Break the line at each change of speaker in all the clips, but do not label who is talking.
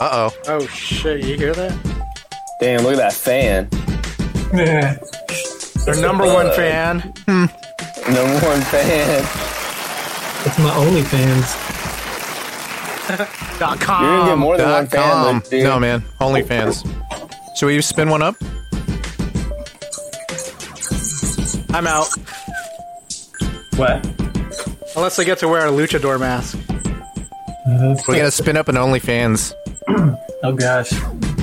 Uh oh.
Oh shit! You hear that?
Damn, look at that fan.
Yeah.
Their number one fan.
Number one fan.
That's my OnlyFans.
Dot
You're gonna get
com.
more than one
Dot
fan,
com.
like, dude.
No man, OnlyFans. Should we spin one up?
I'm out.
What?
Unless I get to wear a luchador mask.
Uh,
We're gonna spin up an OnlyFans.
oh gosh.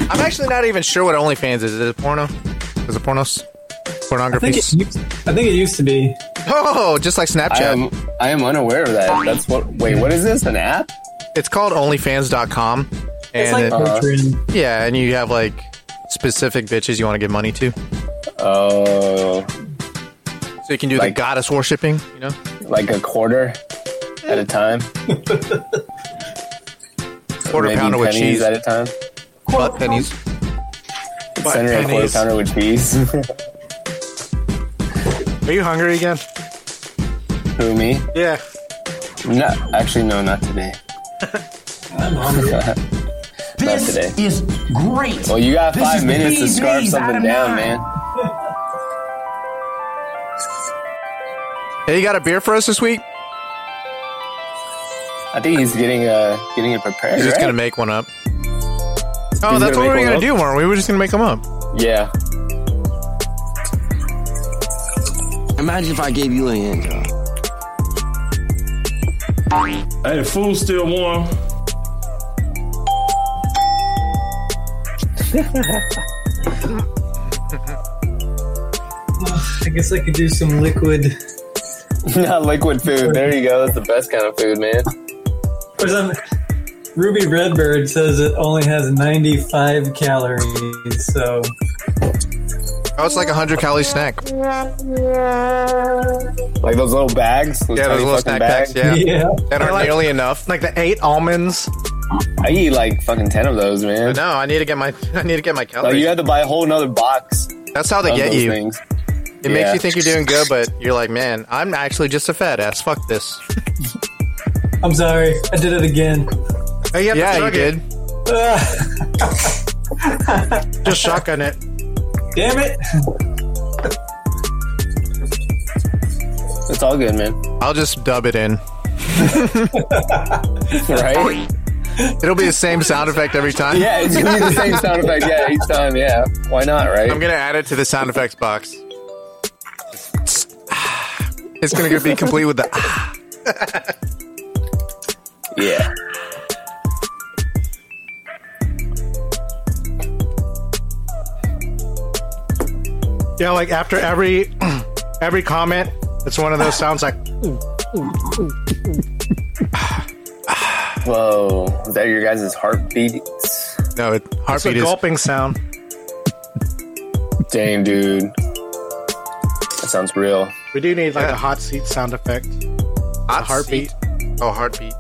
I'm actually not even sure what OnlyFans is. Is it porno? Is it pornos?
I
Pornography?
think it used, I think it used to be.
oh, just like
I
Snapchat.
am, I am unaware of that. That's what. Wait, what is this? An app?
It's called OnlyFans.com,
It's
and
like
it-
Patreon.
yeah, and you have like specific bitches you want to give money to, so
Oh,
you can do
Like-
the goddess worshipping. You know,
like a quarter at a time.
quarter
Maybe
pounder with
pennies
cheese,
at a time.
butt pennies.
But-
Send her a quarter
pennies.
pounder with cheese.
Are you hungry again?
Who me?
Yeah.
No, actually, no, not today.
I'm hungry.
Not
This
today.
is great.
Well, you got
This is
five
the
minutes to
bee's
scarf
knees out
something
of
down,
nine.
man.
Hey, you got a beer for us this week?
I think he's getting uh getting it prepared.
He's just
right?
gonna make one up. Oh, that's
He's gonna
what we
make
were
one
gonna
up?
do, weren't we? We were just gonna make them up.
yeah.
Imagine if I gave you a handjob.
Hey, the food's still warm.
I guess I could do some liquid.
Not liquid food. There you go. That's the best kind of food, man.
Or some, Ruby Redbird says it only has 95 calories, so
Oh, it's like a hundred calorie snack.
Like those little bags. Those
Yeah, those little
tiny fucking
snack packs. Yeah,
yeah.
that aren't
like-
nearly enough.
Like the eight almonds.
I eat like fucking ten of those, man.
But no, I need to get my I need to get my
Like
calories.
you had to buy a whole nother box of
That's how they get
those
you.
things.
It makes
Yeah.
you think you're doing good, but you're like, man, I'm actually just a fat ass. Fuck this.
I'm sorry. I did it again.
Hey, you have to
Yeah, you
chug it.
did.
Ah,
Just shotgun it.
damn it.
It's all good, man.
I'll just dub it in.
Right?
It'll be the same sound effect every time.
yeah, it's gonna be the same sound effect. Yeah, each time. Yeah, why not? Right?
I'm gonna add it to the sound effects box. It's gonna be complete with the ah.
yeah.
Yeah, like after every every comment, it's one of those sounds like
Whoa, is that your guys' heartbeats?
no it,
it's a
heartbeat is.
gulping sound.
Dang, dude, that sounds real.
We do need like
Yeah.
a hot seat sound effect.
Hot
A heartbeat.
Oh, heartbeat.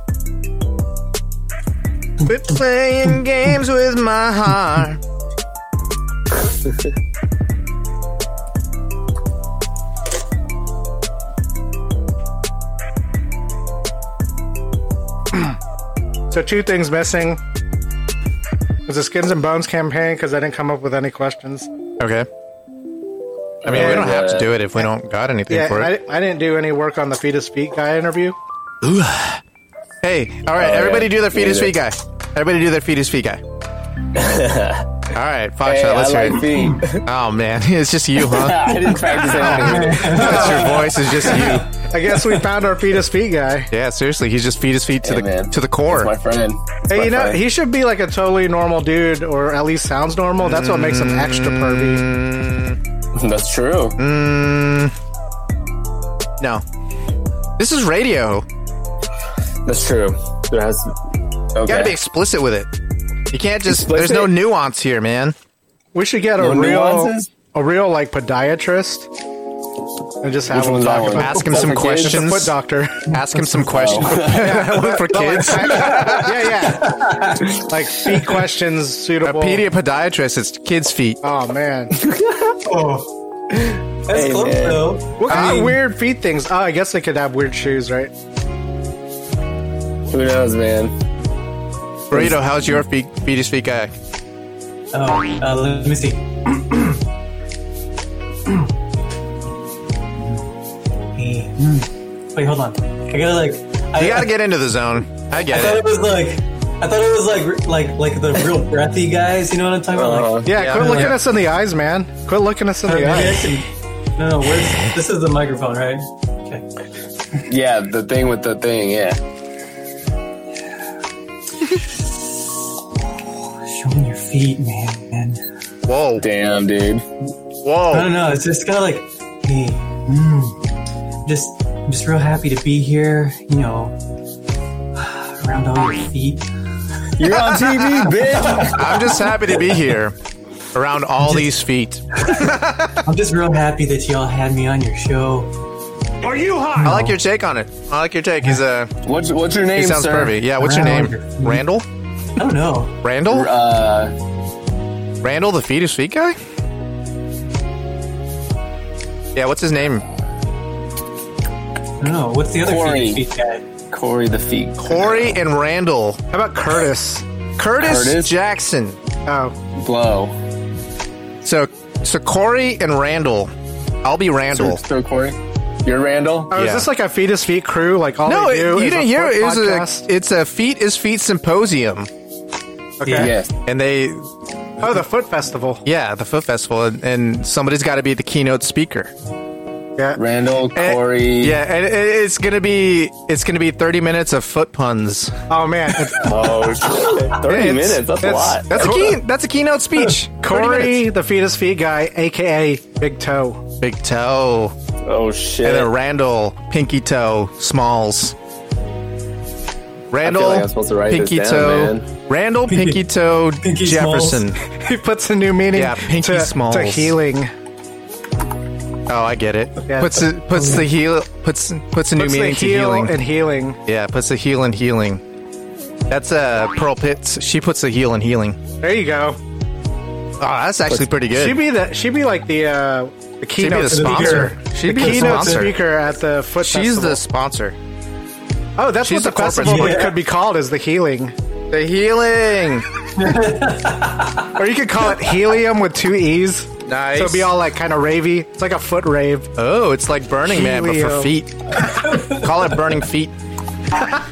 Quit playing games with my heart.
So two things missing. Was the Skins and Bones campaign because I didn't come up with any questions.
Okay. I mean, we
And,
don't have to
uh,
do it if we don't got anything
Yeah,
for
and
it.
I, I didn't do any work on the fetus feet guy interview.
Hey, all right,
Oh,
everybody
yeah.
do their fetus
Yeah,
feet guy. Everybody do their fetus feet guy. all right, Foxshot,
Hey,
let's
I
hear
like
it.
feet.
Oh man, it's just you, huh?
I didn't practice anything.
That's your voice is just you.
I guess we found our fetus feet guy.
Yeah, seriously, he's just feet his feet to
Hey,
the
man.
to the
It's
core.
my friend. It's
Hey,
my
you know,
friend.
he should be like a totally normal dude, or at least sounds normal. That's what makes him extra pervy.
That's true.
Hmm? no, this is radio.
That's true. There has. Okay.
You gotta be explicit with it. You can't just. There's
Explicit?
no nuance here, man.
We should get a
No
real,
nuances?
a real like podiatrist, and just have
Which
him
one's that
talk
one?
about
Ask him
That's
some
for kids?
Just a
questions.
foot doctor.
Ask him
Oh.
some questions. One for kids.
yeah, yeah. Like feet questions
A
suitable.
pedia podiatrist. It's kids' feet.
Oh man,
Oh. That's
Hey,
close,
man.
though.
what
I
kind
mean-
of Uh, weird feet things? Oh, I guess they could have weird shoes, right?
Who knows, man?
Burrito, how's your fe- fetus fecae?
Oh, uh, let me see. Hmm. Wait, hold on. I gotta like. I
You gotta get into the zone. I
I
get
thought
it.
it was like. I thought it was like like like the real breathy guys. You know what I'm talking
Uh-huh.
about? Like,
Yeah,
Yeah,
quit
yeah.
looking us in the eyes, man. Quit looking us
Uh-huh.
in the
maybe I
eyes.
can- no, no. Where's, this is the microphone, right? Okay.
Yeah, the thing with the thing, yeah.
Show me your feet, man. man.
Whoa,
Damn, dude.
I don't
whoa.
know. It's just kind of like, hey, mm, just, I'm just real happy to be here. You know, around all your feet.
You're on TV, bitch.
I'm just happy to be here around all these feet.
I'm just real happy that y'all had me on your show.
Are you hot?
I
Oh.
like your take on it. I like your take. He's a
What's what's your name,
he sounds
sir?
pervy. Yeah, what's your name? Randall?
I don't know.
Randall?
Uh,
Randall the fetus feet guy? Yeah, what's his name?
I don't know. What's the other
Corey.
feet, feet guy?
Corey the feet.
Corey and Randall.
How about Curtis?
Curtis,
Curtis?
Jackson.
Oh,
Blow.
So so Corey and Randall. I'll be Randall.
Still Corey. You're Randall.
oh
Yeah.
is this like a fetus feet crew? Like all
No,
they do
it, you
is
didn't
a
hear
foot
it. It was
podcast?
a, it's a feet is feet symposium,
Okay.
Yes.
and they
oh, the foot festival.
yeah the foot festival, and, and somebody's got to be the keynote speaker.
Yeah,
Randall,
And-
Corey.
eh, yeah, and it, it's gonna be it's gonna be thirty minutes of foot puns.
Oh man, It's
Oh, shit. 30
It's-
minutes. That's a lot.
That's a key. That's a keynote speech. 30 minutes.
Corey, the fetus feet guy, aka Big Toe.
big toe,
Oh,
and then
shit.
Randall, pinky toe, Smalls. Randall,
like I'm supposed to write
pinky
this down,
toe, Randall, pinky toe,
Pinky
Jefferson.
He puts a new meaning
Yeah, Pinky
to,
Smalls.
to healing.
Oh, I get it.
Yeah.
Puts a, puts the heel puts puts a new
Puts the
meaning to
heel
healing.
and healing.
Yeah, puts the heel in healing. That's uh Pearl Pitts. She puts the heel in healing.
There you go.
Oh, that's actually pretty good.
She'd be the she'd be like the uh,
She'd
the
be
keynote
the sponsor.
speaker.
She'd be the
Keynote
sponsor.
speaker at the foot.
She's
festival.
the sponsor.
oh, that's
she's
what the,
the corporate
festival
speaker.
could be called is the healing,
The healing.
or you could call it helium with two e's.
Nice.
So it'd be all like kind of ravey. It's like a foot rave.
Oh, it's like Burning Man, but for
Helio.
feet. Call it Burning Feet.
Man,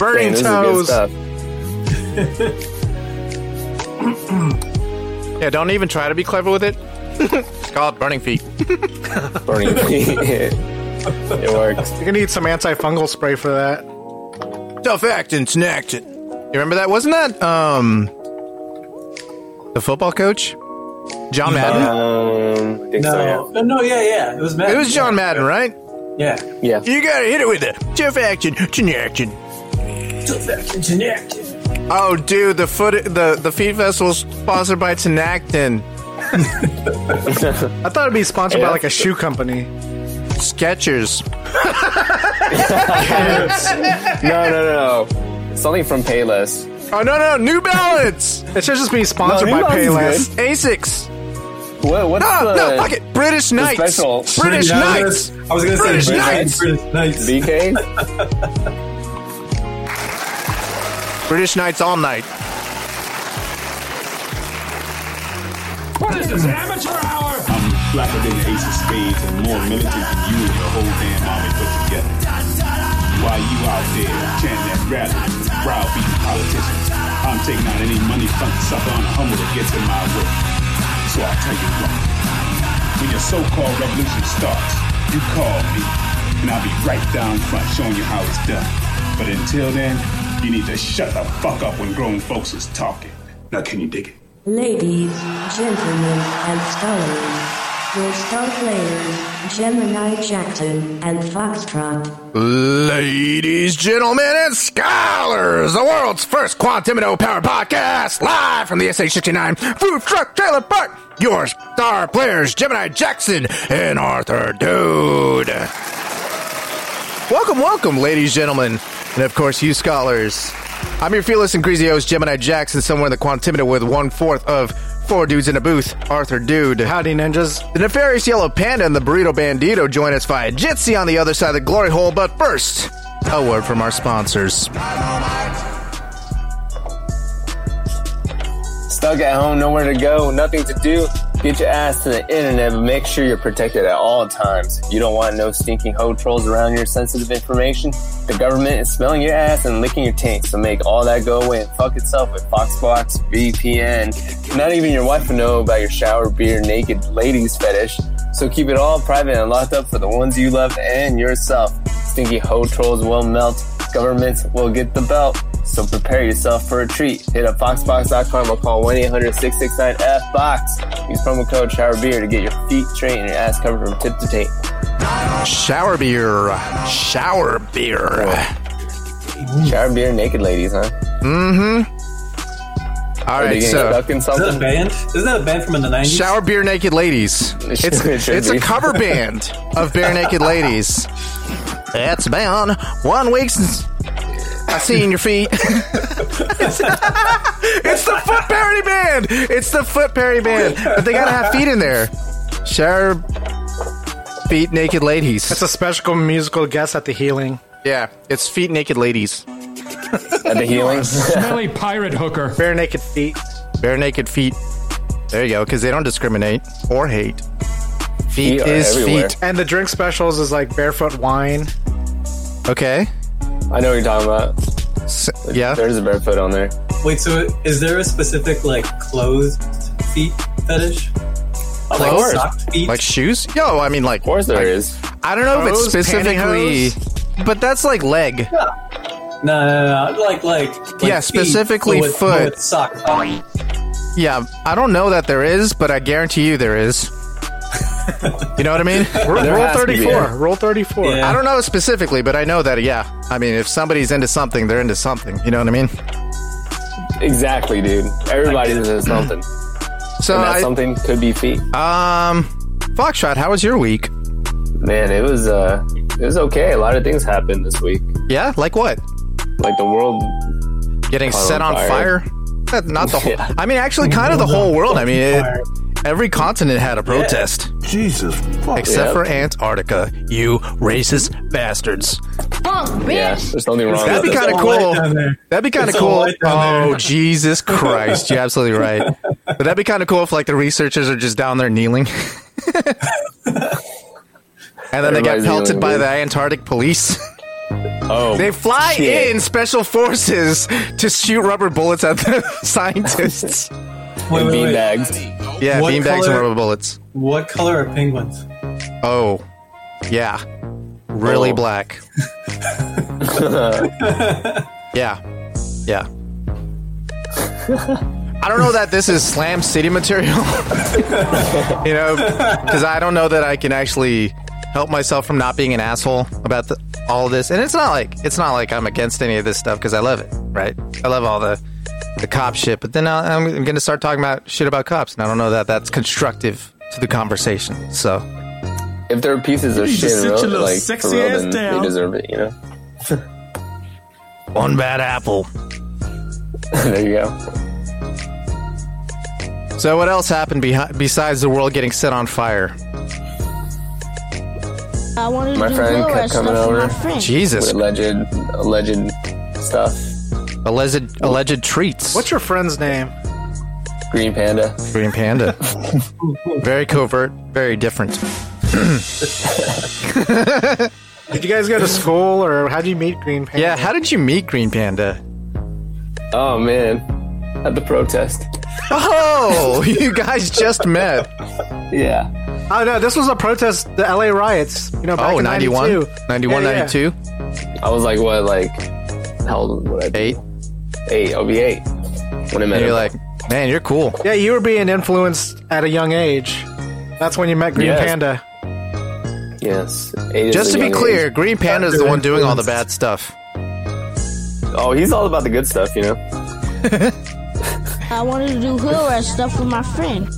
Burning
this is good
toes.
stuff.
Yeah, don't even try to be clever with it. Just call it Burning Feet.
Burning feet. it works.
You're gonna need some antifungal spray for that.
Duffactant, snacktant. You remember that? Wasn't that um the football coach? John Madden?
Um, I think so,
No. no, no, yeah, yeah. It was Matt.
it was John Madden, right?
Yeah.
yeah. yeah.
You gotta hit it with the Jeff action, chin action. Oh, dude, the foot, the the feed festival sponsored by Tenactin.
I thought it'd be sponsored by like a shoe company.
Skechers.
No, no, no, no. Something from Payless.
Oh no, no, New Balance,
It should just be sponsored
No,
by
New Balance
Payless.
is
Asics.
What, what's
Ah, No,
the
no, fuck it, British Knights.
special.
British
Yeah, I
Knights.
was gonna- I was gonna
British
say
Knights.
British Knights.
BK?
British Knights all night.
What is this, amateur hour?
I'm blacker than the ace of spades and more militant than you and your whole damn army put together. While you out there chanting that rally, browbeating politicians, I'm taking out any money fucking sucker on the humble that gets in my way. So I'll tell you what. When your so-called revolution starts, you call me, and I'll be right down front showing you how it's done. But until then, you need to shut the fuck up when grown folks is talking. Now can you dig it?
Ladies, gentlemen, and scholars, your star players, Gemini Jackson and Foxtrot.
Ladies, gentlemen, and scholars, the world's first quantum and powered podcast, live from the SH69 Food Truck Trailer Park. Your star players, Gemini Jackson and Arthur Dude. Welcome, welcome, ladies, gentlemen, and of course, you scholars. I'm your fearless and greasy host, Gemini Jackson, somewhere in the Quantimeter with one fourth of four dudes in a booth, Arthur Dude.
Howdy ninjas.
The nefarious yellow panda and the burrito bandito join us via Jitsi on the other side of the glory hole, but first, a word from our sponsors.
Stuck at home, nowhere to go, nothing to do. Get your ass to the internet, but make sure you're protected at all times. You don't want no stinking hoe trolls around your sensitive information. The government is smelling your ass and licking your taint, so make all that go away and fuck itself with Foxbox, VPN. Not even your wife will know about your shower, beer, naked ladies fetish. So keep it all private and locked up for the ones you love and yourself. Stinky hoe trolls will melt. Governments will get the belt. So prepare yourself for a treat. Hit up foxbox.com or call 1-800-669-FBOX. Use promo code ShowerBeer to get your feet straight and your ass covered from tip to tape.
Shower beer. Shower beer.
Shower beer naked ladies, huh?
All
Are
right,
they getting
so
stuck in
Is that a
something?
band? Isn't that a band from in the 90s?
shower beer naked ladies.
It
It's
should- it should
it's a
be.
cover band of bare naked ladies. It's been one week since I seen your feet. it's the foot parody band. It's the foot parody band, but they gotta have feet in there. Shower feet naked ladies.
It's a special musical guest at the healing.
yeah, it's feet naked ladies.
At the healing?
Smelly pirate hooker.
Bare naked feet.
Bare naked feet. There you go, because they don't discriminate or hate. Feet
Feet are
is
everywhere.
feet.
And the drink specials is like barefoot wine.
Okay.
I know what you're talking about.
S- yeah.
There's a barefoot on there.
Wait, so is there a specific like clothed feet fetish?
course.
Like socked feet?
Like shoes? Yo, I mean, like.
Of course there
like,
is.
I don't know if it's
Hose,
specifically. But that's like leg.
no, no, no, no, like like, like
Yeah,
feet,
specifically
but with,
foot.
but with sock. Oh,
Yeah, I don't know that there is, but I guarantee you there is. you know what I mean?
Rule,
There
rule
has to be,
34.
yeah.
Uh, Rule 34.
Yeah.
I don't know specifically, but I know that, yeah. I mean, if somebody's into something, they're into something. You know what I mean?
Exactly, dude. Everybody's into something.
So,
and that
Uh, I,
something could be feet.
um, Foxshot, how was your week?
Man, it was uh it was okay. A lot of things happened this week.
Yeah, like what?
Like the world
getting
Caught
set on
on
fire. Not- Not the whole.
Yeah.
I mean, actually, kind of the whole world. I mean,
Fire.
it, every continent had a protest,
Jesus fuck.
except
Yeah.
for Antarctica. You racist bastards.
Yeah, there's nothing wrong
That'd
with
be
it.
kind of
all
cool.
white down there.
That'd be kind of
It's all
cool.
white down
Oh
there.
Jesus Christ! You're absolutely right. But that'd be kind of cool if like the researchers are just down there kneeling. And then they get
Everybody's
pelted
kneeling,
by
dude.
the Antarctic police.
Oh,
They fly
shit.
in special forces to shoot rubber bullets at the scientists.
Wait, wait, wait.
beanbags.
Yeah,
What
beanbags and
color-
rubber bullets.
What color are penguins?
Oh, yeah, really
Oh.
black. yeah, yeah. I don't know that this is Slam City material, you know, because I don't know that I can actually help myself from not being an asshole about the, all of this. And it's not like it's not like I'm against any of this stuff because I love it, right? I love all the the cop shit, but then I, I'm going to start talking about shit about cops, and I don't know that that's constructive to the conversation. So.
If they're pieces of shit,
sit
real,
your little
like
sexy
for real,
ass
then
down.
they deserve it. You know.
One bad apple.
there you go.
So what else happened behi- besides the world getting set on fire?
I wanted to
My
do
friend
blow
kept
rush
coming
stuff with
over.
My friend.
Jesus,
Alleged, alleged stuff.
alleged alleged treats.
What's your friend's name?
Green panda.
green panda? very covert, very different.
Did you guys go to school or how did you meet Green Panda?
Yeah, how did you meet Green Panda?
Oh man, at the protest.
Oh, you guys just met.
Yeah.
Oh no, this was a protest, the LA riots. You know, back
Oh,
in
91,
92.
91,
Yeah, yeah.
92,
I was like, what, like, how old would I be?
8.
Eight. I'll be eight. When I met
And
him.
you're like, man, you're cool.
Yeah, you were being influenced at a young age. That's when you met Green
Yes.
Panda.
yes. Eight is
Just
a
to be
young
clear,
age.
Green Panda's the one doing all the bad stuff.
Oh, he's all about the good stuff, you know.
I wanted to do hood rush stuff with my friend.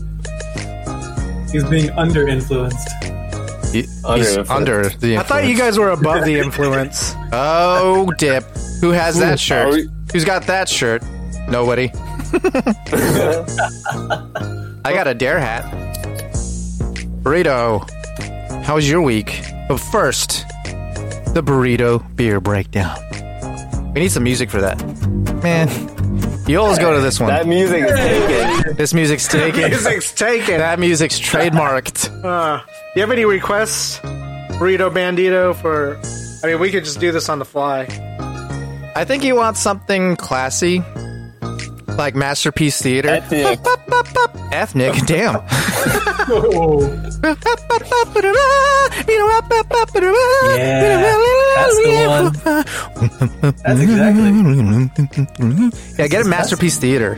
He's being under influenced.
He-
Under
he's
influence.
under the
I thought you
influence.
guys were above the influence.
Oh, dip. Who has that
Hmm. are
shirt?
we-
Who's got that shirt? Nobody. I got a dare hat. Burrito, how was your week? But first, the burrito beer breakdown. We need some music for that. Man, You always go to this one.
That music is taken.
This music's taken.
Music's taken.
that music's trademarked.
Uh, you have any requests, Burrito Bandito? For I mean, we could just do this on the fly.
I think he wants something classy, like masterpiece theater.
Ethnic.
Ethnic, damn.
Yeah, that's the
Mm-hmm.
That's exactly.
Yeah, get a masterpiece theater.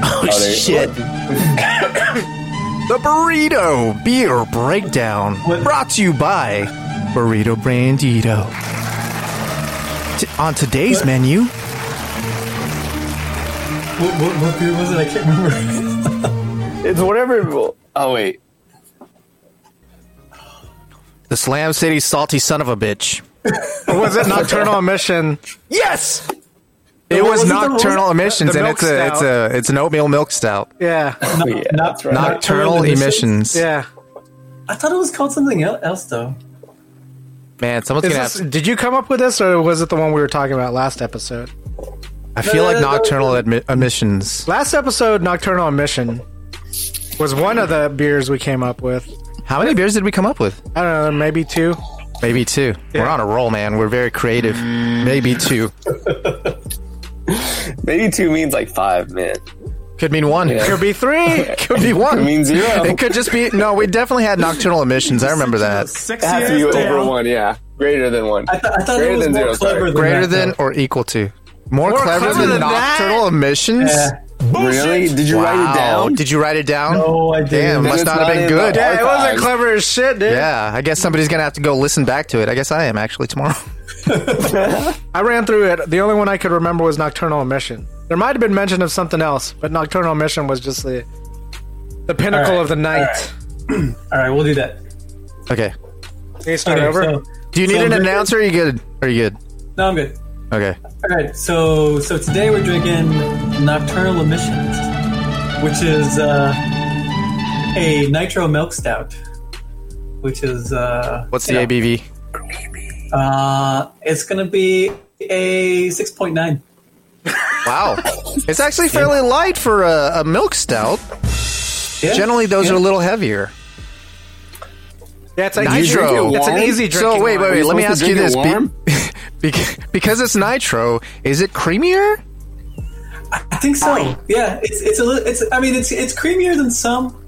Oh,
there-
shit! the burrito beer breakdown brought to you by Burrito Brandito. T- on today's menu,
What, what, what beer was it? I can't remember.
It's whatever. Oh wait.
the Slam City salty son of a bitch.
Or was it Nocturnal Emission?
Yes, it was
wasn't the-
Nocturnal Emissions,
the
and
milk
it's a it's a it's an oatmeal milk stout.
Yeah,
Oh, yeah, that's right.
Nocturnal emissions.
yeah.
I thought it was called something el- else, though.
Man, someone's
Is
gonna.
this,
have,
did you come up with this, or was it the one we were talking about last episode?
I feel like
no, no, no.
Nocturnal admi- emissions.
Last episode, Nocturnal Emission was one of the beers we came up with.
How many beers did we come up with?
I don't know, maybe two.
Maybe two. We're
Yeah.
on a roll, man. We're very creative. Maybe two
Maybe two means like five, man.
could mean one.
Yeah.
Could be three.
Could be one.
It means zero.
It could just be. No, we definitely had nocturnal emissions. I remember that.
Sexy
It has to be
ass
over
down.
one, yeah. Greater than one.
I, th- I thought
Greater
it was
than
more
zero, sorry.
clever than
Greater
that,
than
though.
or equal to. More, clever,
clever
than,
than that.
nocturnal emissions.
Yeah.
really? Did you write
Wow.
it down?
Did you write it down?
No, I
Damn,
didn't.
must
it's
not have
not
been
in the
good.
arc.
Yeah, it wasn't
Archives.
clever as shit, dude.
Yeah, I guess somebody's gonna have to go listen back to it. I guess I am actually tomorrow.
I ran through it. The only one I could remember was Nocturnal Emission. There might have been mention of something else, but Nocturnal Emission was just the the pinnacle
Alright,
of the night.
alright. All right, we'll do that.
Okay.
Can you start
Okay,
over?
so-
Do you need
So
an
I'm drinking-
announcer? Are you good? Are you good?
No, I'm good.
Okay.
All right, so so today we're drinking Nocturnal Emissions, which is uh, a nitro milk stout, which is uh,
What's the
you know,
ABV?
Uh, it's gonna be a six point nine.
Wow. it's actually fairly light for a, a milk stout.
Yeah.
Generally, those
Yeah.
are a little heavier.
yeah, it's like
Nitro.
It's an
warm?
easy drink.
So wait, wait, wait.
Are
Let me
we supposed
ask
to
you
drink
this:
it
Be-
warm?
bec- because it's nitro, is it creamier?
I think so. Yeah, it's it's a little. It's I mean it's it's creamier than some,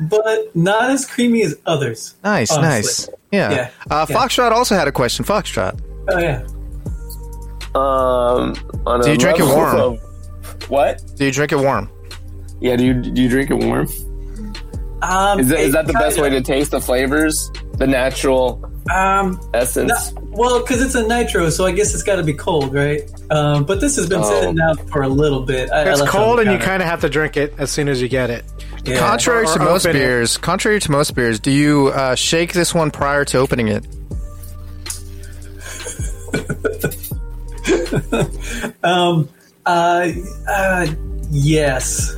but not as creamy as others.
Nice,
honestly.
nice. Yeah.
Yeah,
Uh,
yeah.
Foxtrot also had a question. Foxtrot,
Oh yeah.
Um, on
Do
a
you drink it
level
warm?
of- what?
do you drink it warm?
Yeah. Do you do you drink it warm?
Um,
Is that, is
it
that the best way
kinda-
to taste the flavors, the natural
Um,
essence?
No, well, because it's a nitro, so I guess it's got to be cold, right? Um, but this has been
Oh.
sitting out for a little bit. I, I
It's
left it
cold,
on
and
the
you
counter.
kind of have to drink it as soon as you get it.
Yeah.
Contrary
Or-
to
or
most
open it.
beers, contrary to most beers, do you uh, shake this one prior to opening it?
Uh, uh, yes.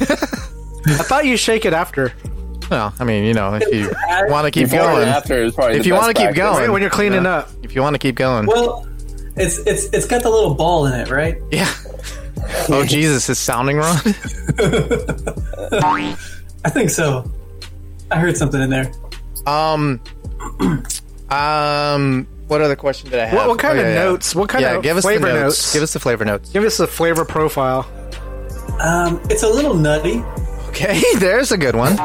I thought you shake it after
Well, I mean, you know, if you want to keep
Before and
going,
after is probably
If
the
you
best
wanna keep
practice.
going.
when you're cleaning
Yeah.
up.
if you want to keep going,
Well, it's it's it's got the little ball in it, right?
yeah. Oh Jesus, is sounding wrong?
I think so. I heard something in there.
Um, um, what other question did I have?
What, what kind
Oh, yeah,
of
yeah.
notes? What kind
yeah,
of
give us
flavor
the notes.
notes?
Give us the flavor notes.
Give us the flavor profile.
Um, it's a little nutty.
Okay, there's a good one.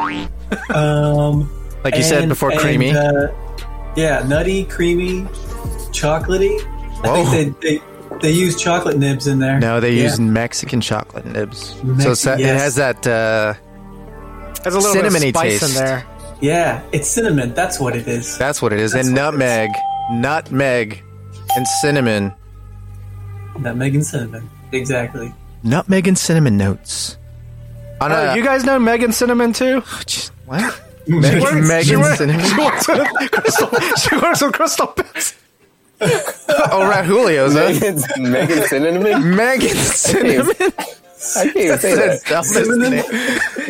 Um,
Like you said
and-
before,
and,
creamy.
uh, yeah, nutty, creamy, chocolatey. I
Whoa.
think they, they they use chocolate nibs in there.
no, they
Yeah.
use Mexican chocolate nibs. so it's
Mex-
that,
yes.
it has that. Uh,
There's a little bit
Cinnamony
of spice
taste.
in there.
Yeah, it's cinnamon. That's what it is.
that's what it is.
That's
and
what it is.
nutmeg, nutmeg, and cinnamon.
Nutmeg and cinnamon. Exactly.
Nutmeg and cinnamon notes. On
Oh,
a-
you guys know Megan Cinnamon too?
Jeez, what? Meg, Megan
works-
cinnamon.
Crystal, she works with Crystal Pepsi.
Oh, right, Julio's. Huh?
Megan's, Megan Cinnamon.
Megan cinnamon.
I can't even say
That's
that.
the dumbest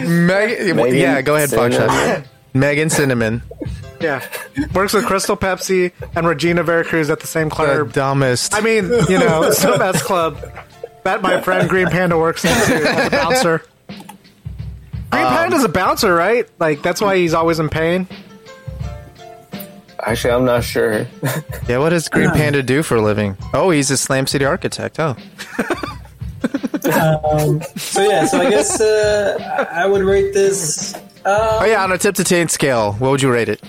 name. Meg-
Megan
yeah, go ahead, Foxshot.
Cinnamon.
Megan Cinnamon.
Yeah, works with Crystal Pepsi and Regina Veracruz at the same
The
club.
dumbest.
I mean, you know, it's the best club. That my friend Green Panda works in too, as a bouncer. Green
Um,
Panda's a bouncer, right? Like that's why he's always in pain.
Actually, I'm not sure.
Yeah, what does Green Panda do for a living? Oh, he's a Slam City architect. Oh,
Um, so yeah, so I guess uh, I I would rate this
oh yeah. On a tip to taint scale, what would you rate it?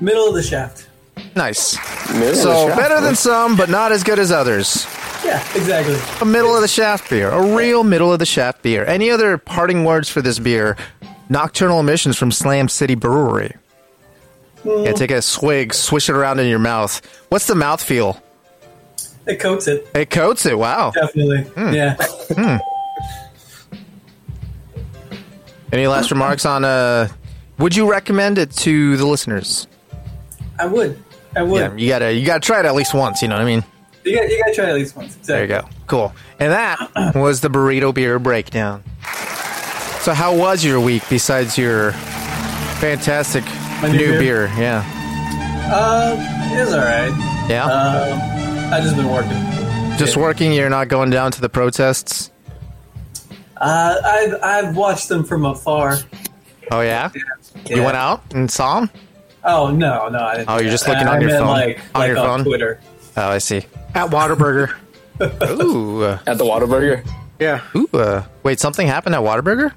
middle of the shaft.
Nice.
Middle of
so
the shaft,
better
huh?
than some, but not as good as others.
Yeah, exactly.
A middle of the shaft beer, a real middle of the shaft beer. Any other parting words for this beer? Nocturnal emissions from Slam City Brewery.
Mm.
Yeah, take a swig, swish it around in your mouth. What's the mouth feel?
It coats it
It coats it. Wow.
definitely.
Hmm.
Yeah.
Any last remarks on? Uh, would you recommend it to the listeners?
I would. I would.
Yeah, you gotta you gotta try it at least once. You know what I mean?
You got you got to try at least once.
There
Exactly.
you go. Cool. And that was the burrito beer breakdown. So, how was your week besides your fantastic
My
new,
new beer?
beer? Yeah.
Uh, it's all right.
Yeah.
Um, I just been working.
Just working. You're not going down to the protests.
Uh, I've I've watched them from afar.
Oh yeah. You
Yeah.
went out and saw him.
Oh no, no. I didn't
Oh,
do that.
you're just looking
I-
on
I
your
meant,
phone?
Like,
On
like
your phone?
Twitter.
Oh, I see.
At Waterburger.
Ooh. uh,
At the Oh, Waterburger.
Yeah.
Ooh. Uh, wait, something happened at Waterburger?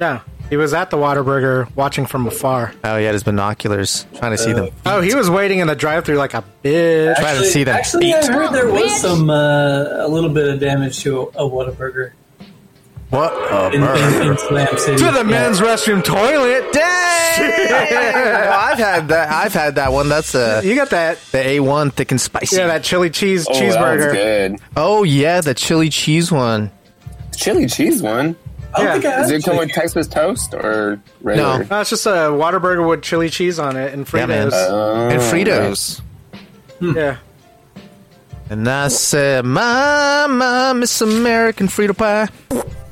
Yeah. He was at the Waterburger watching from afar.
Oh, he had his binoculars, trying to see them.
Oh, he was waiting in the drive thru like a
Try
bitch.
to
Actually-
see them.
Actually, I heard there was some uh, a little bit of damage to a, a Whataburger
What? a
in, in,
murder.
in Slam City.
To the
Yeah.
men's restroom toilet.
Well, I've had that. I've had that one. That's uh,
You got that?
the A1 thick and spicy.
Yeah, that chili cheese
Oh, that was
cheeseburger.
good.
Oh yeah, the chili cheese one.
Chili cheese one.
I don't
Yeah.
think I
Does it come
Oh, actually-
with Texas toast or regular?
No.
No, it's just a Waterburger with chili cheese on it and
Yeah, man.
Fritos.
and
Oh,
Fritos.
Mm.
yeah.
And I said, "Mama, Miss American Frito Pie."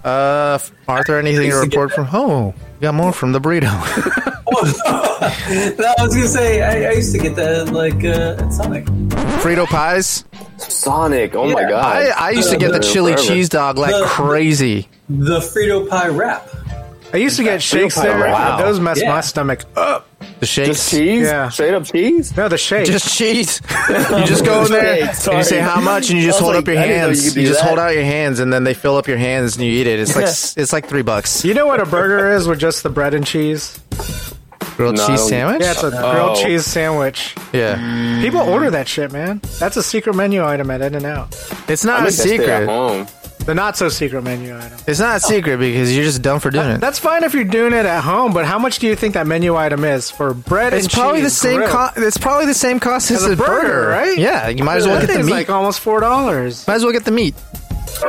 Uh, Arthur, anything to report from? Oh, we got more from the burrito.
No, I was gonna say I, I used to get that like uh, at Sonic.
Frito pies.
Sonic. Oh my
Yeah,
god.
I, I used to get the chili cheese dog like
The-
crazy.
The Frito pie wrap.
I used to get shakes
Frito Pie
there.
Wow.
Those messed
Yeah.
my stomach up.
The
Just
shakes.
cheese?
Yeah.
Straight up cheese?
No, the shakes.
Just cheese. you just go in there
Shakes,
and you say
sorry.
how much, and you
I
just
was
hold
like,
up your
I didn't know
hands.
you could
You,
do
just
that.
hold out your hands, and then they fill up your hands, and you eat it. It's like it's like three bucks.
you know what a burger is with just the bread and cheese?
Grilled
No, I
cheese
don't-
sandwich.
Yeah, it's Mm. a
Oh. Mm.
grilled cheese sandwich.
yeah.
People order that shit, man. That's a secret menu item at In and Out.
It's not
I
a
make that shit at
secret.
home.
The not so secret menu item.
It's not a secret because you're just dumb for doing it.
That's fine if you're doing it at home, but how much do you think that menu item is for bread
It's
and
probably the
cheese
same.
grilled?
Co- it's probably the same cost as,
As a burger, right?
Yeah, you might as well
That
get the
thing's
meat.
like almost four dollars.
might as well get the meat.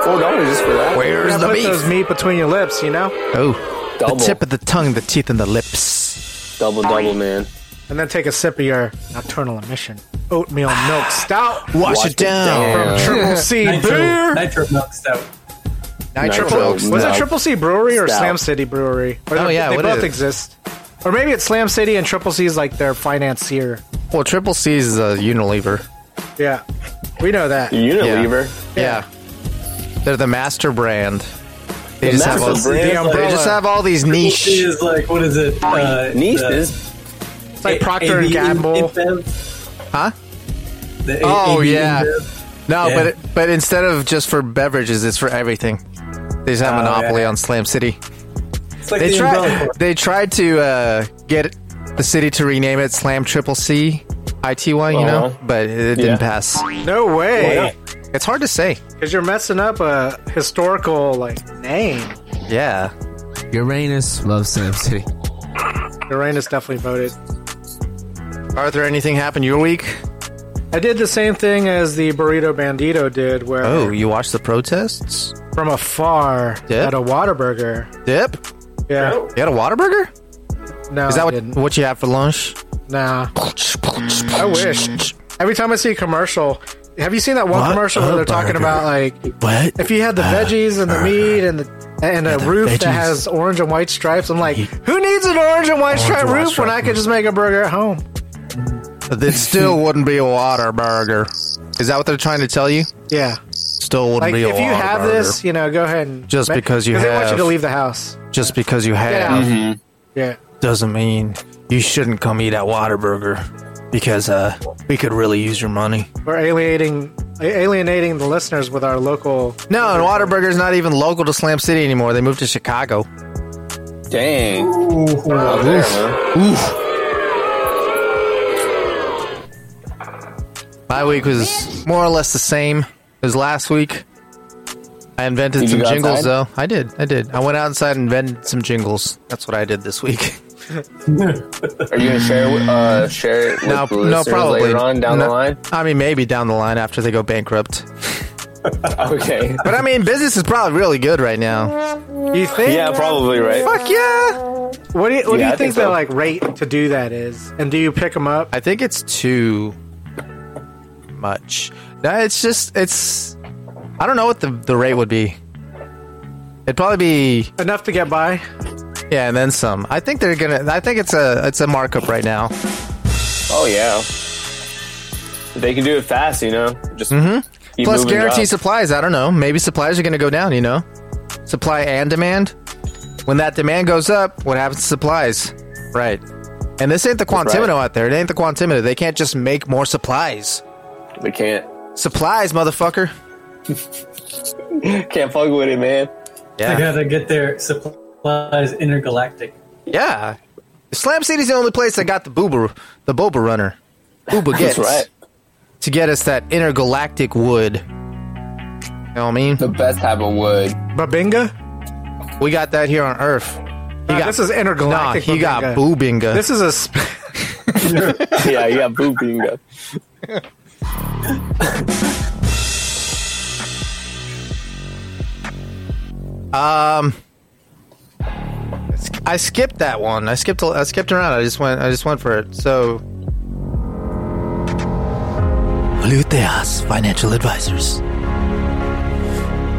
Four dollars just for that.
Where's
Put those meat between your lips, you know,
Oh,
Double.
the tip of the tongue, the teeth, and the lips.
double double man.
and then take a sip of your nocturnal emission oatmeal milk stout.
Wash,
Wash
it down.
down.
Triple C
Nitro,
beer.
nitro milk stout.
Nitro.
Nitro.
folks.
Nitro.
Was
No.
it Triple C Brewery or
Stout.
Slam City Brewery? Or
Oh,
they-
yeah,
they
what
both
is it?
exist. Or maybe it's Slam City and Triple C is like their financier.
Well, Triple C's is a Unilever.
Yeah, we know that.
Unilever.
Yeah. They're the master brand. They just have
master
all,
brand.
The
It's
they
umbrella.
just have all these niche.
She is like what is it? Uh,
Niche
the-
is
It's like
A-
Procter
AB
and Gamble.
InBev?
Huh?
The A- E
Oh,
AB
yeah.
InBev?
No,
Yeah.
but it, but instead of just for beverages, it's for everything. They just have
Oh,
monopoly
yeah.
on Slam City.
It's like
They
the umbrella
tried.
corp.
They tried to uh, get the city to rename it Slam Triple C, ITY. You
Uh-huh.
know, but it didn't
Yeah.
pass.
No way,
not?
It's hard to say.
because you're messing up a historical like name.
Yeah,
Uranus loves Sam City.
Uranus definitely voted.
Arthur. Anything happened your week?
I did the same thing as the burrito bandito did, where
Oh, you watched the protests?
from afar
Yeah.
at a Waterburger.
Dip?
Yeah,
You had a Whataburger?
no,
Is that
I
what
didn't.
what you had for lunch?
Nah, I wish. Every time I see a commercial, have you seen that one
What
commercial
a
where they're talking
burger.
about like
What? Uh,
if you had the veggies and the meat and the and a
the
roof
veggies.
that has orange and white stripes, I'm like, who needs an orange and white stripe
and white
roof
stripe
when I could just make a burger at home?
It still wouldn't be a water burger. Is that what they're trying to tell you?
Yeah.
still wouldn't
Like,
be
if you
allowed
have
murder.
this, you know, go ahead and
Just because you
they want you
have-
to leave the house.
just because you
Get
have
out. Yeah.
doesn't mean you shouldn't come eat at Whataburger because uh, we could really use your money.
We're alienating alienating the listeners with our local.
No, and Whataburger's not even local to Slam City anymore. They moved to Chicago.
Dang.
Oof.
Out there, man.
Oof. My week was more or less the same as last week. I invented
Did you
some
go
jingles,
outside?
though. I did. I did. I went outside and invented some jingles. That's what I did this week.
Are you gonna share it, uh, share it with
no,
the
no,
listeners
probably
later on down the
No-
line?
I mean, maybe down the line after they go bankrupt.
Okay.
But I mean, business is probably really good right now.
You think?
Yeah, probably right.
Fuck yeah!
What do you, what do you
Yeah, I
think,
think
the
so.
like rate to do that is? And do you pick them up?
I think it's too much. No, it's just it's. I don't know what the the rate would be. It'd probably be
enough to get by.
Yeah, and then some. I think they're gonna. I think it's a it's a markup right now.
Oh yeah. They can do it fast, you know. Just
hmm
keep
Plus,
moving
guarantee
jobs.
supplies. I don't know. Maybe supplies are gonna go down. You know, supply and demand. When that demand goes up, what happens to supplies? Right. And this ain't the
That's
Quantimino
right.
out there. It ain't the Quantimino. They can't just make more supplies.
They can't.
Supplies, motherfucker.
Can't fuck with it, man.
Yeah.
They gotta get their supplies intergalactic.
Yeah. Slam City's the only place that got the booba the boba runner. Booba gets
That's right.
to get us that intergalactic wood. You know what I mean?
The best type of wood.
Babinga.
We got that here on Earth. You
Nah, this is intergalactic
Nah, he got boobinga.
This is a sp-
yeah, you got boo bingo.
Um, I skipped that one. I skipped. I skipped around. I just went. I just went for it. So, Luteas Financial Advisors.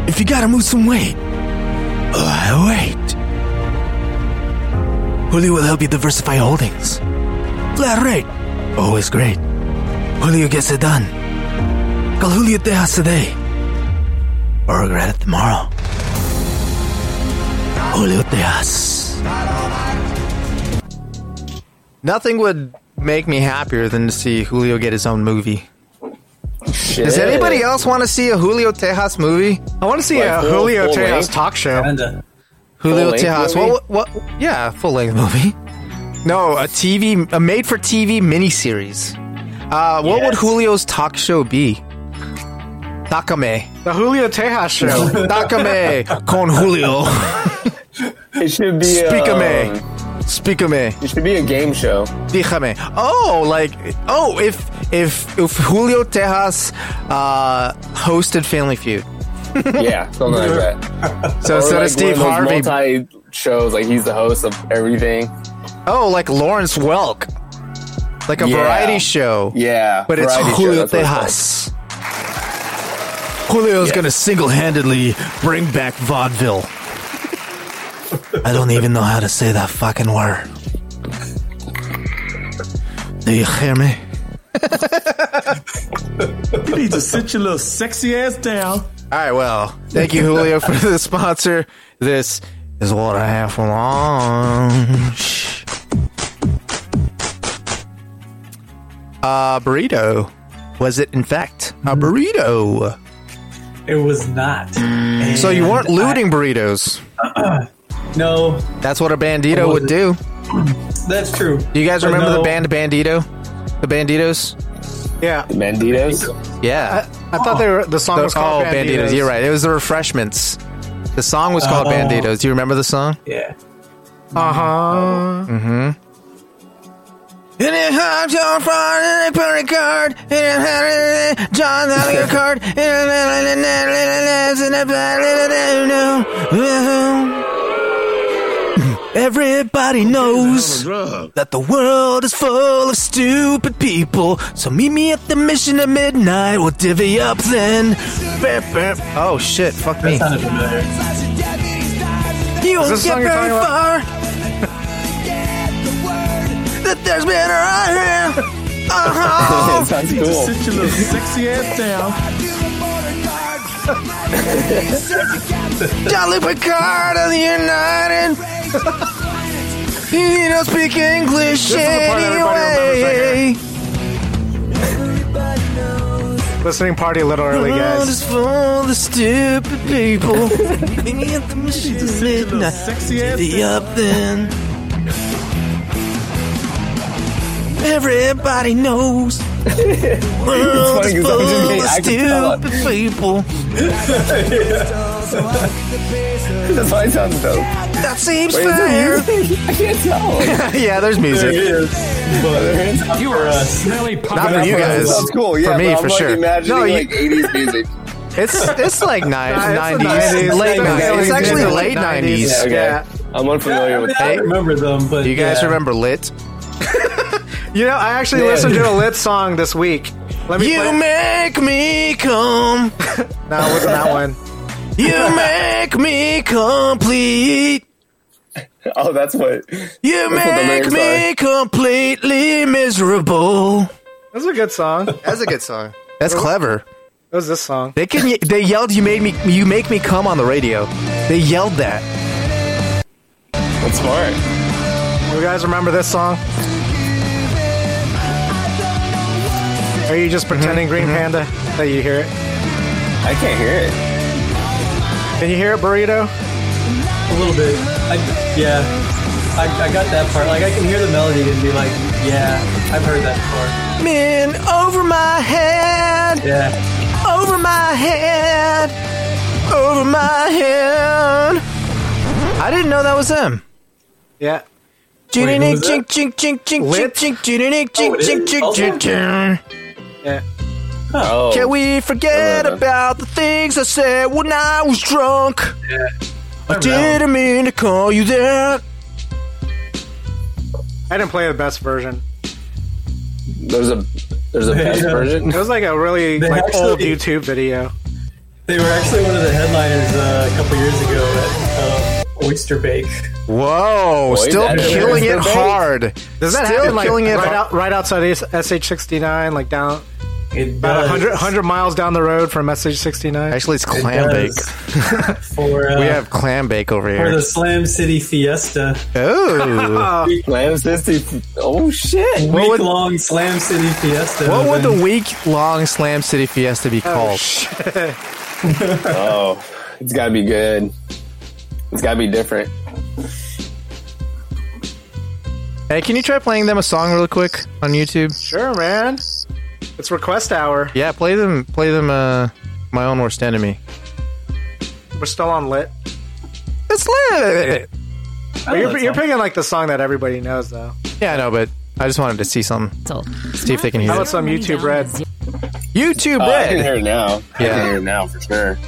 If you gotta move some weight, I wait. Julio will help you diversify holdings. Flat rate, always great. Julio gets it done. Call Julio Tejas today, or regret it tomorrow. Julio Tejas.
Nothing would make me happier than to see Julio get his own movie.
Shit.
Does anybody else want to see a Julio Tejas movie?
I want to see
Like
a
full-
Julio
full
Tejas
length?
talk show.
Julio
Full-length
Tejas.
movie?
What, what? Yeah, full length movie. No, a TV, a made for TV miniseries. Uh, what would Julio's talk show be? Takame.
The Julio Tejas show.
Takame con Julio.
It should be.
Speakame.
Um,
Speakame.
it should be a game show.
Dígame. Oh, like oh, if if if Julio Tejas uh, hosted Family Feud.
Yeah, something like that.
So instead of Steve Harvey-
multi shows like he's the host of everything.
Oh, like Lawrence Welk. Like a
Yeah.
variety show.
Yeah,
But it's
variety show,
Julio
that's what it's
Tejas. Julio's gonna single handedly bring back vaudeville.
I don't even know how to say that fucking word.
Do you hear me?
You need to sit your little sexy ass down.
All right, well, thank you, Julio, for the sponsor. This is what I have for lunch. Uh, burrito. Was it, in fact, a burrito?
It was not.
So you
And
weren't looting burritos.
No,
That's what a
I
Oh,
bandito would
wasn't.
do.
that's true.
Do you guys
But
remember the
no.
band Bandito? The Banditos?
Yeah,
The Banditos.
Yeah.
I thought they were. The song
The-
was called
oh, Banditos. You're right. It was the Refreshments. The song was called
Oh.
Banditos. Do you remember the song?
Yeah.
Uh huh.
Mm-hmm.
And it hopped on front and they put a card and it had a John Gallagher card and Everybody knows that the world is full of stupid people. So meet me at the mission at midnight. We'll divvy up then.
Oh shit! Fuck me.
sounded familiar.
You won't
Is this
get
song you're
very
talking
far. that there's better out here. Uh-huh.
Sounds cool.
Sit your little sexy ass down.
Dolly Picard of the United. You don't speak English
This is the part everybody
anyway.
Uh-huh. Listening party a little early,
World
guys.
is for the stupid people.
sexy ass
Be up then. Everybody knows. The World
funny
is
'cause I was just
full
thinking,
of
I could tell it.
stupid people.
That's why it sounds dope.
That seems
Wait, is there
fair.
music? I can't tell.
yeah, there's music.
There is. But
You are a
smelly
Not for you guys.
That's cool. Yeah,
for me,
but I'm
for
like
sure.
Imagining
No, you-
like 80s music.
It's it's like ni-
Nah, it's the
90s,
90s.
late
It's
90s. It's
the
actually
90s.
late 90s.
Yeah, okay.
Yeah.
I'm unfamiliar with
I
that.
don't remember them, but
Do you guys
yeah.
remember Lit?
You know, I actually
Yeah.
listened to a lit song this week. Let me.
You
play.
make me come.
no, it wasn't that one.
You make me complete.
Oh, that's what.
You
That's what the
make
lyrics
me completely miserable.
That was a good song. It
That's a good song. That's clever.
was this song.
They can. They yelled, "You made me. You make me come" on the radio. They yelled that.
That's smart.
You guys remember this song? Are you just pretending,
Mm-hmm.
Green Panda, that you hear it?
I can't hear it.
Can you hear it, Burrito?
A little bit. I, yeah. I, I got that part. Like, I can hear the melody and be like, yeah, I've heard that before.
I'm in over my head,
Yeah.
over my head, over my head.
I didn't know that was them.
Yeah.
Wait, who
Chink chink
was that?
chink chink chink
Lit?
chink chink
Oh,
chink
it
chink
is?
chink
Okay.
chink chink.
Yeah.
Oh,
Can we forget
I remember.
about the things I said when I was drunk? I didn't mean to call you that.
I didn't play the best version.
there's a there's a best
Yeah.
version.
It was like a really
They
like old
actually-
YouTube video.
They were actually one of the headliners uh, a couple years ago at um, Oyster Bake.
Whoa! still
that is-
killing it
Bait.
hard.
Does that
still
happen like
killing it
right,
hard.
out, right outside SH69, like down
It
about
does.
100, 100 miles down the road from SH69?
Actually, it's
It
clam bake.
does. for uh,
We have clam bake over
for the
here.
Slam City Fiesta,
Oh,
Lamb City. Oh shit.
What would-
week long Slam City Fiesta.
what would the
event.
week-long Slam City Fiesta
Oh,
be called?
Oh, it's gotta be good. It's gotta be different.
Hey, can you try playing them a song really quick on YouTube?
Sure, man. It's request hour.
Yeah, play them. Play them. Uh, my own worst enemy.
We're still on lit.
It's lit.
I love
You're,
that
you're
song.
picking like the song that everybody knows, though.
Yeah, I know, but I just wanted to see some.
See
if they can hear
How about some YouTube red?
YouTube
Uh, I can
Red.
hear it now. I
Yeah.
can hear it now for sure.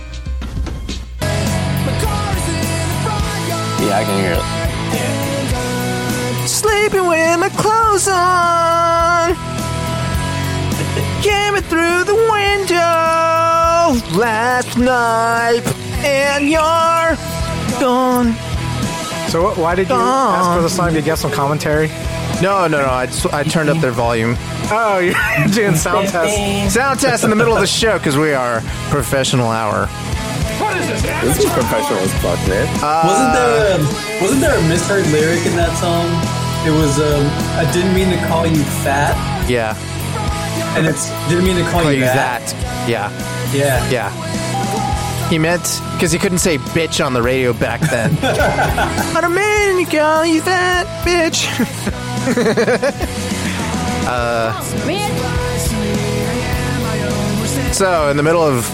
Yeah, I can hear it.
Sleeping with my clothes on. Came in through the window last night, and you're gone.
So what, why did you ask for the song to get some commentary?
No, no, no. I, just, I turned up their volume.
Oh, you're doing sound tests.
Sound test in the middle of the show because we are professional hour.
This is professional as fuck, man.
Wasn't
uh,
there a, wasn't there a misheard lyric in that song? It was um, I didn't mean to call you fat,
Yeah,
and it's didn't mean to call,
play
you
that. Yeah,
Yeah,
yeah. He meant because he couldn't say bitch on the radio back then.
I don't mean to call you that, bitch.
so in the middle of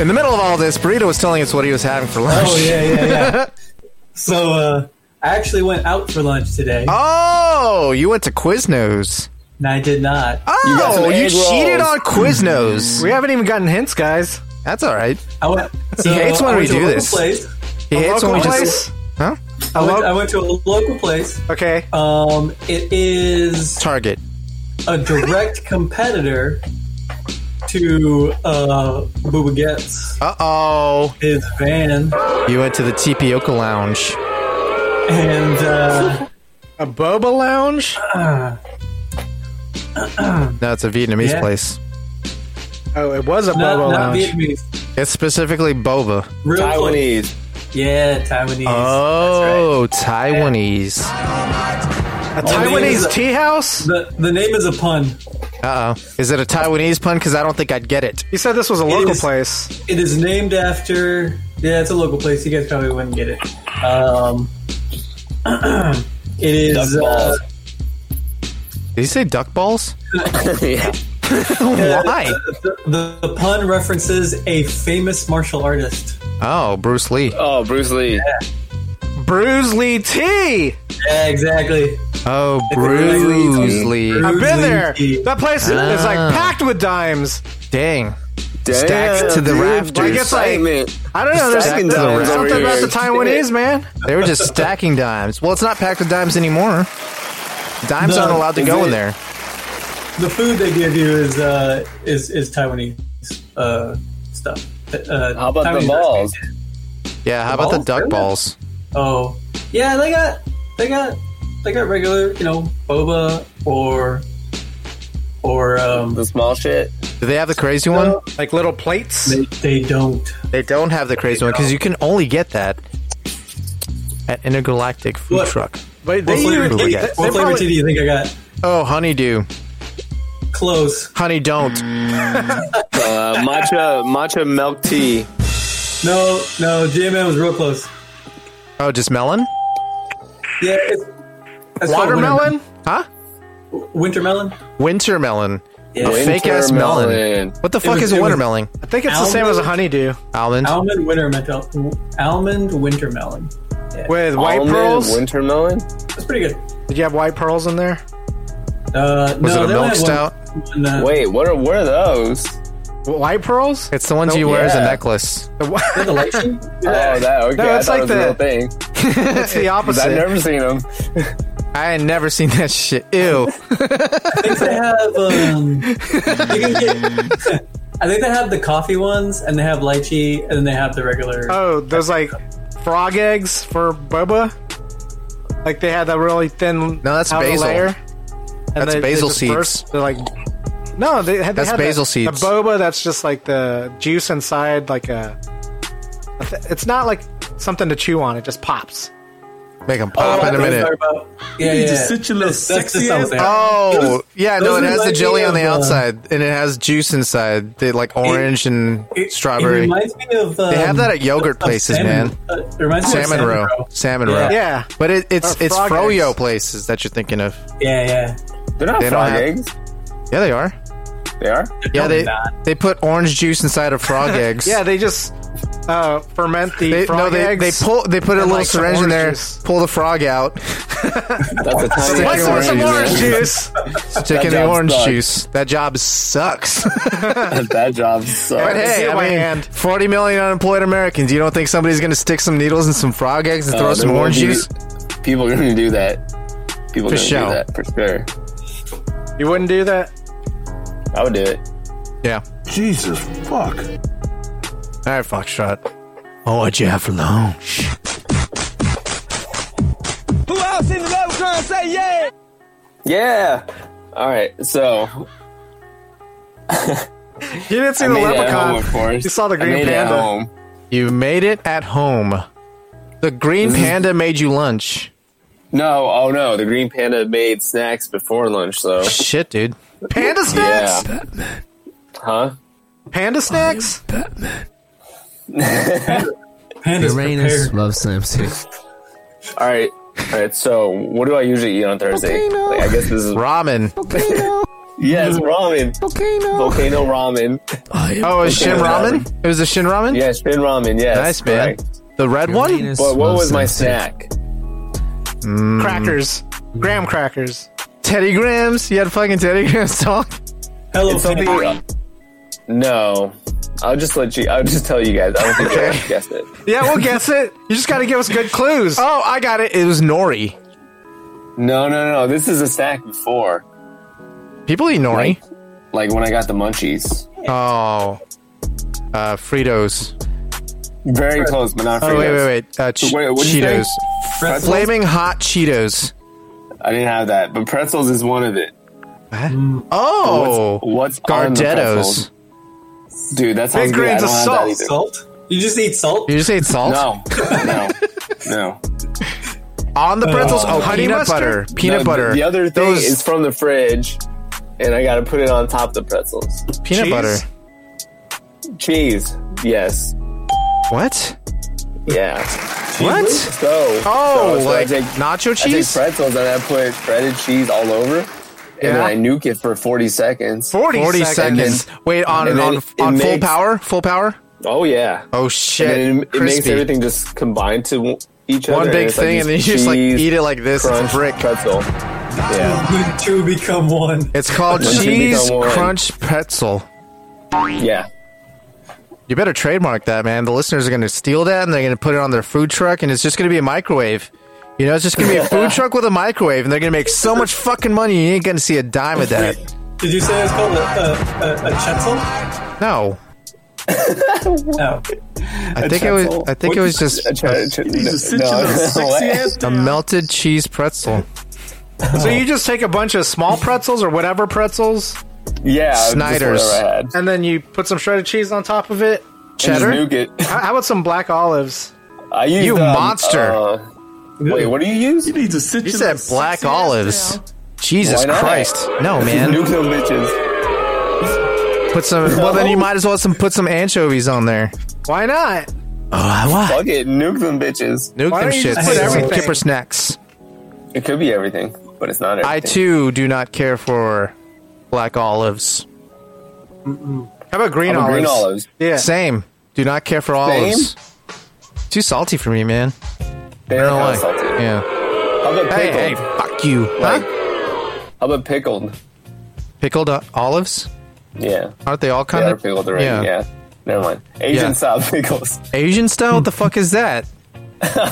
in the middle of all this, burrito was telling us what he was having for lunch.
Oh yeah, yeah, yeah. so uh, I actually went out for lunch today.
Oh, you went to Quiznos.
And I did not.
You got
Oh,
some
you
egg rolls.
cheated on Quiznos.
We haven't even gotten hints, guys.
That's all right.
I went, so
He hates when
I
we
went to
do
a local
this.
Place.
He hates when we
Local
just
place?
huh?
I, went,
lo-
I went to a local place.
Okay.
Um, it is
Target.
a direct competitor to uh, Booba Gets,
Uh oh,
his van,
you went to the Tapioca Lounge.
and uh,
A boba lounge?
No, it's a Vietnamese
Yeah.
place.
Oh, it was a
not,
boba
not
lounge.
Vietnamese.
It It's specifically boba.
Real Taiwanese. Yeah, Taiwanese.
Oh, Taiwanese.
A Taiwanese tea house?
The, the name is a pun.
Uh oh. Is it a Taiwanese pun? Because I don't think I'd get it.
You said this was a
It
local
is-
place.
It is named after. Yeah, it's a local place. You guys probably wouldn't get it. Um, it is. Uh,
Did you say duck balls?
yeah.
Why?
The, the, the pun references a famous martial artist.
Oh, Bruce Lee.
Oh, Bruce Lee.
Bruce Lee tea.
Yeah, exactly.
Oh,
Bruce
Bruce Lee.
I've been there.
tea.
That place is is like
Ah.
packed with dimes.
Dang.
Damn,
Stacked to the
dude,
Like
rafters.
it's like
Excitement.
I don't know. There's
Stacking
there's
dimes over
something about
here.
the Taiwanese man.
They were just stacking dimes. Well, it's not packed with dimes anymore. Dimes
No,
aren't allowed to
is
go in
it?
there.
The food they give you is uh, is is Taiwanese uh, stuff. Uh,
How about
Taiwanese
the balls?
Yeah, how about the
Balls?
duck balls?
Oh, yeah, they got they got they got regular, you know, boba or or um,
The small shit.
Do they have the crazy one?
Like little plates.
they, they don't.
They don't have the crazy one because you can only get that at Intergalactic Food
What?
Truck.
But
What
they,
flavor,
even-
really
tea,
got-
they
what flavor
probably-
tea do you think I got?
Oh, honeydew.
Close.
Honey, don't.
Uh, matcha matcha milk tea.
No, no, JMN was real close.
Oh, just melon?
Yeah, it's, that's called
watermelon.
Huh?
Winter, winter melon.
Winter melon.
Yeah.
A fake ass melon.
Watermelon.
What the fuck
was-
is
it
a
was-
watermelon?
I think it's the same as a honeydew
Almond.
Almond winter melon. Almond winter melon.
with white
Almond
pearls.
winter melon.
That's pretty good.
Did you have white pearls in there?
Uh,
Was
no,
it a
they only
milk
had
stout?
One, one, uh,
Wait, what are what are those?
White pearls?
It's the
Oh,
ones you wear as a
yeah.
necklace.
The wh-
the lighting?
Oh, that okay.
No, it's
I
like
thought
the-
it was a real thing.
it's the opposite.
I've never seen them.
I ain't never seen that shit. Ew.
I think they have. Um, you can get- I think they have the coffee ones, and they have lychee, and then they have the regular.
Oh, those like frog eggs for boba. Like they had that really thin.
No, that's
outer
basil.
Layer, and
That's basil
just
seeds.
burst. They're like, no, they had. They
That's
had
basil
the,
seeds.
The boba that's just like the juice inside, like a. I thi- It's not like something to chew on. It just pops.
Make them
Oh,
pop in a minute.
Yeah,
You
yeah.
just sit your little
That's- that's
sexy
the
ass
sound there.
Oh, yeah, no,
those
it has the
remind
jelly
me
on the
of, uh,
outside and it has juice inside. They like orange and
It- It
strawberry.
reminds me of. Um,
They have that at yogurt
of
places,
salmon-
man.
uh, it reminds me
Salmon
of
roe. Salmon roe.
Yeah.
Yeah,
But it, it's
Or
it's
frog
froyo
eggs.
places that you're thinking of.
Yeah, yeah.
They're not
They don't
frog
have-
eggs.
Yeah, they are.
They are.
Yeah, they
not.
they put orange juice inside of frog eggs.
yeah. They just uh, ferment the
They,
frog
no, they,
eggs.
they pull. They put a
and,
little
like, some
syringe in
orange
there.
juice.
Pull the frog out.
That's a tiny
What's
ass
with
Put some
Yeah.
orange juice.
Stick in the
job
orange
sucks.
juice. That job sucks.
that job sucks.
but hey,
get
I
my
mean,
hand.
forty million unemployed Americans. You don't think somebody's going to stick some needles in some frog eggs and
Oh,
throw
there
some
will
orange
be-
juice?
People are gonna do that. People
For
are gonna
sure.
do that for sure.
You wouldn't do that.
I would do it.
Yeah.
Jesus fuck.
All right, Foxtrot. Oh, what'd you have for lunch?
Yeah. All right. So
You didn't see
I
the
made it at home, of
leprechaun.
course.
You saw the
I
green
made it at
panda.
home.
You made it at home. The green panda made you lunch.
No. Oh no. The green panda made snacks before lunch. So
Shit, dude.
Panda
yeah.
snacks.
Huh.
Panda snacks.
Panda's
Uranus
prepared.
loves Slam City.
All right. All right. So what do I usually eat on Thursday? Like, I guess this is
Ramen.
yes ramen. Volcano ramen.
Oh, it was Shin
ramen.
Ramen? It was a Shin Ramen?
Yeah, spin ramen. Yes.
nice, man.
correct.
The red one?
Uranus
But what
loves
was my
Slam City.
snack?
Mm-hmm.
crackers, graham crackers.
Teddy Grahams? You had fucking Teddy Grahams talk?
Hello,
It's something.
Panda.
No, I'll just let you. I'll just tell you guys. I don't think you guys guessed it.
Yeah, we'll guess it. You just got to give us good clues.
Oh, I got it. It was Nori.
No, no, no. This is a snack before,
People eat Nori.
like when I got the munchies.
Oh. Uh, Fritos.
Very close, but not.
Oh,
Fritos.
wait, wait, wait. Uh, Ch-
Wait, what'd you
Cheetos.
Pretzels?
Flaming hot Cheetos.
I didn't have that, but pretzels is one of it.
Oh.
What's on the
Gardettos.
pretzels? Dude, that sounds
Big
good. I
grains
don't
of
have
salt.
that either.
Salt? You just eat salt?
You just ate salt?
No. No.
On the pretzels, oh,
honey
peanut
mustard?
butter, peanut
No,
butter.
The, the other thing
Those-
is from the fridge, and I got to put it on top of the pretzels.
Peanut Cheese? butter.
Cheese. Yes.
What?
Yeah.
What?
So.
Oh,
so- so I
like
take-
nacho cheese?
I take pretzels and I put shredded cheese all over. And then
Yeah.
I nuke it for 40 seconds.
40, seconds. Wait, on
and then
on,
it
on full
makes-
power? Full power?
Oh, yeah.
Oh,
And
shit.
then it, it makes
Crispy.
everything just combine to w- each other.
One big
it's
thing,
this
and then you just, like,
cheese
eat it like this. It's a
crunch
brick.
pretzel. Yeah.
The two become one.
It's called
Once you
cheese
become one.
crunch pretzel.
Yeah.
You better trademark that, man. The listeners are going to steal that and they're going to put it on their food truck and it's just going to be a microwave. You know, it's just going to be a food truck with a microwave and they're going to make so much fucking money you ain't going to see a dime of that.
Did you say it's called a, a, a, a chetzel?
No.
No.
I think it was I think it was just
A tre- tre-
of
a melted cheese pretzel.
So you just take a bunch of small pretzels or whatever pretzels,
Yeah. just
Snyder's.
whatever I had.
and then you put some shredded cheese on top of it.
And just
Cheddar?
nuke it.
How how about some black olives?
I used,
You
um,
monster.
uh, wait, what do you use?
He needs a
You
citrus.
said black olives. Jesus
Why not?
Christ. No, man.
Nuke them bitches.
Put some Well, then you might as well some put some anchovies on there.
Why not?
Oh, I what?
Fuck it. Nuke them bitches.
Nuke
Why
them
don't you
shits.
just
put
Some
everything?
kipper snacks.
It could be everything, but it's not everything.
I too do not care for black olives.
How about green
I'm a
olives?
green olives.
Yeah.
Same. Do not care for olives. Too salty for me, man.
They
I
are
don't
kind
like.
of salty.
Yeah.
How about
Hey,
pickled?
hey, fuck you.
Like,
huh?
How about pickled?
Pickled uh, olives?
Yeah.
Aren't they all kind
They are
of
pickled already. Yeah. Never mind. Asian
Uh, Yeah.
style pickles.
Asian style? What the fuck is that?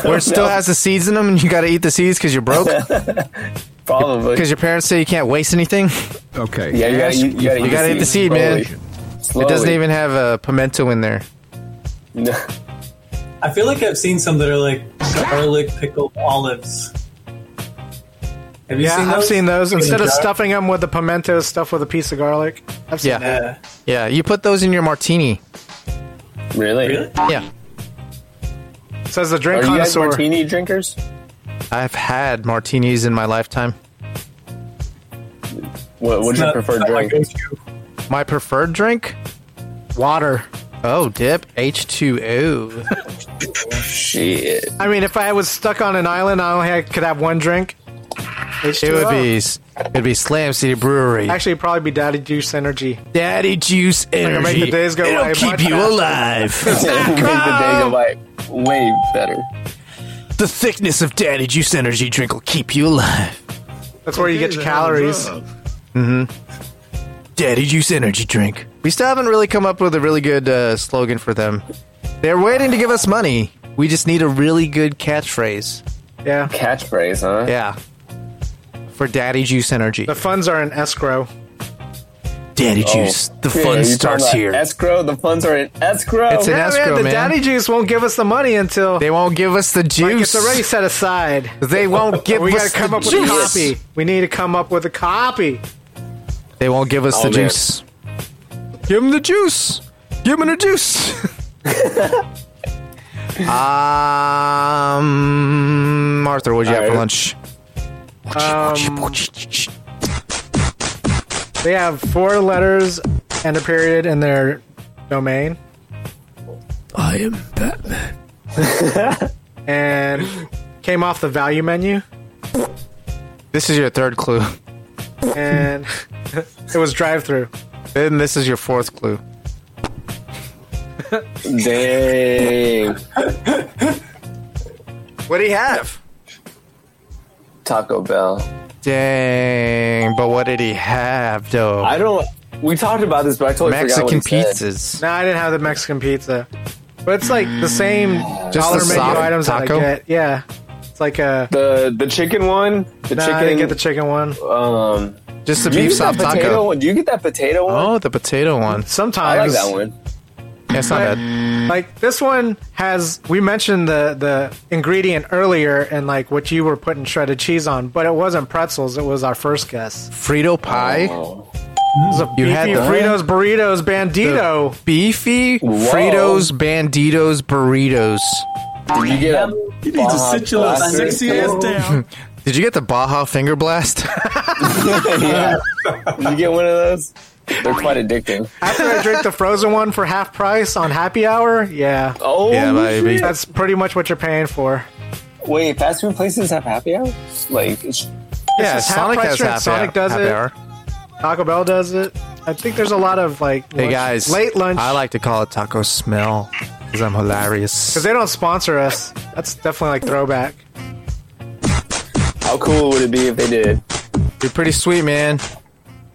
Where it still
know.
has the seeds in them, and you got to eat the seeds because you're broke
Probably.
because your parents say you can't waste anything.
Okay.
yeah, you gotta, eat- you gotta,
You gotta eat the seed, man.
Slowly.
It doesn't even have a pimento in there.
even.
I feel like I've seen some that are like garlic pickled olives. Have you
Yeah,
seen
I've
those?
seen those.
In the
Instead of
jar?
stuffing them with the pimento, stuff with a piece of garlic. I've seen
Yeah,
Yeah.
yeah. You put those in your martini.
really?
Really?
Yeah,
that. Says the
Are
drink
you guys
connoisseur.
martini drinkers?
I've had martinis in my lifetime.
What, what's your
Not-
preferred
not my
drink?
go-to.
My preferred drink?
Water.
Oh, dip H2O.
Shit.
I mean, if I was stuck on an island, I only had, could have one drink.
it would be it'd be Slam City Brewery.
Actually, it'd probably be Daddy Juice Energy.
Daddy Juice Energy.
make the days go
It'll
by
keep
much
you
faster.
alive.
Make the day go by way better.
the thickness of Daddy Juice Energy drink will keep you alive.
That's where you get your calories.
Daddy Juice Energy drink. We still haven't really come up with a really good uh, slogan for them. They're waiting to give us money. We just need a really good catchphrase.
Yeah.
Catchphrase, huh?
Yeah. For Daddy Juice Energy.
The funds are in escrow.
Daddy
Oh.
Juice. The
Shit,
fun
you talking
starts
about
here.
Escrow. The funds are in escrow.
It's an
Yeah,
escrow,
the
man.
Daddy Juice won't give us the money until
They won't give us the
like,
juice.
it's already set aside.
They won't give
we gotta
us
come
the
up with a
juice.
copy. We need to come up with a copy.
They won't give us
Oh,
the
man.
juice. Give them the juice. Give them the juice. um, Arthur, what'd you have for
Alright.
lunch?
They have four letters and a period in their domain,
I am Batman.
and came off the value menu,
This is your third clue.
and it was drive-through.
Then this is your fourth clue.
Dang.
What do you have?
Taco Bell.
Dang, but what did he have, though?
I don't. We talked about this, but I totally forgot
Mexican
what he said.
pizzas.
No, I didn't have the Mexican pizza, but it's like the same dollar
Mm. the
menu
soft
items
taco?
that I get. Yeah, it's like a.
The the chicken one. The
Nah,
chicken.
I didn't get the chicken one.
um.
Just the
do you
beef
get that
soft taco.
potato one? Do you get that potato one?
Oh, the potato one.
I
Sometimes
like that one.
Yeah, it's not bad.
Like this one has we mentioned the the ingredient earlier and like what you were putting shredded cheese on, but it wasn't pretzels. It was our first guess.
Frito pie.
Oh.
You had
Beefy
the
Fritos burritos bandito.
beefy Fritos, Banditos, burritos.
Did you get a
He needs to sit your little sexy ass down.
Did you get the Baja Finger Blast?
yeah. Did you get one of those? They're quite addictive.
After I drink the frozen one for half price on happy hour, yeah.
Oh,
Yeah, baby. shit.
That's pretty much what you're paying for.
Wait, fast food places have happy hour? Like, it's-
yeah,
It's half
Sonic
price
has
drink.
happy,
Sonic does
happy
it.
hour.
Taco Bell does it. I think there's a lot of like
Hey
lunch-
guys,
late lunch
I like to call it taco smell because I'm hilarious.
because they don't sponsor us. That's definitely like throwback.
how cool would it be if they did?
You're pretty sweet, man.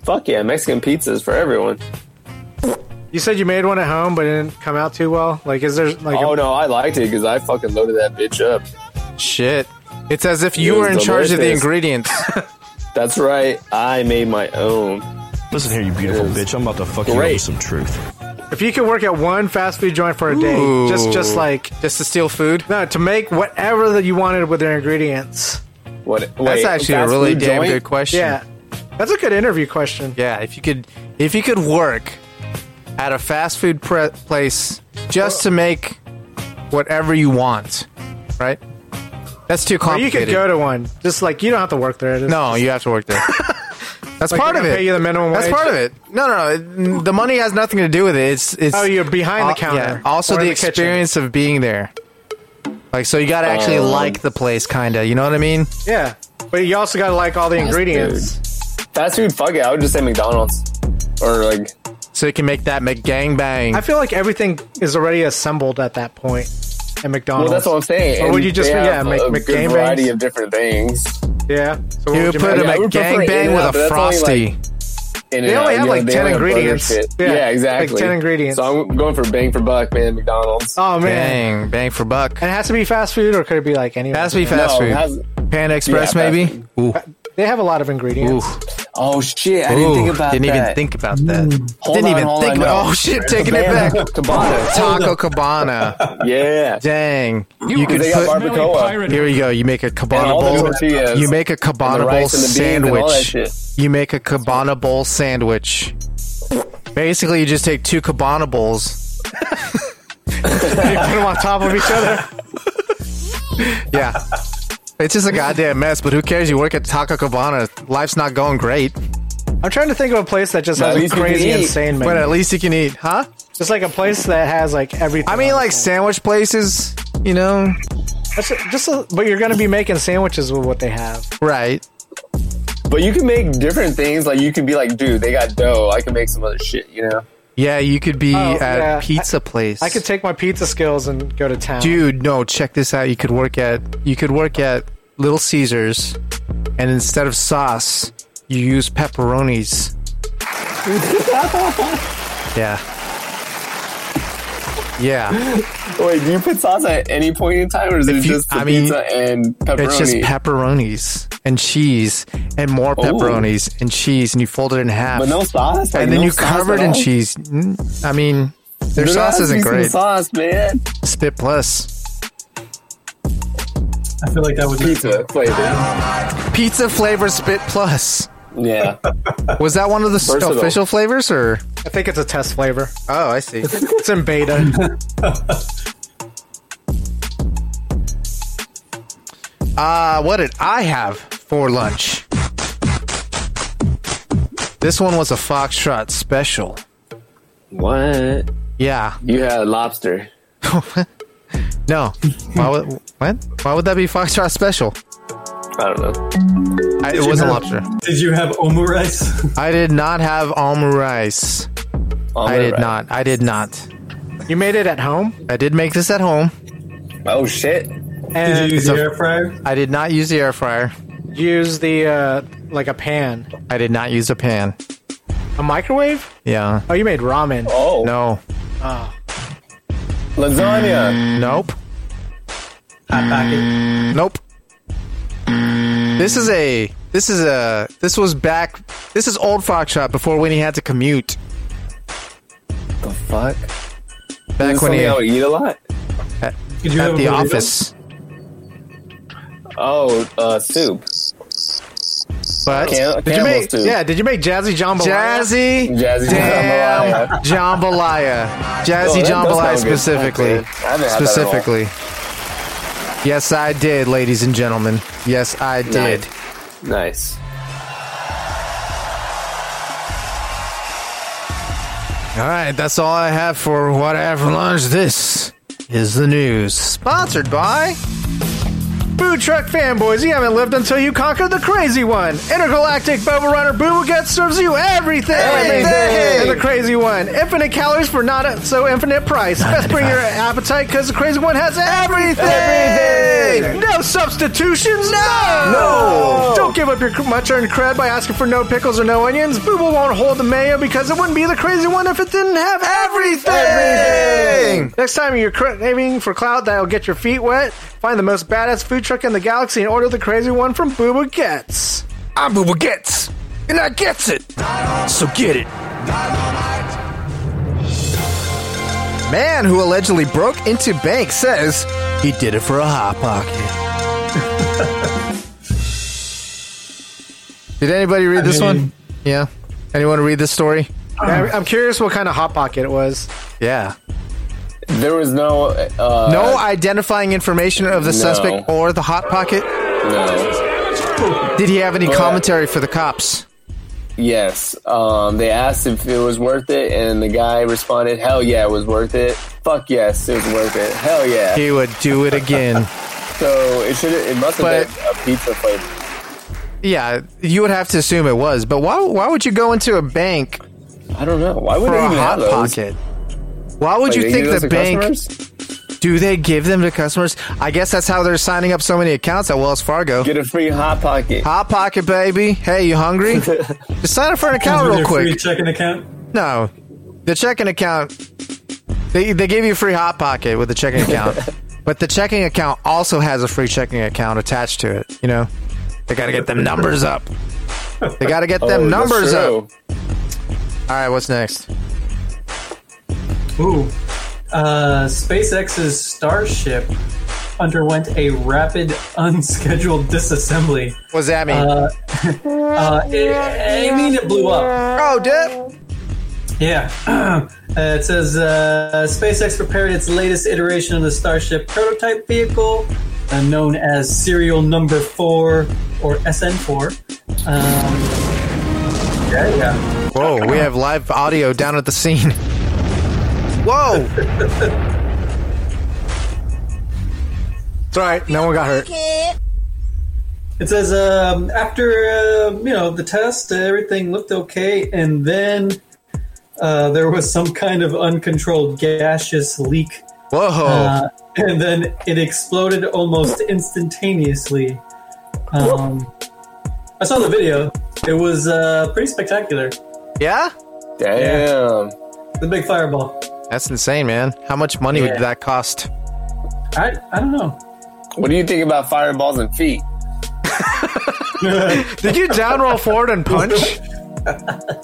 Fuck yeah, Mexican pizzas for everyone.
You said you made one at home, but it didn't come out too well. Like, is there like
oh no, I liked it because I fucking loaded that bitch up.
Shit, it's as if you
It
were in
was
charge of the
delicious.
ingredients.
That's right, I made my own.
Listen here, you beautiful bitch. I'm about to fuck you up
Great.
with some truth.
if you could work at one fast food joint for a day,
Ooh.
just just like
just to steal food.
no, to make whatever that you wanted with their ingredients.
What?
That's
wait,
actually a
fast
really
food
damn
joint?
good question.
Yeah, that's a good interview question.
Yeah, if you could, if you could work at a fast food pre- place just to make whatever you want, right? That's too
Or you
complicated.
could go to one. Just like you don't have to work there. Just-
no, you have to work there. That's
Like,
part
they're
of
gonna
it.
pay you the minimum
That's
wage?
part of it. No, no, no. it- The money has nothing to do with it. It's it's.
Oh, you're behind the
Al-
counter
Also,
or
the,
in the kitchen.
experience of being there. Like, so you got to actually
Um,
like the place, kind of. You know what I mean?
Yeah, but you also got to like all the ingredients.
Fast food, fuck it. I would just say McDonald's or like
So you can make that McGangbang. bang.
I feel like everything is already assembled at that point at
Well,
McDonald's.
that's what I'm saying.
Or would
And
you just-
they
yeah,
have
make-
a
make
good
game
variety
bangs?
of different things?
yeah. So what
you
would
put
make?
a
Yeah, I would prefer
McGangbang
In-N-Out,
with
but
a
that's only,
frosty.
like, In
They
and
only
out,
have,
you
like,
they
10
only have burger
ingredients.
shit.
Yeah,
Yeah,
like,
exactly.
10 ingredients.
So I'm going for bang for buck, man. McDonald's.
Oh man.
Bang, bang for buck.
And it has to be fast food, or could it be like any?
Has to be fast
No,
food.
it has-
Panda Express,
Yeah, fast
maybe. Ooh,
They have a lot of ingredients.
ooh,
oh shit! I didn't think
ooh.
about
Didn't
that.
even think about that.
Hold
Didn't
on,
even
hold
think
on,
about.
no.
Oh shit! Taking it back.
Cabana, Cabana.
Taco Cabana.
Yeah.
Dang, you could
They got
put.
barbacoa.
Here we go. You make a
And
cabana
all the
bowl.
tortillas.
You make a cabana
And the
bowl
rice and the beans and all that
sandwich.
shit.
You make a cabana bowl sandwich. Basically, you just take two cabana bowls.
They put them on top of each other.
Yeah. It's just a goddamn mess, but who cares? You work at Taco Cabana. Life's not going great,
I'm trying to think of a place that just
At
has a
least you can
crazy,
eat.
insane menu.
but at least you can eat, huh?
just like a place that has like everything.
I mean,
on
like
it.
sandwich places, you know?
That's a- just a, but you're gonna be making sandwiches with what they have.
Right.
But you can make different things. Like you could be like, dude, they got dough. I can make some other shit. You know.
Yeah, you could be
Oh,
at
yeah.
a pizza place.
I could take my pizza skills and go to town.
Dude, no, check this out. You could work at you could work at Little Caesars and instead of sauce, you use pepperonis. yeah. Yeah.
Wait, do you put sauce at any point in time, or is it
you-
just the
I mean,
pizza and pepperoni? Oh.
It's just pepperonis and cheese and more pepperonis and cheese and you fold it in half.
but no sauce. Like,
and then
no
you
sauce
cover it
at
in
all?
cheese. Mm, I mean, their
There has
sauce
to
isn't
be some
great.
Sauce, man.
Spit plus.
I feel like that would be
Pizza flavor.
Pizza flavor spit plus.
Yeah.
Was that one of the s-
Versatile.
official flavors or?
I think it's a test flavor.
Oh, I see.
It's in beta.
Uh, what did I have for lunch? This one was a foxtrot special.
What?
Yeah.
You had lobster.
No. Why would what? Why would that be foxtrot special?
I don't know.
I, it wasn't lobster.
Did you have omurice?
I did not have omu rice. I did not. I did not.
you made it at home,
I did make this at home.
Oh shit.
Did
and
you use
a-
the air fryer?
I did not use the air fryer.
use the uh, like a pan,
I did not use a pan.
a microwave.
Yeah.
Oh, you made ramen.
Oh.
No.
Lasagna.
Nope.
Hot pocket.
Nope. This is a. This is a. This was back. This is old foxtrot before when he had to commute.
The fuck?
Back when he
I would eat a lot.
Did you
at
have
the
a burrito?
office.
Oh, uh, soup.
But
Cam-
did you make?
Campbell's too.
Yeah, did you make Jazzy Jambalaya?
Jazzy?
Jazzy
damn Jambalaya,
Oh,
Jazzy
that does
Jambalaya
sound good.
specifically.
That's good. I haven't had Oh, that in a while.
specifically. Yes, I did, ladies and gentlemen. Yes, I did.
Nice.
All right, that's all I have for what I have for lunch. This is the news. Sponsored by
Food truck fanboys, you haven't lived until you conquered the crazy one. Intergalactic Bubble Runner Booblegut serves you everything.
Everything.
And the crazy one. Infinite calories for not a so infinite price. Let's bring your appetite because the crazy one has everything.
Everything.
No substitutions.
No.
No. Don't give up your much earned cred by asking for no pickles or no onions. Booble won't hold the mayo because it wouldn't be the crazy one if it didn't have everything.
Everything.
Next time you're craving for clout that'll get your feet wet, find the most badass food truck in the galaxy and order the crazy one from Booba Gets.
I'm Booba Gets, and I gets it. So get it.
man who allegedly broke into bank says he did it for a hot pocket. did anybody read
I
this
mean-
one? Yeah. Anyone read this story?
I- I'm curious what kind of hot pocket it was.
Yeah.
There was no. Uh,
no identifying information of the
no.
suspect or the hot pocket.
No.
Did he have any
Well,
commentary for the cops?
Yes. Um, they asked if it was worth it, and the guy responded, "Hell yeah, it was worth it. Fuck yes, it was worth it. Hell yeah."
He would do it again.
So it should. It must have been a pizza flavor.
yeah, you would have to assume it was. But why? Why would you go into a bank?
I don't know. Why would
for
they
a
even
hot
have those?
pocket? Why would
Like,
you
they
think
give those
the
to
bank?
customers?
Do they give them to customers? I guess that's how they're signing up so many accounts at Wells Fargo.
Get a free hot pocket.
Hot pocket, baby. Hey, you hungry? Just sign up for an account real quick.
Free checking account.
No, the checking account. They they gave you a free hot pocket with the checking account, but the checking account also has a free checking account attached to it. You know, they got to get them numbers up. They got to get them
Oh, that's
numbers up.
true.
All right, what's next?
Ooh. Uh, SpaceX's Starship underwent a rapid, unscheduled disassembly.
What's that mean?
Uh, uh, I I mean, it blew up.
Oh, dip.
Yeah. Uh, it says uh, SpaceX prepared its latest iteration of the Starship prototype vehicle, uh, known as Serial Number 4 or SN4. Um, yeah, yeah.
Whoa, we have live audio down at the scene. Whoa! it's all right. No one got hurt.
It says um, after uh, you know the test, uh, everything looked okay, and then uh, there was some kind of uncontrolled gaseous leak.
Whoa!
Uh, and then it exploded almost instantaneously. Um, I saw the video. It was uh, pretty spectacular.
Yeah.
Damn.
The big fireball.
That's insane, man. How much money
Yeah.
would that cost?
I I don't know.
What do you think about fireballs and feet?
Did you down roll forward and punch?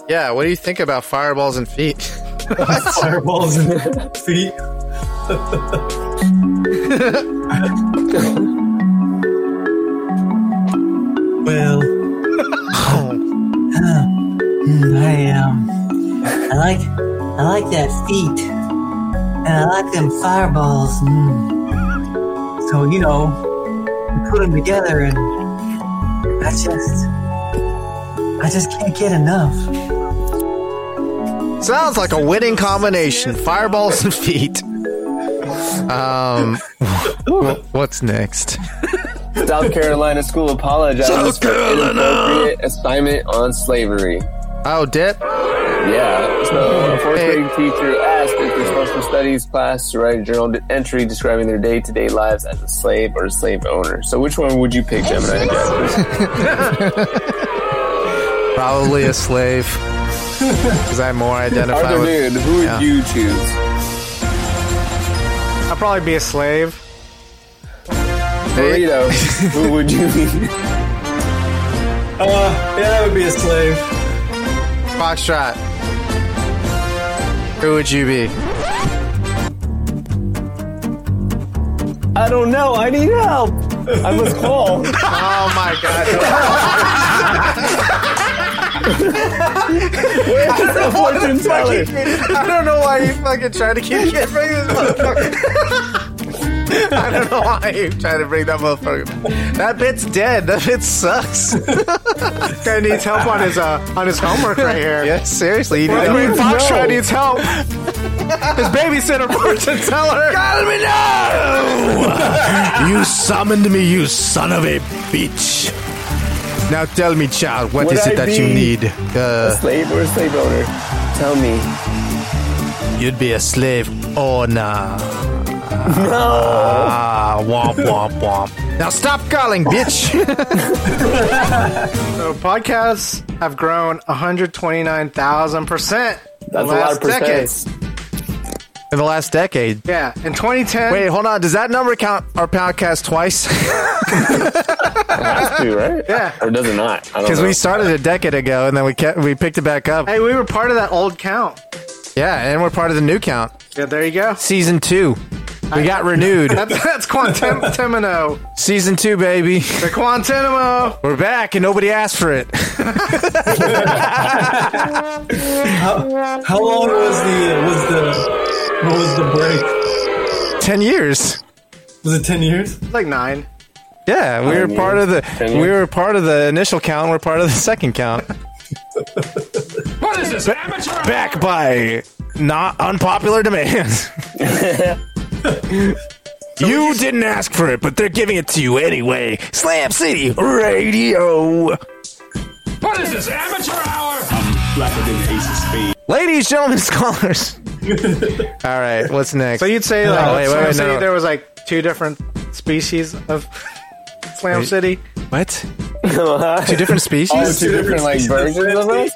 Yeah, what do you think about fireballs and feet?
Fireballs and feet. well, I um, I like I like that feet, and I like them fireballs. Mm. So you know, you put them together, and I just I just can't get enough.
Sounds like a winning combination: fireballs and feet. Um, wh- what's next?
South Carolina school apologizes
South
for
Carolina.
inappropriate assignment on slavery.
Oh, dip.
Yeah. So, a fourth grade teacher asked if their social studies class to write a journal entry describing their day to day lives as a slave or a slave owner. So, which one would you pick, Gemini? and Jasper?
Probably a slave, because I more identify
Arthur,
with.
dude, who would
Yeah.
you choose?
I'll probably be a slave.
Burrito, who would you be?
Uh, yeah, that would be a slave.
Foxtrot. Who would you be?
I don't know. I need help. I must call.
Oh my god.
Where's the fortune teller?
I don't know why you fucking try to keep getting this motherfucker.
I don't know why you try to bring that motherfucker. That bit's dead. That bit sucks.
Guy needs help on his uh, on his homework right here.
Yeah, seriously. You
Well,
need
I
help.
mean, Fox Trot needs help. His babysitter fortune teller.
God, let me know! you summoned me, you son of a bitch.
Now tell me, child, what
Would
is it
I
that you
be
need?
A
Uh,
slave or a slave owner? Tell me.
you'd be a slave owner.
No.
Ah, womp womp womp. Now stop calling, bitch.
So podcasts have grown 129,000 percent.
That's a lot of percents.
In the last decade.
Yeah, in 2010.
Wait, hold on. Does that number count our podcast twice?
Has to, right?
Yeah.
Or does it not? I don't
Because
know.
we started a decade ago, and then we kept we picked it back up.
Hey, we were part of that old count.
Yeah, and we're part of the new count,
Yeah, there you go.
season two. We got renewed.
That's that's Quantimino.
Season two, baby.
The Quantimino.
We're back, and nobody asked for it.
How long was the was the what was the break?
Ten years.
Was it ten years?
Like nine.
Yeah, we were part of the we were part of the initial count. We're part of the second count.
What is this, amateur?
Back by not unpopular demands.
You didn't ask for it, but they're giving it to you anyway. Slam City Radio. What is this, amateur hour?
I'm blacker than the ace of spades.
Ladies, gentlemen, scholars. All right, what's next?
So you'd say
No,
like
wait,
so
wait,
you'd say
no.
there was like two different species of Slam
Wait.
City.
what? Two different
All
species?
two different like versions of us.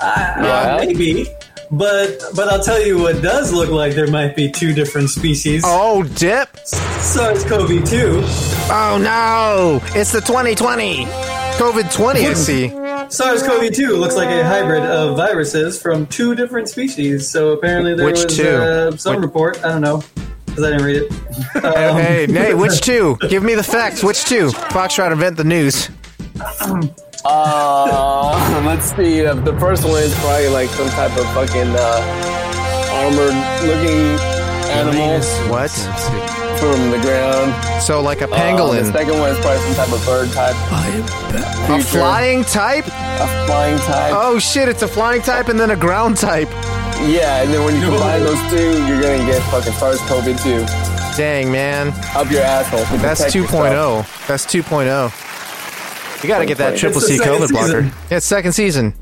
Uh, maybe. But but I'll tell you what does look like there might be two different species.
Oh, dip.
SARS-CoV-2.
Oh no! It's the 2020 COVID 20. I see.
SARS-CoV-2 looks like a hybrid of viruses from two different species. So apparently there
Which
was
two?
Uh, some report. I don't know because I didn't read it. Um,
Hey, Nate, which two? Give me the facts. Which two? Fox tried to invent the news.
Uh, let's see. Uh, The first one is probably like some type of fucking uh, armored-looking animal
What?
from the ground.
So like a
Oh,
Uh, the
pangolin,
second one is probably some type of bird type.
a flying type?
A flying type.
Oh shit! It's a flying type and then a ground type.
Yeah, and then when you combine those two, you're gonna get fucking SARS-CoV-2
Dang man,
up your asshole. to
that's
protect
2.0. That's 2.0. You gotta get that triple
It's the
C
second
COVID blocker.
season.
Yeah, it's second season.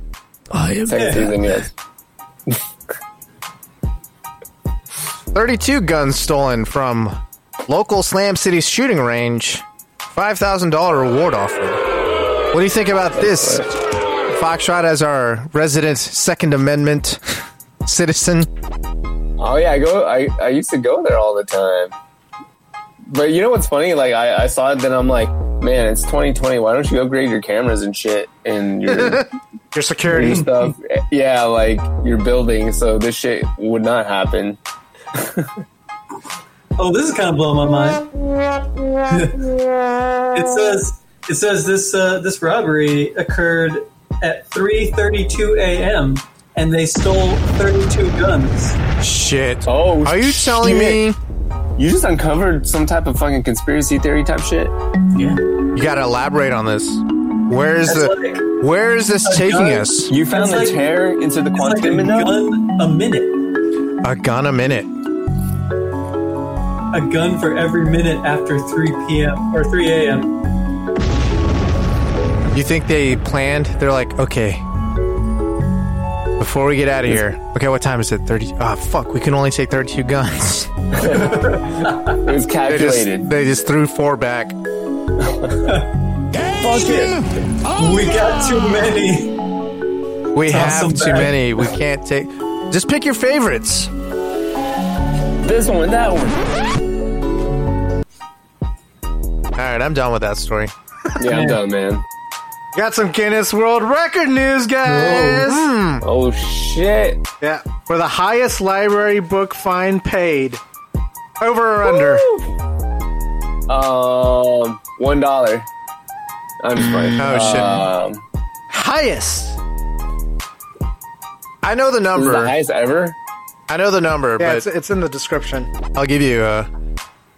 yourself. Second season, yes.
32 guns stolen from local Slam City shooting range. $5,000 reward offered. What do you think about this? Foxtrot as our resident Second Amendment citizen.
Oh yeah, I go. I, I used to go there all the time. But you know what's funny? Like I, I saw it, then I'm like, man, it's 2020. Why don't you upgrade your cameras and shit and your,
Your
your
Mm.
security.
stuff? Yeah, like your building. So this shit would not happen.
Oh, this is kind of blowing my mind. it says it says this uh, this robbery occurred at 3:32 a.m. and they stole 32 guns.
Shit.
Oh,
Are you telling me
you just uncovered some type of fucking conspiracy theory type shit?
Yeah,
you gotta elaborate on this? Where is
that's
the
like,
where is this taking
gun.
us?
You found
It's
the
like-
tear into the
it's like a
quantum now?
gun a minute,
A gun a minute.
a gun for every minute after 3 p.m. or 3 a.m.
You think they planned? They're like, okay, before we get out of here, okay, what time is it? 30. Ah, fuck, we can only take 32 guns.
It was
They just,
calculated.
they just threw four back.
Fuck it, we got too many.
We
Toss
have
them
too
back.
many. We can't take. Just pick your favorites.
This one, that one.
All right, I'm done with that story.
Yeah, I'm done, man.
Got some Guinness World Record news, guys.
Hmm.
Oh shit.
Yeah, for the highest library book fine paid, over or under.
Um, one dollar. I'm just playing.
Oh, shit.
Um,
Highest.
I know the number.
the highest ever.
I know the number,
Yeah,
but
it's, it's in the description.
I'll give you a.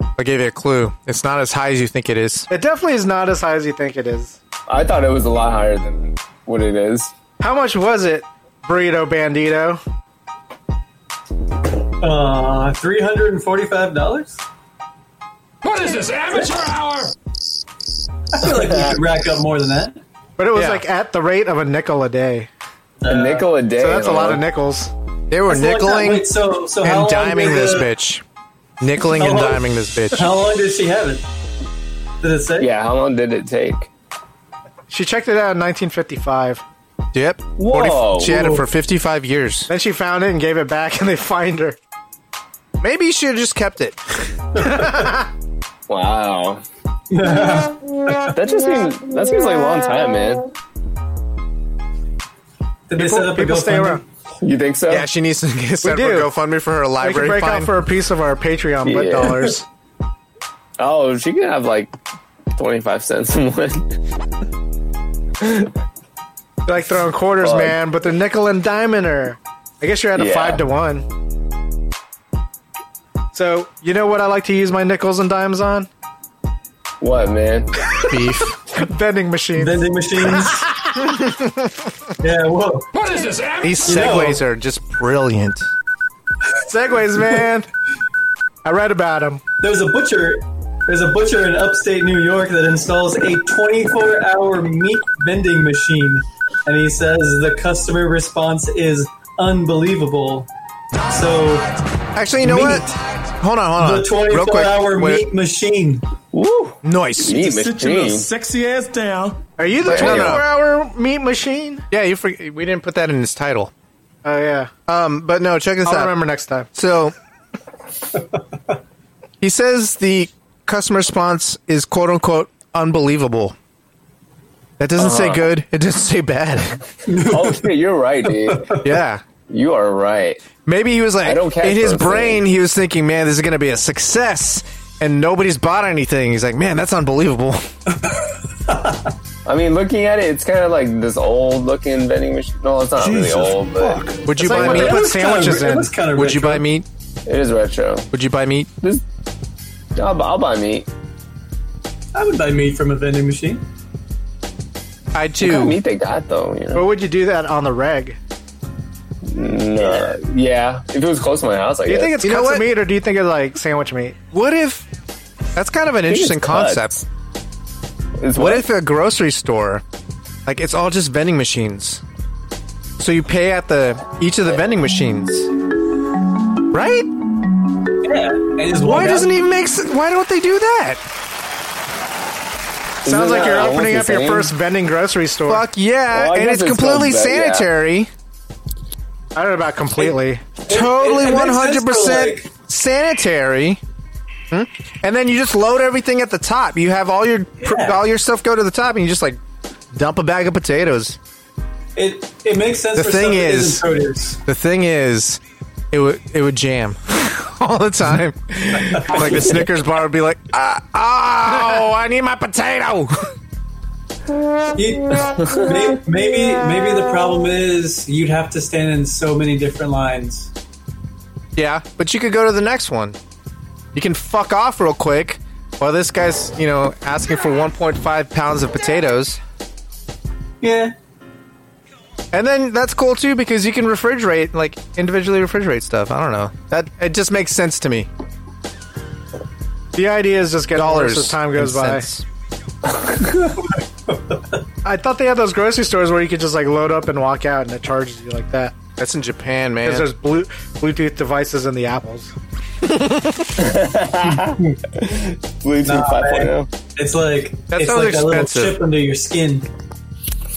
I'll give you a clue. It's not as high as you think it is.
It definitely is not as high as you think it is.
I thought it was a lot higher than what it is.
How much was it, Burrito Bandito?
Uh, three hundred and forty-five dollars.
What is this amateur hour?
I feel like we should rack up more than that.
But it was
Yeah.
like at the rate of a nickel a day.
A nickel a day.
Uh, So that's a lot
huh?
of nickels.
They were
That's a long time.
nickeling
Wait, so- so how
and
long
diming
did
this
the-
bitch. Nickeling
How
and
long-
diming this bitch.
How long did she have it? Did it say?
Yeah, how long did it take?
She checked it out in 1955.
Yep.
Whoa.
she had it for 55 years.
Then she found it and gave it back, and they fined her.
Maybe you should have just kept it.
Wow. that just seems that seems like a long time, man.
Did they set up a
people stay
GoFundMe?
around.
You think so?
Yeah, she needs to get set up a
do.
GoFundMe for her
We can
library
break
fine.
out for a piece of our Patreon butt
Yeah.
dollars.
Oh, she could have like twenty five cents in one.
They're like throwing quarters,
Fuck.
man, but they're nickel and diamond her. I guess you're at a
Yeah.
five to one. So you know what I like to use my nickels and dimes on?
What man?
Beef.
Vending machines.
Vending machines. yeah. Whoa.
What is this amateur?
These segues are just brilliant.
Segways, man. I read about them.
There's a butcher. There's a butcher in upstate New York that installs a 24-hour meat vending machine, and he says the customer response is unbelievable. So
Actually, you know
Meat.
what? Hold on, hold on.
the 24-hour
Wait.
meat machine.
Woo!
Nice.
Meat machine.
sexy ass down.
Are you the
Wait, no, no.
24 hour meat machine?
Yeah, you for- we didn't put that in his title.
Oh, yeah.
Um, but no, check this
I'll
out.
remember next time.
So he says the customer response is quote unquote unbelievable. That doesn't say good. It doesn't say bad.
Oh shit, you're right, dude.
yeah.
You are right.
Maybe he was like
I don't catch
in his
those
brain. He was thinking, "Man, this is gonna be a success," and nobody's bought anything. He's like, "Man, that's unbelievable."
I mean, looking at it, it's kind of like this old looking vending machine. No, it's not
Jesus
really old, but
Would you
It's like
buy
when they
meat?
put
was kinda
sandwiches
re- it
in.
was kinda
Would you
retro.
buy meat?
it is retro.
Would you buy meat?
This, I'll, bu- I'll buy meat.
I would buy meat from a vending machine.
I
What kind of
too.
meat they got though? You know?
But would you do that on the reg?
No. Yeah, if it was close to my house, I
Do you
guess.
think it's
You know
cuts of
what?
meat or do you think it's like sandwich meat?
What if? That's kind of an
it's
interesting
cuts.
concept.
It's
What
what?
if a grocery store, like it's all just vending machines? So you pay at the each of the vending machines, right?
Yeah. And just walk
Why
out.
doesn't it even make sense? Why don't they do that?
Isn't
Sounds like
that
you're
almost
opening
the
up your
same?
first vending grocery store.
Fuck yeah,
Well, I
and
guess
it's
it's
completely
still bad, yeah.
sanitary.
I don't know about completely.
totally
it- it
one
makes sense
hundred
for,
percent
like-
sanitary. Hmm? And then you just load everything at the top. You have all your pr-
Yeah.
all your stuff go to the top, and you just like dump a bag of potatoes.
It, it makes sense.
The
for
thing
stuff that
is-
isn't produce.
The thing is, it would it would jam all the time. like the Snickers bar would be like, ah, oh, I need my potato.
You- may- maybe maybe the problem is you'd have to stand in so many different lines.
yeah, but you could go to the next one. You can fuck off real quick while this guy's you know asking for 1.5 pounds of potatoes.
Yeah.
And then that's cool too because you can refrigerate, like individually refrigerate stuff. I don't know. That it just makes sense to me.
The idea is just get
Dollars
dollars as time goes
and
by.
cents.
I thought they had those grocery stores where you could just like load up and walk out and it charges you like that.
That's in Japan, man.
Because there's blue, Bluetooth devices in the apples.
Bluetooth
Nah,
5.0?
It's like
That
it's
sounds
like a
expensive.
little chip under your skin.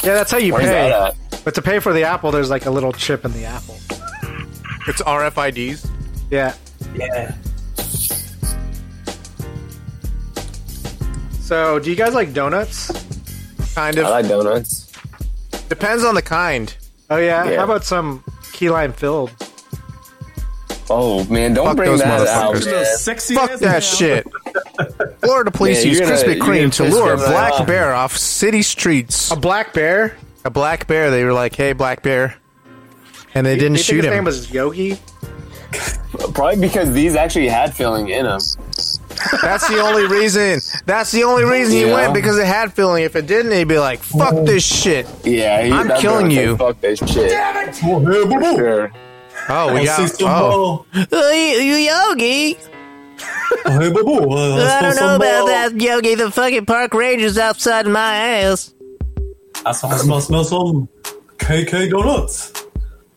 Yeah, that's how you
Where's that
pay.
at?
But to pay for the apple, there's like a little chip in the apple.
it's RFIDs.
Yeah.
Yeah.
So, do you guys like donuts?
Kind of
I like donuts.
depends on the kind.
Oh yeah.
Yeah.
How about some key lime filled?
Oh man, don't
Fuck
bring
those
that out.
motherfuckers.
man.
Sexy
Fuck that shit. Florida police
Man,
used
you're gonna-
Krispy
you're gonna
Kreme to
piss
lure a
me
black
off.
bear off city streets. A
black bear?
A black bear. They were like, "Hey, black bear," and they didn't
you think
shoot
his
him.
name was Yogi.
Probably because these actually had filling in them.
That's the only reason. That's the only reason he
Yeah.
went because it had feeling. If it didn't, he'd be like, "Fuck this shit."
Yeah, he-
I'm
that's
killing
what I
you.
said, Fuck this shit. Damn it!
Oh, we got. Oh. Yogi.
Oh, hey, boo boo. Uh,
I don't know about that, Yogi. The fucking park ranger's outside my ass.
I smell, smell, smell some KK donuts.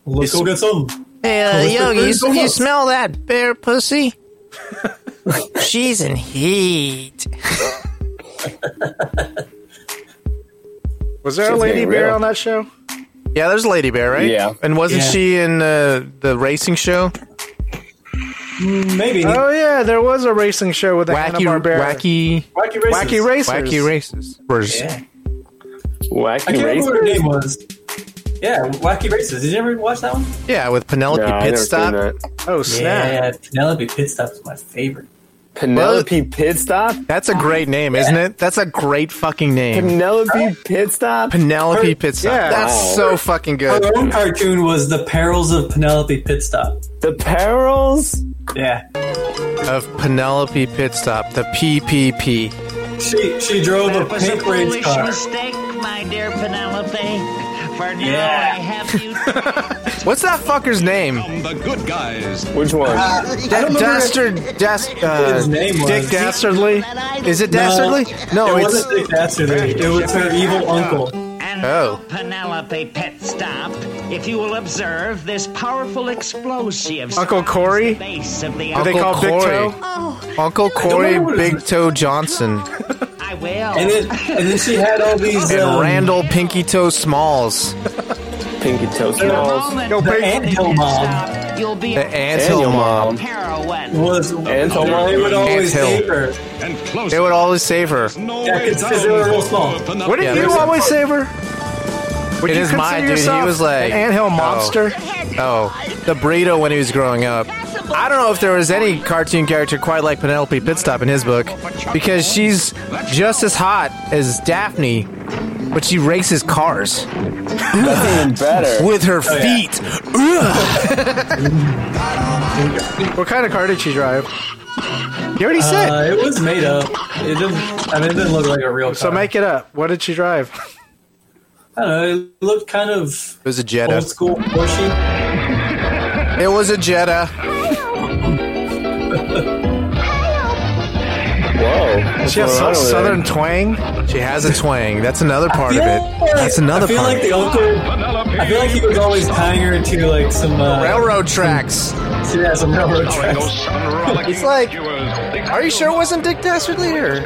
Let's go get some.
Hey, uh,
Krispy
Yogi,
Kreme
you, you
donuts.
smell that bear pussy? She's in heat.
Was there a
Shit's
lady
getting
bear
real.
on that show?
Yeah, there's Lady Bear, right?
Yeah.
And wasn't
Yeah.
she in uh, the racing show?
Maybe.
Oh yeah, there was a racing show with a
Wacky-
Hanna-Barbera.
wacky-
Wacky Races.
Wacky racers.
Wacky races. Where's-
Yeah.
Wacky
I can't remember what her name was. Yeah, Wacky Races. Did you ever watch that one?
Yeah, with Penelope
Nah, I never seen
Pitstop.
Oh
Yeah, Penelope Pitstop's my favorite.
Penelope
Pitstop?
That's a great name, isn't it? That's a great fucking name.
Penelope Pitstop?
Penelope Pitstop. That's so fucking good.
Her own cartoon was The Perils of Penelope Pitstop.
The Perils?
Yeah.
Of Penelope Pitstop, the PPP.
She she drove
That
a
was a
pink race
foolish
car.
mistake, my dear Penelope. For now
Yeah.
I have you.
What's that fucker's name?
The good guys.
Which one?
that dastard, das, uh,
his name was.
Dick Dastardly. Is it Dastardly? No,
it
it's
wasn't Dick Dastardly. It was her evil uncle.
Oh,
Penelope Pet Stop. If you will observe, this powerful explosive
Uncle
surrounds
Corey?
the base of the
Uncle
Corey.
Corey. Oh. Uncle Corey
remember what
Big Toe Johnson
I will.
And then and then she had all these.
and
um,
Randall Pinky Toe Smalls.
Pinky Toe
In a moment,
Yo,
Penelope
Pink. Anthill
Pet
Mob.
Stop, You'll be
The Anthill
Um,
Mom.
heroin.
was they would always save her.
They would always save her.
Yeah, because they were real small.
What did
Yeah,
you
there's a-
always save her? Would
It
you
is
consider
my dude. He
yourself
was like
an anthill
oh.
monster.
Oh, the burrito when he was growing up. I don't know if there was any cartoon character quite like Penelope Pitstop in his book, because she's just as hot as Daphne, but she races cars
That's even better.
with her
Oh, yeah.
feet.
What kind of car did she drive? You already said.
Uh, it was made up. It didn't. I mean, it didn't look like a real car.
so make it up. What did she drive?
I don't know. It looked kind of
It was a Jetta.
old school Porsche.
It was a Jetta.
Whoa.
She has some southern twang.
She has a twang. That's another part of it.
Like,
That's another
I feel
part.
like the uncle. I feel like he was always tying her to like some uh,
Railroad tracks.
Some, yeah, some railroad tracks.
It's like, are you sure it wasn't Dick Dastardly? Or?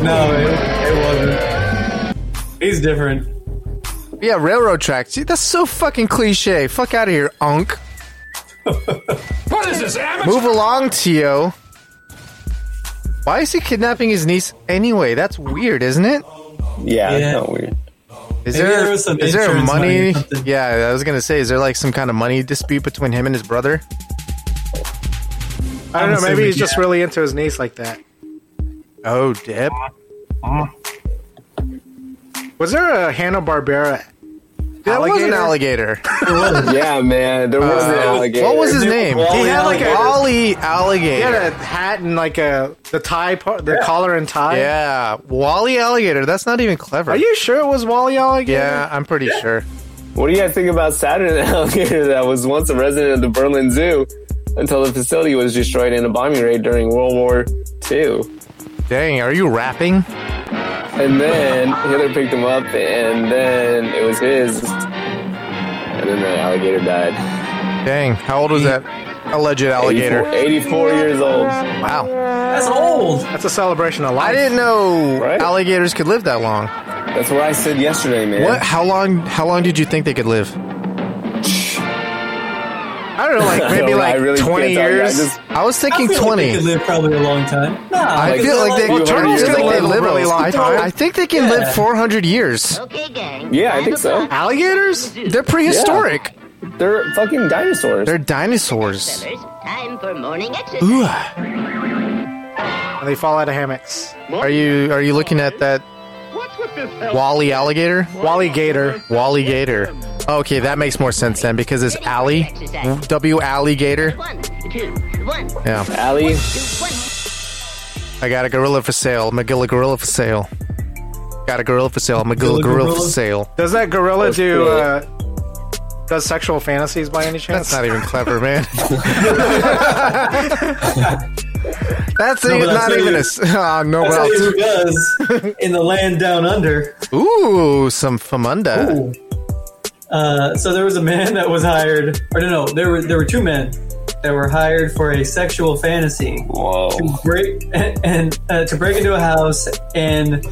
No, it, it wasn't. He's different.
Yeah, railroad tracks. See, That's so fucking cliche. Fuck out of here, Unk.
What is this, amateur?
Move along, Tio. Why is he kidnapping his niece anyway? That's weird, isn't it?
Yeah,
Yeah.
it's not weird.
Is
Maybe
there
there was some
is there
insurance money
money?
or something.
yeah, I was gonna say, is there like some kind of money dispute between him and his brother?
I don't
I'm
know. Maybe
assuming,
he's just
yeah.
really into his niece like that.
Oh, dip.
Was there a Hanna Barbera?
That was an alligator.
yeah, man. There was an
Uh,
alligator.
What was his name?
He had like a
Ollie
he
Alligator.
had a hat and like a the tie part, the collar and tie.
Yeah, Wally Alligator. That's not even clever.
Are you sure it was Wally Alligator?
yeah, I'm pretty sure.
What do you guys think about Saturn the alligator that was once a resident of the Berlin Zoo until the facility was destroyed in a bombing raid during World War II?
Dang, are you rapping?
And then Hitler picked him up, and then it was his. And then the alligator died.
Dang, how old was that alleged alligator?
84 years old.
Wow,
That's old.
That's a celebration of
I
life.
didn't know
Right?
alligators could live that long.
That's what I said yesterday, man.
What? How long? How long did you think they could live?
I don't know, like
I
maybe
don't- I
like
really
twenty
can't tell you. I
years.
just-
I was
I
thinking
feel like they
twenty.
could live probably a long time. No,
I feel like they
Well, turtles
I
can
think they
live a
really long
I-
time.
I think they can live four hundred years.
Okay, gang.
Yeah, I think so.
Alligators? They're prehistoric.
They're fucking dinosaurs.
They're dinosaurs.
Time for morning exercise.
Ooh.
I They fall out of hammocks.
Are you are you looking at that Wally alligator? Wally gator. Wally gator. Okay, that makes more sense then because it's alley. W alligator. Yeah.
Alley.
I got a gorilla for sale. McGilla gorilla for sale. Got a gorilla for sale. McGilla gorilla, for sale.
Does that gorilla do uh, does sexual fantasies by any chance?
That's not even clever, man. That's
No,
even-
but
not
that's what
even
you-
a. s- Ah, no,
That's
well.
what he does in the land down under.
Ooh, some famunda.
Ooh. Uh, so there was a man that was hired, or no, no, there were there were two men that were hired for a sexual fantasy to break and uh, to break into a house and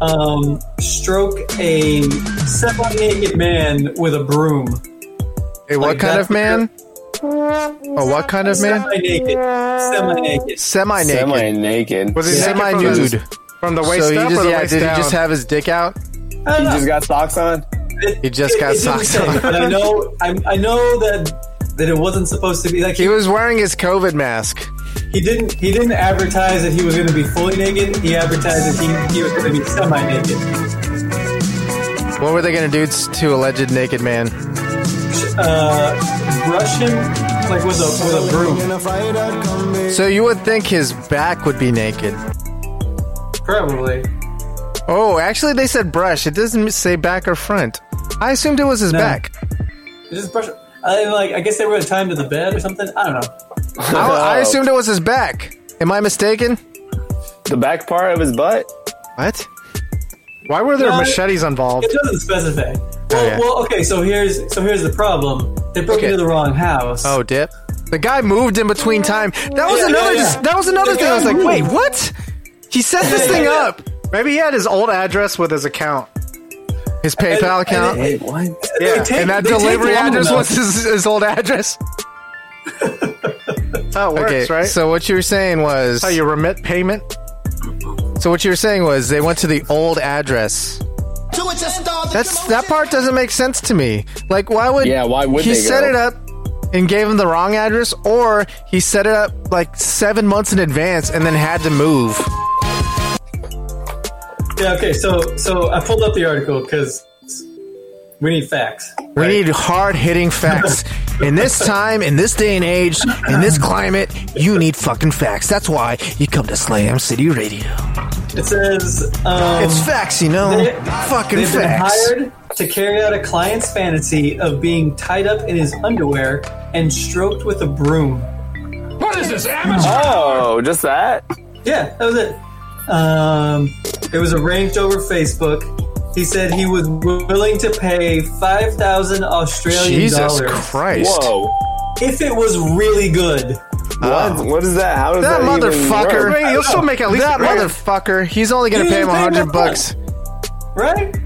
um, stroke a semi-naked man with a broom.
Hey, what kind of man? Oh, what kind of man?
Semi-naked. Semi-naked.
Semi-naked.
Semi-naked.
Was he
Yeah.
semi-nude?
From
the waist
so he
up or
just,
the
yeah,
waist
did
down?
he just have his dick out?
He just
got socks on.
He just
It-
got
it didn't
socks
say,
on.
But I know, I, I know that that it wasn't supposed to be like
he was wearing his COVID mask.
He didn't. He didn't advertise that he was going to be fully naked. He advertised that he, he was going to be semi-naked.
What were they gonna do t- to alleged naked man?
Uh, brush him like with a with a broom.
So you would think his back would be naked.
Probably.
Oh, actually, they said brush. It doesn't say back or front. I assumed it was his
No.
back.
Just brush. I like. I guess they were timed to the bed or something. I don't know.
I, I
Uh,
assumed it was his back. Am I mistaken?
The back part of his butt.
What?
Why were there
No,
machetes involved?
It doesn't specify. Well,
Okay.
well, okay. So here's so here's the problem. They broke into the wrong house.
Oh, dip. The guy moved in between time. That was
Yeah,
another.
yeah, yeah.
That was another
The
thing. I
guy
was like,
moved.
wait, what? He set this thing up.
Maybe he had his old address with his account.
His PayPal account.
what?
Yeah,
and that delivery address was his, his old address.
That's how it works,
Okay,
right?
so what you were saying was
That's how you remit payment.
so what you were saying was they went to the old address. That's that part doesn't make sense to me. Like why would
Yeah, why would
he
they
set
go?
it up and gave him the wrong address or he set it up like 7 months in advance and then had to move.
Yeah. Okay. So so I pulled up the article because we need facts.
We need hard hitting facts. in this time, in this day and age, in this climate, you need fucking facts. That's why you come to Slam City Radio.
It says um,
it's facts, you know.
they-
Fucking
they've
facts.
Been hired to carry out a client's fantasy of being tied up in his underwear and stroked with a broom.
What is this
Oh, just that?
Yeah, that was it. Um, it was arranged over Facebook. He said he was willing to pay five thousand Australian
Jesus
dollars
Christ.
Whoa.
if it was really good.
Oh.
What? What is that? How does
That
that, even
motherfucker.
work?
You'll still make at least
that
a grand.
motherfucker. He's only gonna
You
pay him
didn't pay
hundred
him that
bucks.
Right?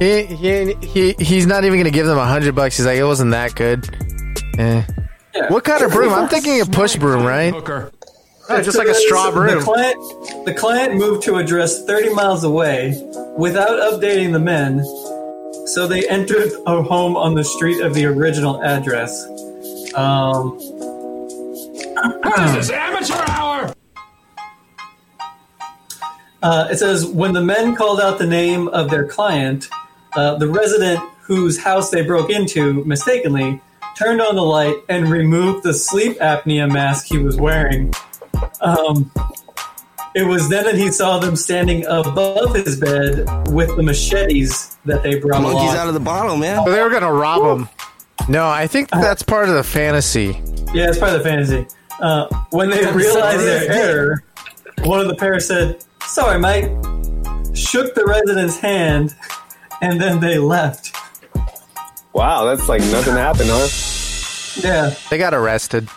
He, he, he, he's not even gonna give them hundred bucks. He's like, it wasn't that good. Eh. What kind of broom? I'm thinking a push broom, right?
Oh, just like a straw
The
broom.
client, the client moved to address 30 miles away without updating the men, so they entered a home on the street of the original address. Um,
amateur hour?
uh, it says when the men called out the name of their client, uh, the resident whose house they broke into mistakenly turned on the light and removed the sleep apnea mask he was wearing. Um, it was then that he saw them standing above his bed with the machetes that they brought
Monkeys
along.
out of the bottle, man.
So they were gonna rob him.
No, I think that's part of the fantasy.
Yeah, it's part of the fantasy. Uh, when they realized their error, one of the pair said, "Sorry, mate," shook the resident's hand, and then they left.
Wow, that's like nothing happened, huh?
Yeah,
They got arrested.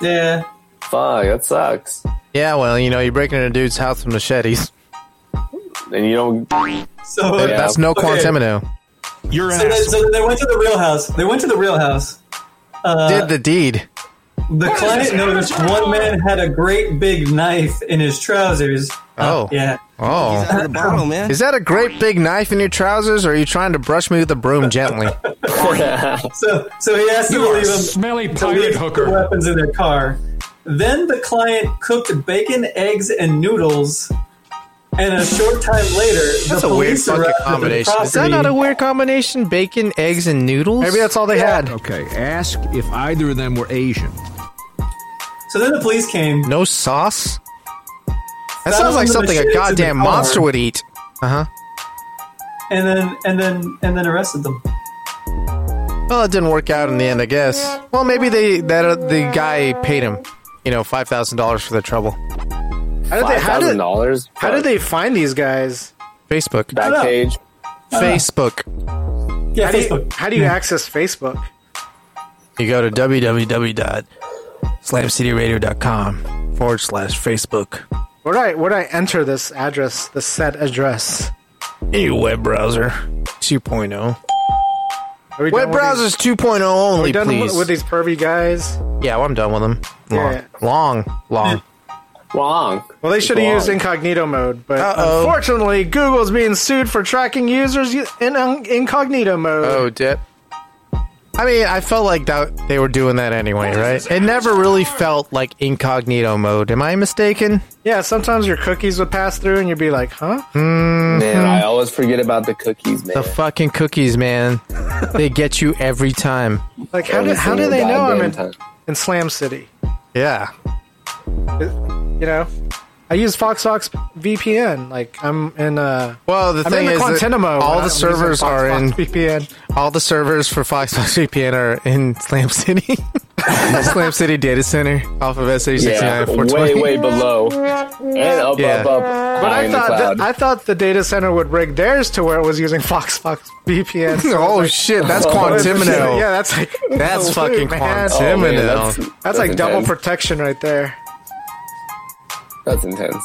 yeah.
Fuck, that sucks.
Yeah, well, you know, you're breaking into a dude's house with machetes.
And you don't.
So
That- That's no
Okay.
quantimino.
So, they, so they went to the real house. They went to the real house. Uh,
Did the deed.
the client noticed one man had a great big knife in his trousers.
Oh.
Yeah.
Oh.
Out of the bottle, man.
Is that a great big knife in your trousers, or are you trying to brush me with a broom gently?
So, so he asked them to leave, them,
smelly
to leave the weapons in their car. Then the client cooked bacon, eggs, and noodles. And a short time later,
That's
the
a weird
police
fucking
arrived at the
combination.
property.
Is that not a weird combination? Bacon, eggs, and noodles? Maybe that's all they had.
Okay, ask if either of them were Asian.
So then the police came.
No sauce? That
Found
sounds like
the
something
machete
a
to the
goddamn
car.
monster would eat. Uh huh.
and then and then and then arrested them.
Well, it didn't work out in the end, I guess. Well, maybe they that uh, the guy paid him, you know, five thousand dollars for the trouble.
How did they? How did,
$5,000
how did they find these guys?
Facebook.
I don't know. Backpage. I don't know.
Facebook.
Yeah,
how Do you, how do you access Facebook?
You go to www.slamcityradio.com forward slash Facebook.
Where do I where do I enter this address? The set address.
Any web browser
oh.
2.0.
Are we
Web
done with
browsers
these-
2.0
Are we
only,
done
please.
with these pervy guys?
yeah, well, I'm done with them. Long,
Yeah.
long, long.
Long.
Well, they should have used incognito mode, but
Uh-oh.
unfortunately, Google's being sued for tracking users u- in un- incognito mode.
Oh, dip. I mean, I felt like that they were doing that anyway, right? It never really felt like incognito mode. Am I mistaken?
Yeah, sometimes your cookies would pass through, and you'd be like, "Huh?
Man, I
Mhm.
always forget about the cookies, man.
The fucking cookies, man. they get you every time.
Like, how
Every
do how do
single
they know I'm
goddamn
in, in Slam City?
Yeah.
You know, I use Foxbox VPN. Like, I'm in uh
Well, the
I'm
thing
in
is,
the
that
Guantanamo.
all
I'm
the
using
servers are
Foxbox
in
VPN.
All the servers for Foxbox VPN are in Slam City, Slam City Data Center off of S869
Yeah, way,
420.
way below. And up,
Yeah.
up, up.
But
high
I
in the
thought
cloud.
th- I thought the data center would rig theirs to where it was using Foxbox VPN. So I was
oh
like,
shit, that's
Oh,
Quantimino.
Yeah, that's like
That's
dude,
fucking
man.
Quantimino. Oh, man, that's-
uh, that's,
that's
like double
intense.
protection right there.
That's intense.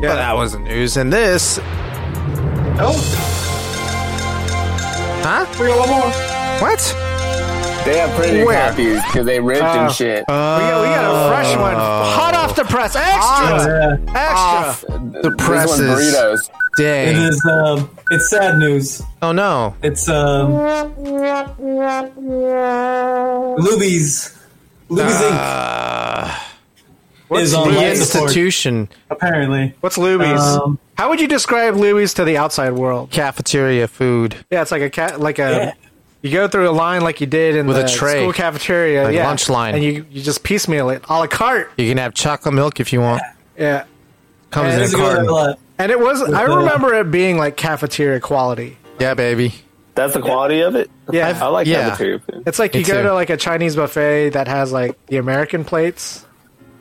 Yeah, that was news. And this,
Oh,
huh?
we got one more.
What?
They have printed
Where?
copies because they ripped
Oh.
and shit.
we got a fresh one, Uh, hot off the press,
Ah,
extra, extra.
The press
one's
is
burritos.
It
ah, dang.
is. Um, it's sad news.
Oh no,
It's um, Luby's. Luby's Inc.
Ah. what's
is on
Luby's
life support,
institution
apparently.
What's Louis?
Um,
How would you describe Louis to the outside world?
cafeteria food
Yeah, it's like a cat, like a.
Yeah.
You go through a line like you did in
With a
the
tray.
school cafeteria,
Like
yeah,
lunch line.
and you you just piecemeal it a la carte.
You can have chocolate milk if you want.
Yeah,
Comes
Yeah,
in
it's
a
a
carton.
good
but
and it was. I
the-
remember it being like cafeteria quality.
Yeah, baby.
That's the quality of it?
Yeah.
I like
Yeah.
that too.
It's like
Me
you go
too.
to like a Chinese buffet that has like the American plates.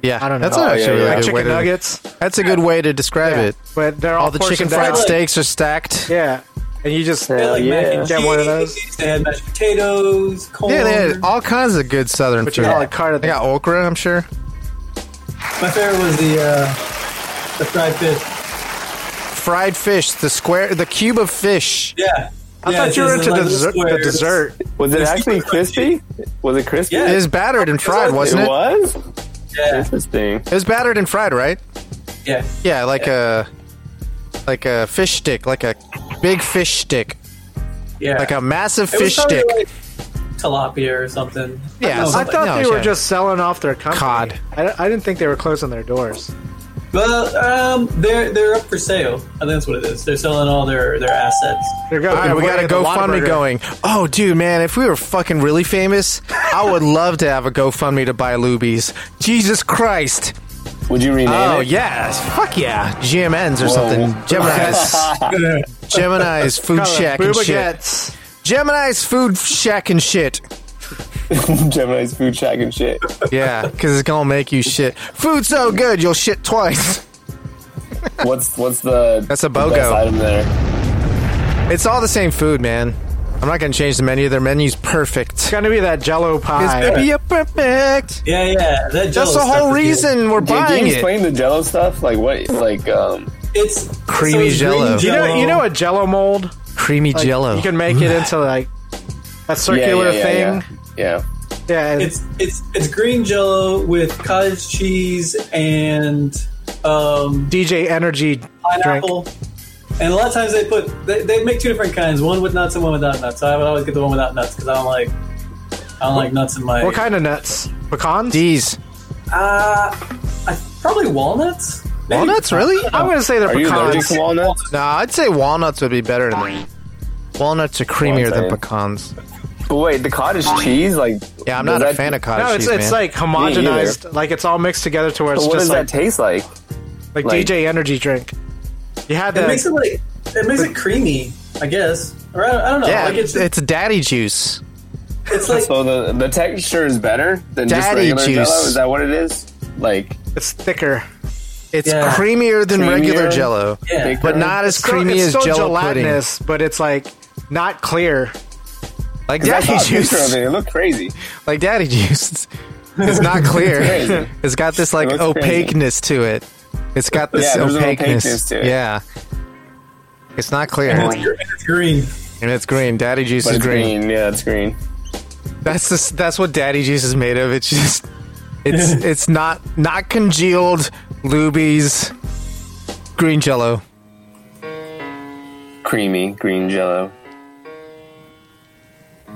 Yeah,
I don't know.
That's actually
yeah,
a really
yeah.
good
Like chicken
way to,
nuggets,
That's a good way to describe it.
but they're all,
All the chicken
portioned
fried
out.
steaks are stacked.
Yeah, and you just
they had, like mac and
get one of those.
cheese. They had mashed potatoes, corn.
Yeah, they had all kinds of good southern
But you
food.
got a cart of
They got okra, I'm sure.
My favorite was the uh, the fried fish.
Fried fish, the square, the cube of fish.
Yeah.
I
Yeah,
thought
it's
you were
just
into the
like
dessert, the
squares.
dessert.
Was it actually crispy? Was it crispy?
Yeah.
It was battered and fried, wasn't
It
it?
was?
Yeah,
Interesting.
It was battered and fried, right?
yeah.
Yeah, like a like a fish stick, like a big fish stick,
Yeah.
like a massive
It was
fish
probably
stick.
Like tilapia or something.
Yeah,
I don't know,
I
something.
something.
thought
No,
they were
yeah.
just selling off their company.
Cod.
I, I didn't think they were closing their doors.
But um, they're they're up for sale. I think that's what it is. They're selling all their their assets.
They're going.
All right, we got a GoFundMe going. Oh, dude, man, if we were fucking really famous, I would love to have a GoFundMe to buy Lubies. Jesus Christ.
Would you rename
Oh,
it?
yes. Fuck yeah. GMNs or
Whoa.
something. Gemini's. Gemini's Food Shack and shit.
Boobagettes.
Gemini's Food Shack and shit.
Gemini's food shack and shit.
Yeah, because it's gonna make you shit. Food so good, you'll shit twice.
What's what's the
That's a
the best
BOGO.
item there?
It's all the same food, man. I'm not gonna change the menu. Their menu's perfect.
It's gonna be that Jello
It's
pie.
gonna be a perfect.
Yeah, yeah. That
That's
Jell-O
the
stuff
whole
is good.
reason we're
Dude, can
buying
you
it.
explain the Jello stuff? Like what? Like um,
It's
Creamy
it's green
Jell-O.
you know,
Jell-O.
you know a Jello mold.
Creamy
Like,
jello.
You can make it into like a circular
yeah, yeah, yeah,
thing.
yeah, yeah.
Yeah,
it's it's it's green Jello with cottage cheese and um,
DJ energy drink.
pineapple. And a lot of times they put they, they make two different kinds, one with nuts and one without nuts. So I would always get the one without nuts because I don't like I don't like nuts in my.
What kind of nuts? Pecans?
D's.
Uh, I, probably walnuts. Maybe-
Walnuts, really?
I'm gonna say they're Are you pecans. allergic to
walnuts? Nah, I'd say walnuts would be better than walnuts are creamier than pecans.
But wait, the cottage cheese, like
yeah, I'm not a fan of cottage
no, it's,
cheese.
it's
man.
like homogenized, like it's all mixed together to where it's
But what
just
does
like,
that taste like?
like?
Like-
DJ energy drink. You had that.
It makes it like it makes it creamy, I guess. Or I, I don't know.
Yeah,
like
it's,
it's
daddy juice.
It's like
so the the texture is better than just
Daddy
regular
juice.
Jello. Is that what it is? Like
it's thicker.
It's creamier than regular Jello, but not as
It's still-
creamy
it's
as
still
Jello
gelatinous,
pudding.
but it's like not clear.
Like daddy juice,
looked crazy.
Like daddy juice, it's, it's not clear.
It's crazy.
it's got this like
It looks crazy.
opaqueness to it. It's got this
Yeah, there's an
opaqueness.
opaqueness to it.
Yeah, it's not clear.
And it's, green.
And it's green. Daddy juice
But
is
it's
green.
green. Yeah, it's green.
That's this, that's what daddy juice is made of. It's just it's it's not not congealed lubies green jello.
creamy green Jello.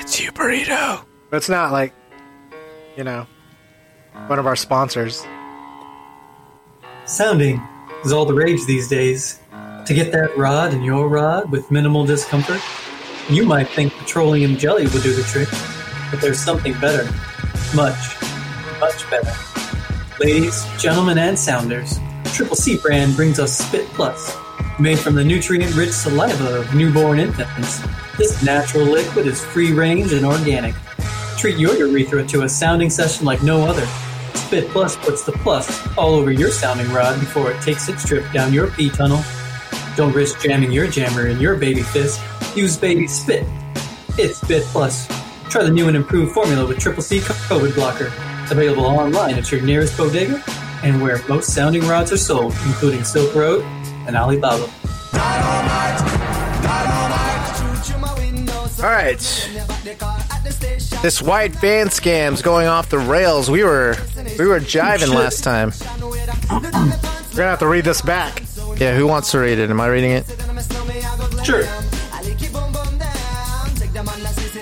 It's you burrito.
But it's not like, you know, one of our sponsors.
sounding is all the rage these days. To get that rod in your rod with minimal discomfort, you might think petroleum jelly will do the trick, but there's something better. Much, much better. Ladies, gentlemen, and sounders, Triple C brand brings us Spit Plus. Made from the nutrient rich saliva of newborn infants, this natural liquid is free range and organic. Treat your urethra to a sounding session like no other. Spit Plus puts the plus all over your sounding rod before it takes its trip down your pee tunnel. Don't risk jamming your jammer in your baby fist. Use baby spit. It's Spit Plus. Try the new and improved formula with Triple C COVID blocker. Available online at your nearest bodega and where most sounding rods are sold, including Silk Road and Alibaba.
All right. This white band scam's going off the rails. We were we were jiving last time.
We're gonna have to read this back.
Yeah, who wants to read it? Am I reading it?
Sure.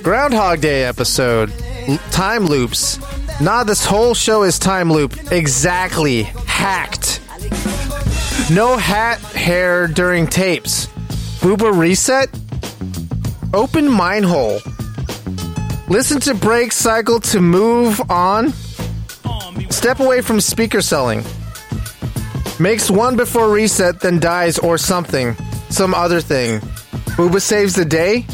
Groundhog Day episode. L- time loops. Nah, this whole show is time loop. Exactly. Hacked. No hat hair during tapes. Booba reset. Open mine hole. Listen to break cycle to move on. Step away from speaker selling. Makes one before reset, then dies or something. Some other thing. Booba saves the day.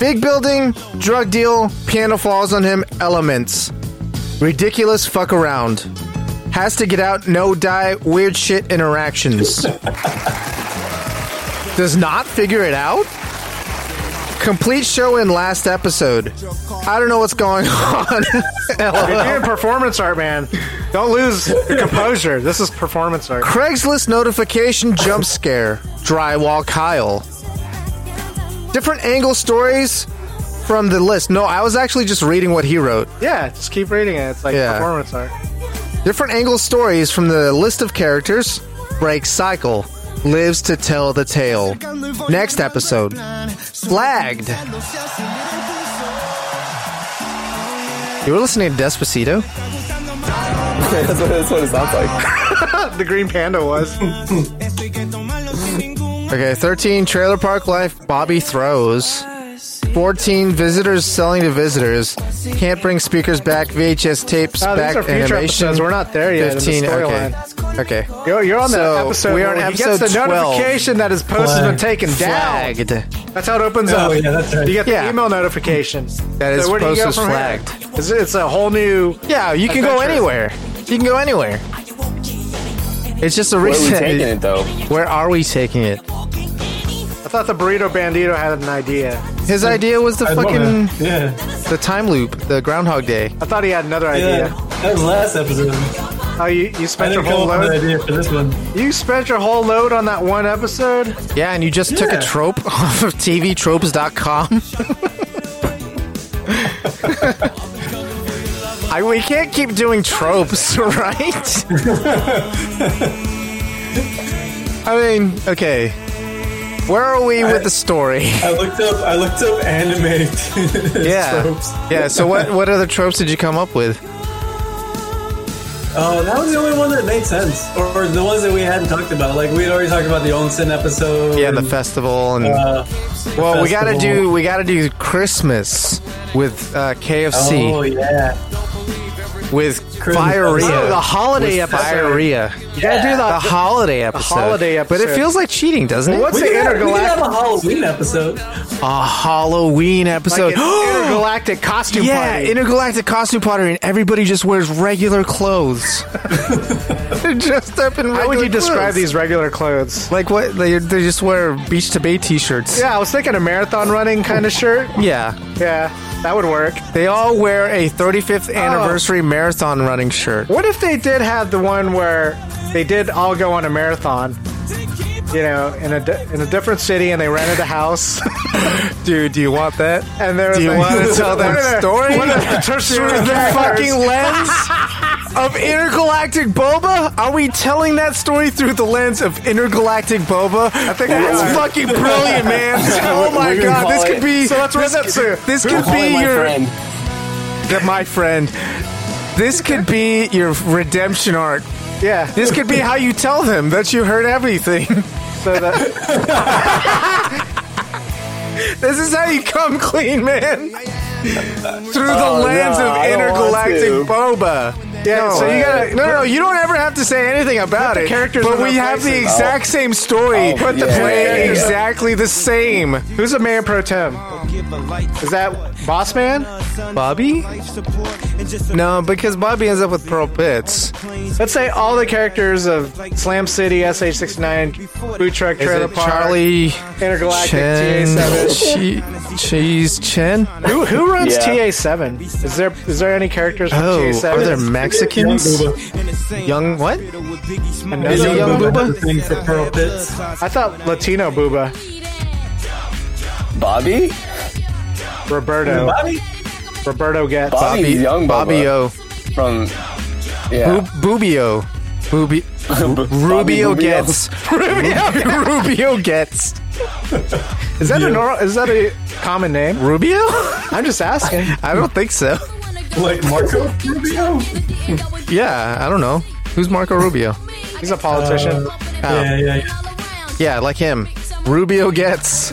Big building, drug deal, piano falls on him, elements. Ridiculous fuck around. Has to get out, no die, weird shit interactions. Does not figure it out? Complete show in last episode. I don't know what's going on.
You're doing performance art, man. Don't lose your composure. This is performance art.
Craigslist notification jump scare. Drywall Kyle. Different angle stories from the list. No, I was actually just reading what he wrote.
Yeah, just keep reading it. It's like
Yeah.
performance art.
Different angle stories from the list of characters. Break cycle. Lives to tell the tale. Next episode. Flagged. You were listening to Despacito?
that's, what, that's what it sounds like.
the Green Panda was.
Okay, 13, Trailer Park Life, Bobby Throws. 14, Visitors Selling to Visitors. Can't bring speakers back, VHS tapes
Oh, these
back,
are future
animation.
episodes. We're not there yet in the
okay. Okay.
You're, you're on
So,
the episode.
We are
where
on
he
episode
gets the
12.
notification that his post has been taken down.
Flagged.
That's how it opens
Oh,
up.
yeah, that's right.
You get the
Yeah.
email notification.
That his
where do you
post
go
was
from here?
flagged.
It's, it's a whole new.
Yeah, you can go
adventure.
anywhere. You can go anywhere. It's just a
Where are we
reset.
taking it,
though?
Where are we taking it?
I thought the burrito bandito had an idea.
His idea was the
I love
fucking
it. Yeah.
the time loop, the Groundhog Day.
I thought he had another
Yeah,
idea.
that was last episode.
Oh, you, you spent
I
your
didn't
whole
come up with
load.
an idea for this one.
You spent your whole load on that one episode.
Yeah, and you just took
Yeah.
a trope off of TVTropes.com. I, we can't keep doing tropes, right? I mean, okay. Where are we with the story?
I looked up. I looked up anime.
yeah.
tropes.
Yeah, so what, what other tropes did you come up with?
Oh, that was the only one that made sense, or, or the ones that we hadn't talked about. Like we had already talked about the Onsen episode.
Yeah, the festival and
Uh,
well, we gotta
festival.
do we gotta do Christmas with uh, KFC.
Oh yeah.
with
Christmas.
Fireria.
Oh, the
holiday
with
episode.
Fireria.
You gotta do the-
the holiday episode.
holiday
But it
episode.
feels like cheating, doesn't it?
What's
We
the
did have- we did
intergalactic?
have a Halloween episode.
a Halloween episode?
Like an intergalactic costume
yeah,
party.
intergalactic costume party, and everybody just wears regular clothes. They're dressed up in regular
How would you describe
clothes.
these regular clothes?
Like what? They, they just wear beach to bay t-shirts.
Yeah, I was thinking a marathon running kind of shirt.
Yeah.
Yeah, that would work.
They all wear a 35th anniversary marathon running shirt.
What if they did have the one where they did all go on a marathon? You know, in a di- in a different city, and they rented a house.
Dude, do you want that?
And there
Do
was
you
like,
wanna tell that
what are the-
story?
What are the tertiary
Through the
factors?
fucking lens of intergalactic boba? Are we telling that story through the lens of intergalactic boba? I think that's
we are.
fucking brilliant, man. oh
We're-
my
we're gonna
god, this
call
could
it-
be
So let's
this
run that
could-
soon.
This
We're
could
calling
be
my
your
friend.
That my friend. This could be your redemption arc.
Yeah.
This could be how you tell them that you heard everything.
So that
This is how you come clean, man. Through the
Oh,
lens
no,
of
I don't
intergalactic
want
boba.
Yeah,
No,
so you gotta-
no, no, no. You don't ever have to say anything about
Put the
it.
characters
but
in
we
their
have the
places.
exact same story.
Oh, Put the yeah,
play
yeah, yeah.
exactly the same.
who's the mayor pro tem? Is that Boss Man?
Bobby? No, because Bobby ends up with Pearl Pitts.
Let's say all the characters of Slam City, SH69, Food Truck,
Is
Trailer
it
Park,
Charlie
Intergalactic,
Chen?
TA7.
Che- Cheese Chen?
Who, who runs
Yeah.
TA7? Is there is there any characters from
Oh,
TA7?
are there Mexicans? Young what?
Another
Young
young
Booba?
Booba?
Thing for Pearl Pits.
I thought Latino Booba.
Bobby?
Roberto.
Bobby?
Roberto gets
Bobby, Young
Bobby
Boba
O.
from yeah.
Bu- Bubio. Bubi- Ru- Rubio
Bobby Rubio.
gets. Rubio, Rubio gets.
Is that a normal? Is that a common name?
Rubio?
I'm just asking.
I don't think so.
Like
Oh.
Marco Rubio?
Yeah, I don't know. Who's Marco Rubio?
He's a politician.
Yeah, yeah, yeah.
Yeah, like him. Rubio gets.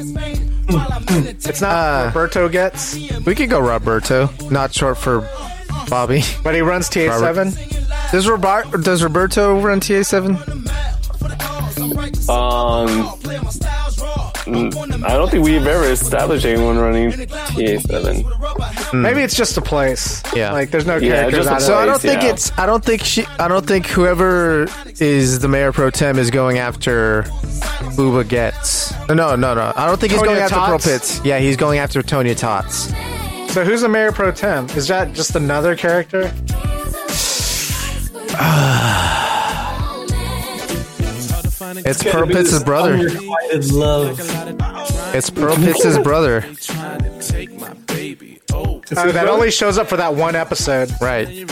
Uh,
it's not Roberto gets,
We could go Roberto, not short for Bobby.
but he runs TA7.
Does Robert does Roberto run TA seven?
Um, mm, I don't think we've ever established anyone running TA7.
Maybe it's just a place.
Hmm. Yeah.
Like there's no
Yeah,
characters.
just a
out of
So I
it.
don't
Nice,
think
yeah.
it's I don't think she I don't think whoever is the mayor pro tem is going after Booba Gets. No, no, no. I don't think he's
Tonya
going after Pearl
Tots?
Pitts. Yeah, he's going after Tonya Tots.
So who's the mayor pro tem? Is that just another character?
It's Pearl Pitts' brother.
Unrequited love.
It's Pearl Pitts' brother.
Oh, that only shows up for that one episode.
Right.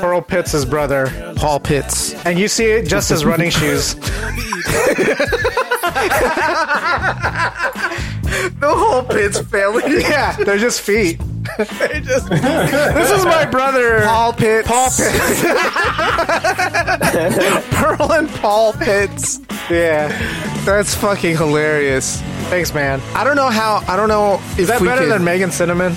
Pearl Pitts' his brother,
Paul Pitts.
and you see it just as running shoes.
The whole Pitts family.
Yeah, they're just feet.
This is my brother, Paul Pitts. Paul Pitts. Pearl and Paul Pitts.
Yeah.
That's fucking hilarious.
Thanks, man.
I don't know how. I don't know. If
Is that
we
better
could-
than Megan Cinnamon?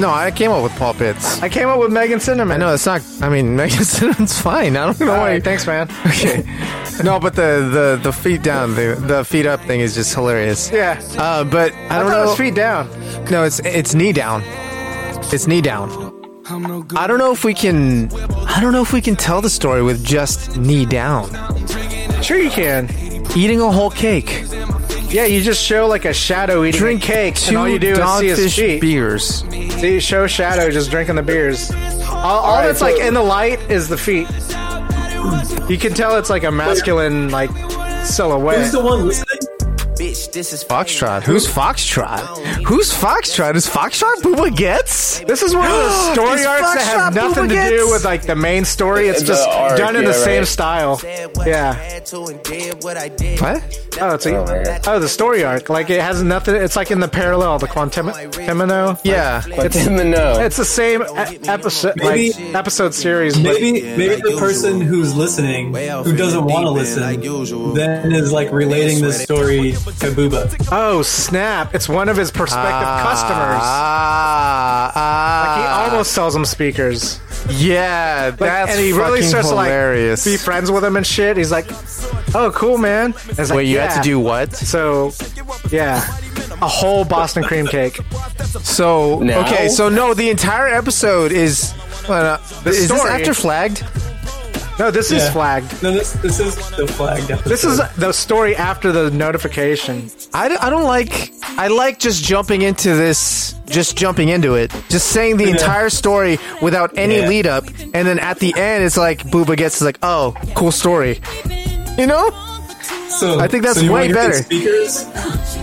No, I came up with Paul Pitts.
I came up with Megan Cinnamon.
I know it's not. I mean, Megan Cinnamon's fine. I don't know
All
why.
right, thanks, man.
Okay. No, but the the the feet down, the the feet up thing is just hilarious.
Yeah.
Uh, but I
I
don't
thought it
know.
was feet down.
No, it's it's knee down. It's knee down. I don't know if we can. I don't know if we can tell the story with just knee down.
Sure, you can.
Eating a whole cake.
Yeah, you just show like a shadow eating
Drink
a cake,
two
and all you do is see his
dogfish
feet.
beers.
See, show shadow just drinking the beers. All, all,
right,
that's
so-
like in the light is the feet. You can tell it's like a masculine like silhouette.
Who's the one listening?
this is
Foxtrot. Who's Foxtrot? Who's Foxtrot? Is Foxtrot Booba Gets?
This is one of those story
Is
arcs that have
Foxtrot
nothing to
Booba
do
Gets?
with like the main story. It's
The
just
arc,
done in the
yeah,
same
right.
style. Yeah. What? Oh, it's a, oh, the story arc. Like it has nothing. It's like in the parallel, the Quantimino.
Yeah,
Quantimino.
It's the same e- episode,
Maybe-
like episode series. but-
Maybe maybe the person who's listening, who doesn't want to listen, then is like relating this story to Booba.
Oh snap! It's one of his prospective customers.
Ah.
like he almost sells him speakers.
Yeah,
Like,
that's
and he really
fucking
starts
hilarious.
to like be friends with him and shit. He's like, "Oh, cool, man." And it's like,
Wait, you had
"Yeah."
to do what?
So, yeah, a whole Boston cream cake.
So
Oh, No.
okay, so no, the entire episode is. Uh,
The
is this
story-
after flagged?
No, this is
Yeah.
flagged.
No, this this is the flagged episode.
This is the story after the notification.
I, don't- I don't like. I like just jumping into this, just jumping into it, just saying the
Yeah.
entire story without any
Yeah.
lead up, and then at the end, it's like Booba gets is like, oh, cool story, you know?
So
I think that's
so you
way
wanna get
better.
these Speakers.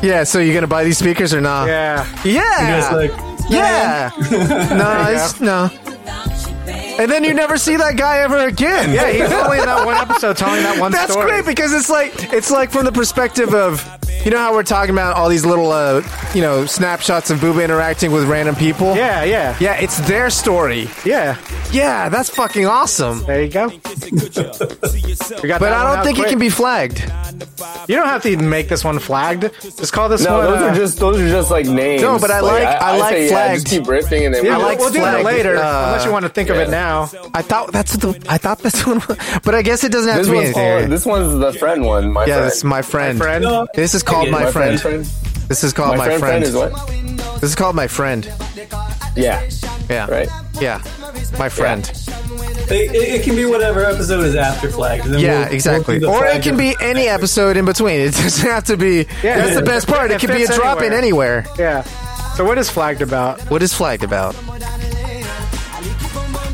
Yeah. So you're gonna buy these speakers or not?
Yeah.
Yeah.
You guys like,
yeah. no, it's, no. And then you never see that guy ever again.
Yeah, he's only in that one episode telling that one
That's
story.
great because it's like it's like from the perspective of you know how we're talking about all these little uh, you know snapshots of Booba interacting with random people.
Yeah, yeah,
yeah. It's their story.
Yeah,
yeah. That's fucking awesome.
There you go. We got
but
that
I
one
don't
out
think
quick.
it can be flagged.
You don't have to even make this one flagged. Just call this
No,
one.
those
uh,
are just those are just like names.
No, but I like- I like
say, yeah,
flagged.
just keep riffing and then
Yeah,
we
I like We'll
just-
do that flagged. later, uh, unless you wanna think of it now.
I thought that's the I thought this one, but I guess it doesn't have
This
to be
one's,
anything.
called, this one's the friend one. My
yeah,
friend.
this is my friend.
My friend? No.
This is called my,
My
friend.
friend
This is called
My
my,
friend
friend.
friend is
This is called my friend.
Yeah.
Yeah.
Right.
Yeah. My friend.
It, it, it can be whatever episode is after flagged.
Yeah, exactly. or it can be any episode in between. It doesn't have to be.
Yeah,
that's
it-
the best part. It,
it
could be a
fits
drop in anywhere.
Yeah. So what is flagged about?
What is flagged about?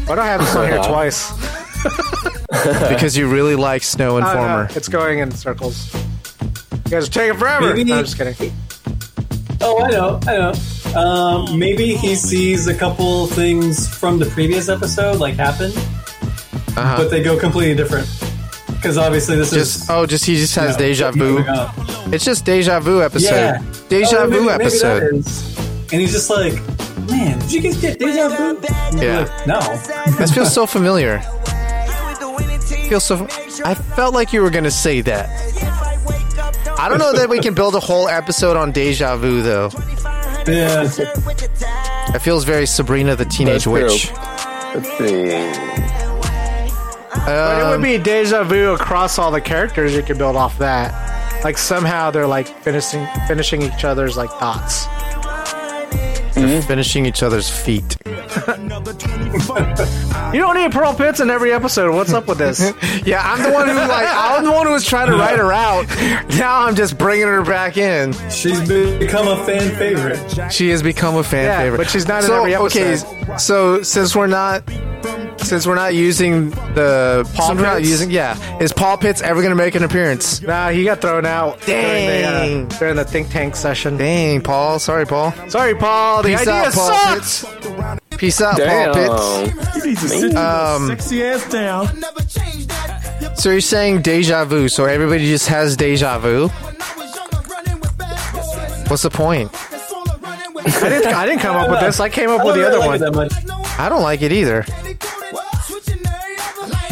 Why do I have this on here
Uh-huh.
twice?
because you really like Snow
Oh, no,
Informer.
it's going in circles. You guys are taking forever.
Maybe-
No, I'm just kidding.
Oh, I know, I know. Um, maybe he sees a couple things from the previous episode like happen, but they go completely different. Because obviously this is
Uh-huh. Just oh, just he just has
No,
deja
keep
vu.
moving on.
It's just deja vu episode.
Yeah.
Deja
Oh, maybe-
vu
maybe that
episode.
is. And he's just like, man, did you guys get deja vu?
Yeah.
No.
That feels so familiar. Feels so. I felt like you were gonna say that. I don't know that we can build a whole episode on deja vu though.
Yeah.
It feels very Sabrina the Teenage
That's true.
Witch. Um,
Let's see.
but it would be deja vu across all the characters. You could build off that. Like somehow they're like finishing finishing each other's like thoughts.
They're finishing each other's feet.
You don't need pearl pits in every episode. What's up with this?
Yeah, I'm the one who like I'm the one who was trying to write her out. Now I'm just bringing her back in.
She's become a fan favorite.
She has become a fan
Yeah,
favorite,
but she's not in
so,
every episode.
Okay, so since we're not since we're not using the
Paul
since we're not
Pitts?
using yeah, is Paul Pitts ever going to make an appearance?
Nah, he got thrown out during
Dang.
the uh, during the think tank session.
Dang, Paul. Sorry, Paul.
Sorry, Paul. The
Peace
idea
out, Paul
sucks.
Peace out, Paul Pitts.
You need to sit
Um,
your sexy ass down.
So you're saying deja vu? So everybody just has deja vu? What's the point?
I didn't I didn't come up with this. I came up with the other one.
I don't like it either.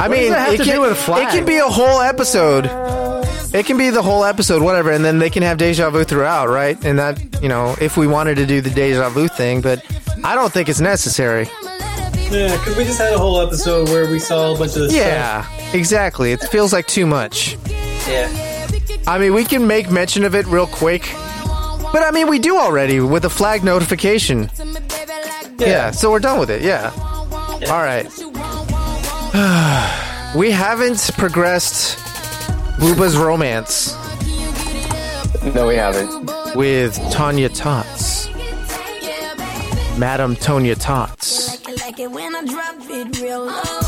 I
What does
mean,
that have
it
to
can,
do with flag?
it can be a whole episode. It can be the whole episode, whatever, and then they can have deja vu throughout, right? And that, you know, if we wanted to do the deja vu thing, but I don't think it's necessary.
Yeah, because we just had a whole episode where we saw a bunch of this
Yeah, exactly. It feels like too much.
stuff. Yeah.
I mean, we can make mention of it real quick, but I mean, we do already with a flag notification. Yeah, so we're done with it. Yeah. All right. we haven't progressed Booba's romance
No, we haven't.
with Tanya Tots. Madam Tonya Tots.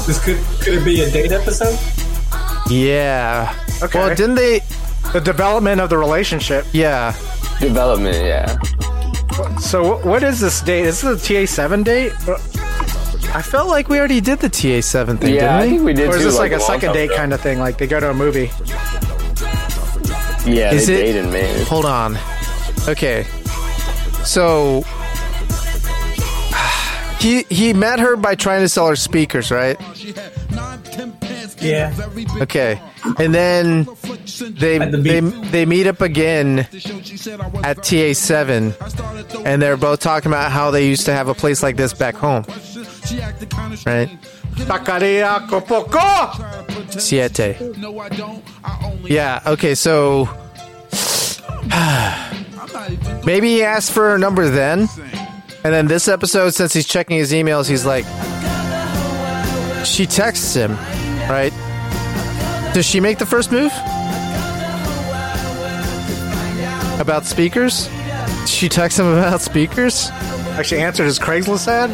This could could it be a date episode?
Yeah.
Okay.
Well, didn't they?
The development of the relationship.
Yeah.
Development, yeah.
So wh- what is this date? Is this the TA seven date? Or-
I felt like we already did the TA seven thing, didn't
Yeah,
we?
I think we did
Or is
too,
this like,
like, a
a
long
second
time
date
ago.
kind of thing? Like they go to a movie.
Yeah,
Is
they
it-
dated me.
Hold on. Okay. So he he met her by trying to sell her speakers, right?
Yeah.
Okay. And then they
At the
they
beach.
they meet up again at TA7 and they're both talking about how they used to have a place like this back home. Right?
Taqueria Copoco.
Siete. Yeah, okay, so maybe he asked for her number then. And then this episode, since he's checking his emails, he's like She texts him, right? Does she make the first move? About speakers? She texts him about speakers?
Actually answered his Craigslist ad.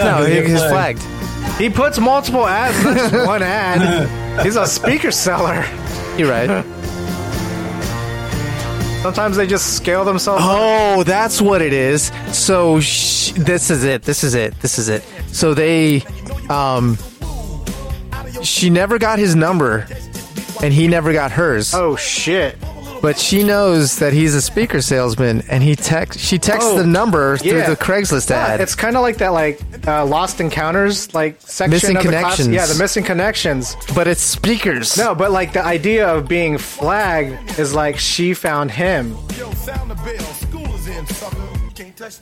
Oh,
No, he, he's flagged.
He puts multiple ads, not just one ad. He's a speaker seller.
You're right.
Sometimes they just scale themselves.
Oh, that's what it is. So sh- this is it. This is it. This is it. So they, um, she never got his number, and he never got hers.
Oh shit!
But she knows that he's a speaker salesman, and he text. She texts
Oh,
the number through
yeah.
the Craigslist
Yeah,
ad.
It's kind of like that, like uh, Lost Encounters, like section
Missing
of the class-
connections.
yeah, the missing connections.
but it's speakers.
No, but like the idea of being flagged is like she found him,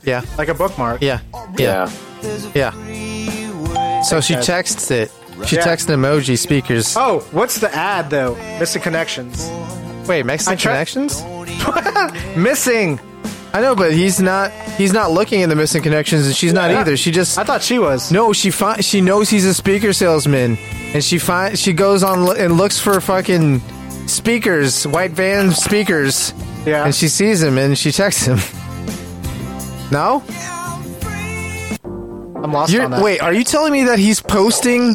Yeah.
like a bookmark.
Yeah. Yeah. Yeah. So she
Okay.
texts it. She
Yeah.
texts an emoji speakers.
Oh, what's the ad though? Missing connections.
Wait, Mexican
I tried-
connections?
missing.
I know, but he's not. He's not looking at the missing connections, and she's not
Yeah.
either. She just.
I thought she was.
No, she fi- She knows he's a speaker salesman, and she finds. She goes on lo- and looks for fucking speakers, white van speakers.
Yeah.
And she sees him, and she texts him. No.
I'm lost
You're,
on that.
wait, are you telling me that he's posting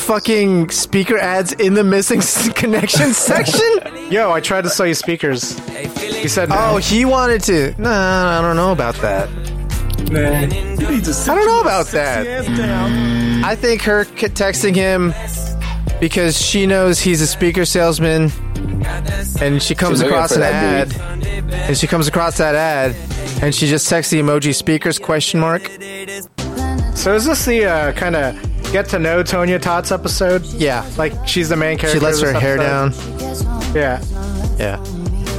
fucking speaker ads in the missing s- connections section?
Yo, I tried to sell you speakers. He said,
Oh, he wanted to. No, I don't know about that. I don't know about that. I think her c- texting him because she knows he's a speaker salesman, and she comes
She's looking
across an
for that
ad,
dude.
and she comes across that ad, and she just texts the emoji speakers question mark. Oh.
So is this the uh, kind of get to know Tonya Tots episode?
Yeah,
Like she's the main character.
she lets
of
her
this
hair down.
episode? Yeah,
Yeah.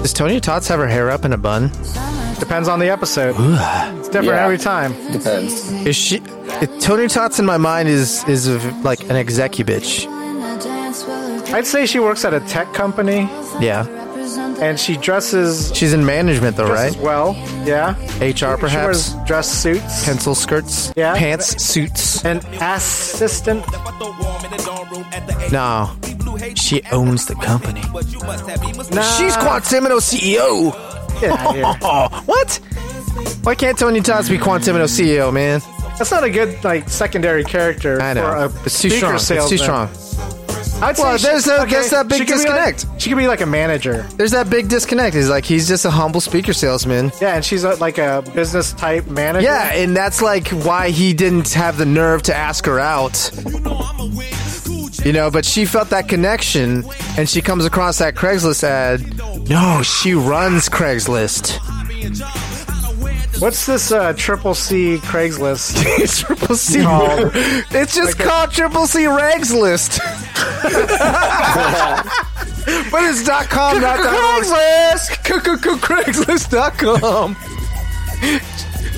Does Tonya Tots have her hair up in a bun?
depends on the episode. It's different
Yeah.
every time.
Depends.
Is she? It, Tony Tots in my mind is is a, like an execu bitch.
I'd say she works at a tech company
Yeah,
and she dresses,
she's in management though,
dresses
right?
well. Yeah,
HR
she wears
perhaps.
dress suits
Pencil skirts.
Yeah.
Pants suits.
and assistant.
No, she owns the company.
Nah,
She's Quantimino CEO.
get outta here.
E what? Why can't Tony Tots be Quantimino CEO, E man?
That's not a good like secondary character
I
for
know.
a
It's too
speaker
strong. It's too
salesman.
strong.
I'd
Well,
say
there's
she,
that- there's that big
she could be
disconnect.
like- she could be like a manager.
There's that big disconnect. He's like, he's just a humble speaker salesman.
Yeah, and she's a, like a business type manager.
Yeah, and that's like why he didn't have the nerve to ask her out. You know, but she felt that connection and she comes across that Craigslist ad. No, she runs Craigslist.
What's this uh, triple C Craigslist?
Triple C.
No.
It's just called Triple C Craigslist. but it's dot com, not dot org. Craigslist. Craigslist.com.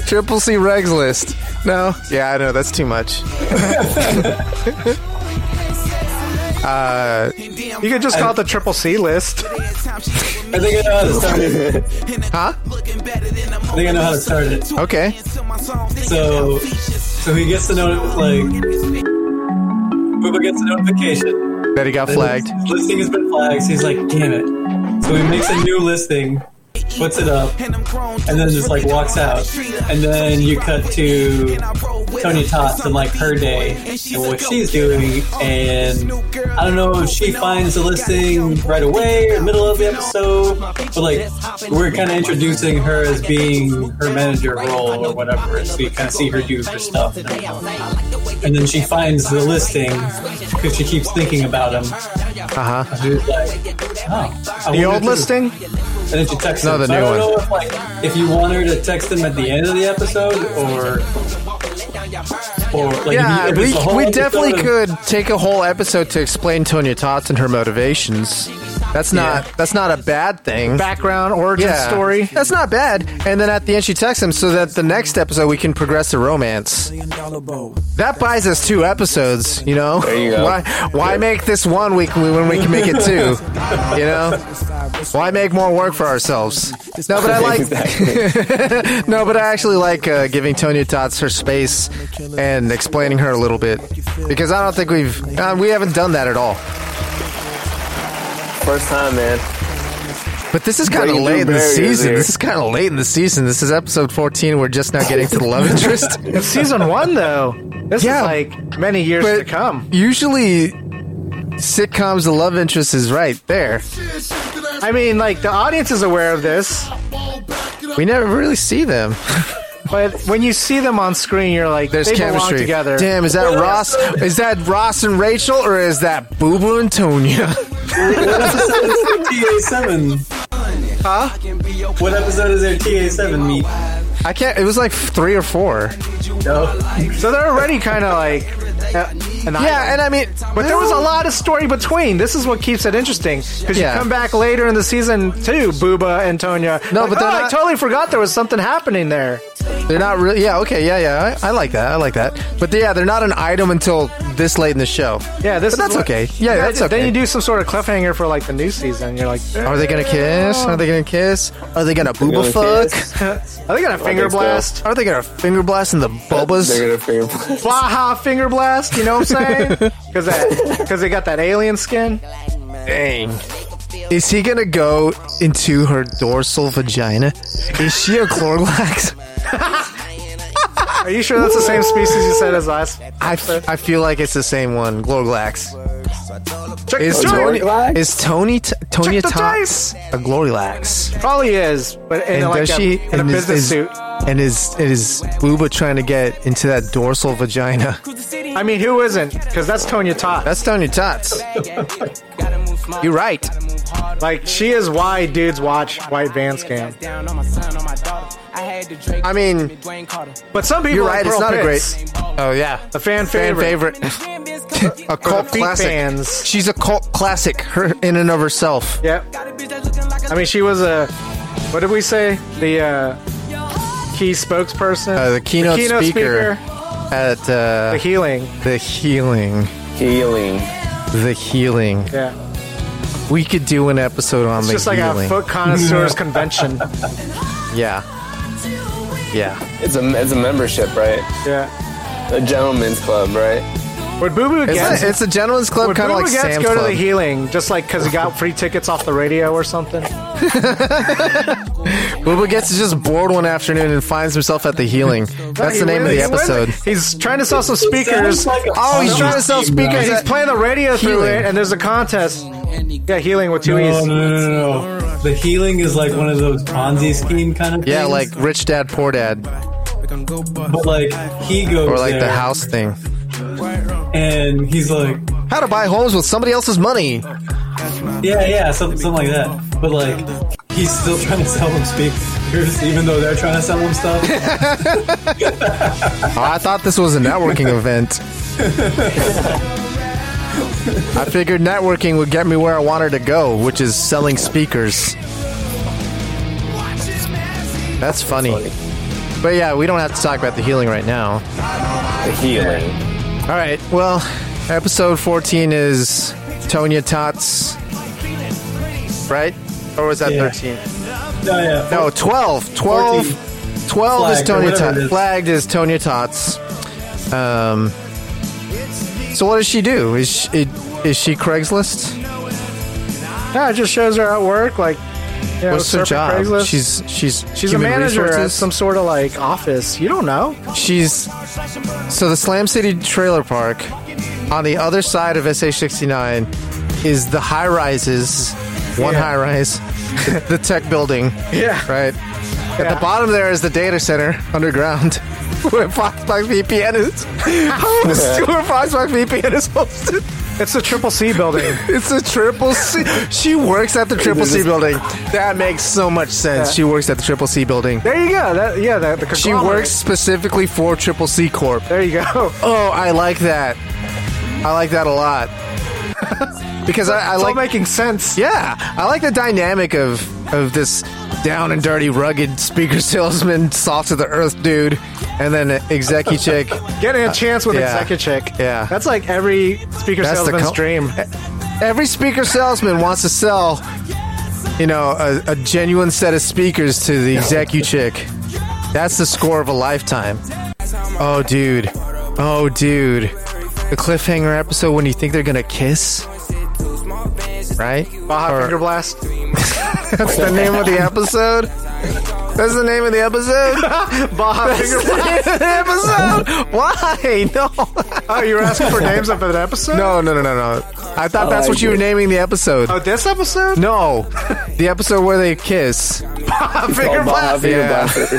Triple C Craigslist. No? Yeah, I know. That's too much.
You could just call it the triple C list.
I think I know how to start it.
Huh?
I think I know how to start it.
Okay.
So, so he gets the note like Booba gets a notification.
That he got
that
flagged.
his listing has been flagged. So he's like, damn it. So he makes a new listing, puts it up, and then just like walks out. And then you cut to Tony Tots and like her day and what she's doing. And I don't know if she finds the listing right away or middle of the episode, but like we're kind of introducing her as being her manager role or whatever. So you kind of see her do her stuff. And then she finds the listing because she keeps thinking about him. "Oh,
Uh
huh.
Uh-huh. The old listing?
And then she texts
No,
him.
the
So I
new one.
don't know if, like, if you want her to text him at the end of the episode or. Or, like,
yeah,
if you- if it's the whole
we, we
episode
definitely
of-
could take a whole episode to explain Tonya Tots and her motivations. That's not that's not a bad thing.
Background, origin
Yeah.
story.
That's not bad. And then at the end, she texts him so that the next episode we can progress to romance. That buys us two episodes. You know,
go.
why why make this one weekly when we can make it two? you know, why make more work for ourselves? No, but I like. no, but I actually like uh, giving Tonya Tots her space and explaining her a little bit because I don't think we've uh, we haven't done that at all.
First time, man.
But this is kind of
Breaking
late in
through
the
barriers
season.
here.
This is kind of late in the season. This is episode 14. We're just now getting to the love interest.
it's season one, though. This is like many years to come.
Usually, sitcoms, the love interest is right there.
I mean, like, the audience is aware of this,
We never really see them.
but when you see them on screen, you're like,
There's
they
chemistry.
belong together.
Damn, is that Ross? Is that Ross and Rachel, or is that Boo Boo and Tonya?
What episode is their TA7? Huh? What episode is their TA7 meet?
I can't. It was like three or four.
So they're already kind of like. uh, an
Yeah, and I mean,
But there was a lot of story between. This is what keeps it interesting because
Yeah.
you come back later in the season too, Booba and Tonya.
No,
Like,
but they're
"Oh, I
not-
totally forgot there was something happening there.
They're not really. Yeah, okay, yeah, yeah. I, I like that. I like that. But yeah, they're not an item until this late in the show.
Yeah, this
But that's
is what-
okay. Yeah, that's
Then
okay.
you do some sort of cliffhanger for like the new season. You're like,
Are they gonna kiss? Are they gonna kiss? Are they gonna booba
gonna
fuck?
Are they gonna finger blast?
Are they gonna finger blast in the
They're
boobas?
gonna figure. What
Baja finger blast? You know what I'm saying? Because because they got that alien skin.
Dang. Is he gonna go into her dorsal vagina? Is she a Clorglax?
Are you sure that's the same species you said as last?
I, f- I feel like it's the same one. Glorglax.
Check
Is
the
Tony,
Glorglax?
is Tony t- Tonya
Check the
Tots a Glorglax?
Probably is, but in
and
like
does
a,
she
in a
and is-
business
is,
suit.
And is is Booba trying to get into that dorsal vagina?
I mean, who isn't? Because that's Tonya Tot.
That's Tonya Tots. You're right.
Like she is why dudes watch white van scam.
I mean,
But some people
you're right.
like
It's
Pearl
not
Pitts.
a great. Oh yeah,
a fan favorite.
Fan favorite. a
For the
cult
feet
classic.
fans.
She's a cult classic. Her in and of herself.
Yep. I mean, she was a what did we say? The uh, key spokesperson,
Uh, the keynote, speaker, at uh,
the healing.
the healing.
Healing.
The healing.
Yeah,
We could do an episode on
it's
the
just like
healing.
a foot connoisseurs convention.
yeah. Yeah.
It's a it's a membership, right?
Yeah.
A gentleman's club, right?
Would Boo Boo
It's,
Gets
a, it's a gentleman's club,
would
kind
Boo
of
Boo
like
Gets
Sam's
go to
Club.
the healing just like because he got free tickets off the radio or something?
Booba gets just bored one afternoon and finds himself at the healing. That's the name of the episode.
He's trying to sell some speakers.
Sounds like a-
Oh, he's trying to sell
Yeah,
speakers.
he's playing the radio through
Healing.
it, and there's a contest. Yeah, healing with two
No, no,
e's.
no, no, no. The healing is like one of those Ponzi scheme kind of things.
Yeah, like rich dad, poor dad,
But like, he goes
or like the
there,
house thing.
And he's like,
How to buy homes with somebody else's money.
Yeah, yeah, something, something like that. But like, he's still trying to sell him speakers, even though they're trying to sell him stuff.
Oh, I thought this was a networking event. I figured networking would get me where I wanted to go, which is selling speakers. That's funny. But yeah, we don't have to talk about the healing right now.
The healing.
All right. Well, episode 14 is Tonya Tots, right? Or was that
Yeah.
13?
No, yeah.
No, 12.
14.
12, 12 is
Flagged or
Tonya
whatever it
Tots.
is.
Flagged is Tonya Tots. Um, so what does she do? Is she, is she Craigslist?
Yeah, it just shows her at work, like Yeah,
What's her
surfing
job?
Craigslist.
She's she's
she's
human
a manager at
resources?
some sort of like office. You don't know.
She's so the Slam City Trailer Park on the other side of SH sixty nine is the high rises, one
Yeah.
high rise, the tech building.
Yeah,
right. At the bottom there is the data center underground, where Foxbox VPN is hosted. where Foxbox VPN is hosted.
It's the Triple C building.
it's the Triple C. She works at the Triple C building. That makes so much sense.
Yeah.
She works at the Triple C building.
There you go. That yeah. That the
She works specifically for Triple C Corp.
There you go.
Oh, I like that. I like that a lot. because I, I
It's all
like
making sense.
Yeah, I like the dynamic of of this down and dirty, rugged speaker salesman, soft to the earth dude, and then execu chick
getting a chance with
yeah.
execu chick.
Yeah,
That's like every speaker
That's the
salesman's
co-
dream.
every speaker salesman wants to sell, you know, a, a genuine set of speakers to the execu chick. That's the score of a lifetime. Oh, dude. Oh, dude. The cliffhanger episode when you think they're gonna kiss, right?
Baja
Or-
Finger Blast.
That's the name of the episode. That's the name of the episode.
Baja
That's
Finger
the name of the episode. Why? No.
Oh, you were asking for names of an episode?
No, no, no, no, no. I thought
I
that's
like
what you were
it.
naming the episode.
Oh, this episode?
Oh, No, the episode where they kiss.
Baja
It's
Finger
called Baja
Blast.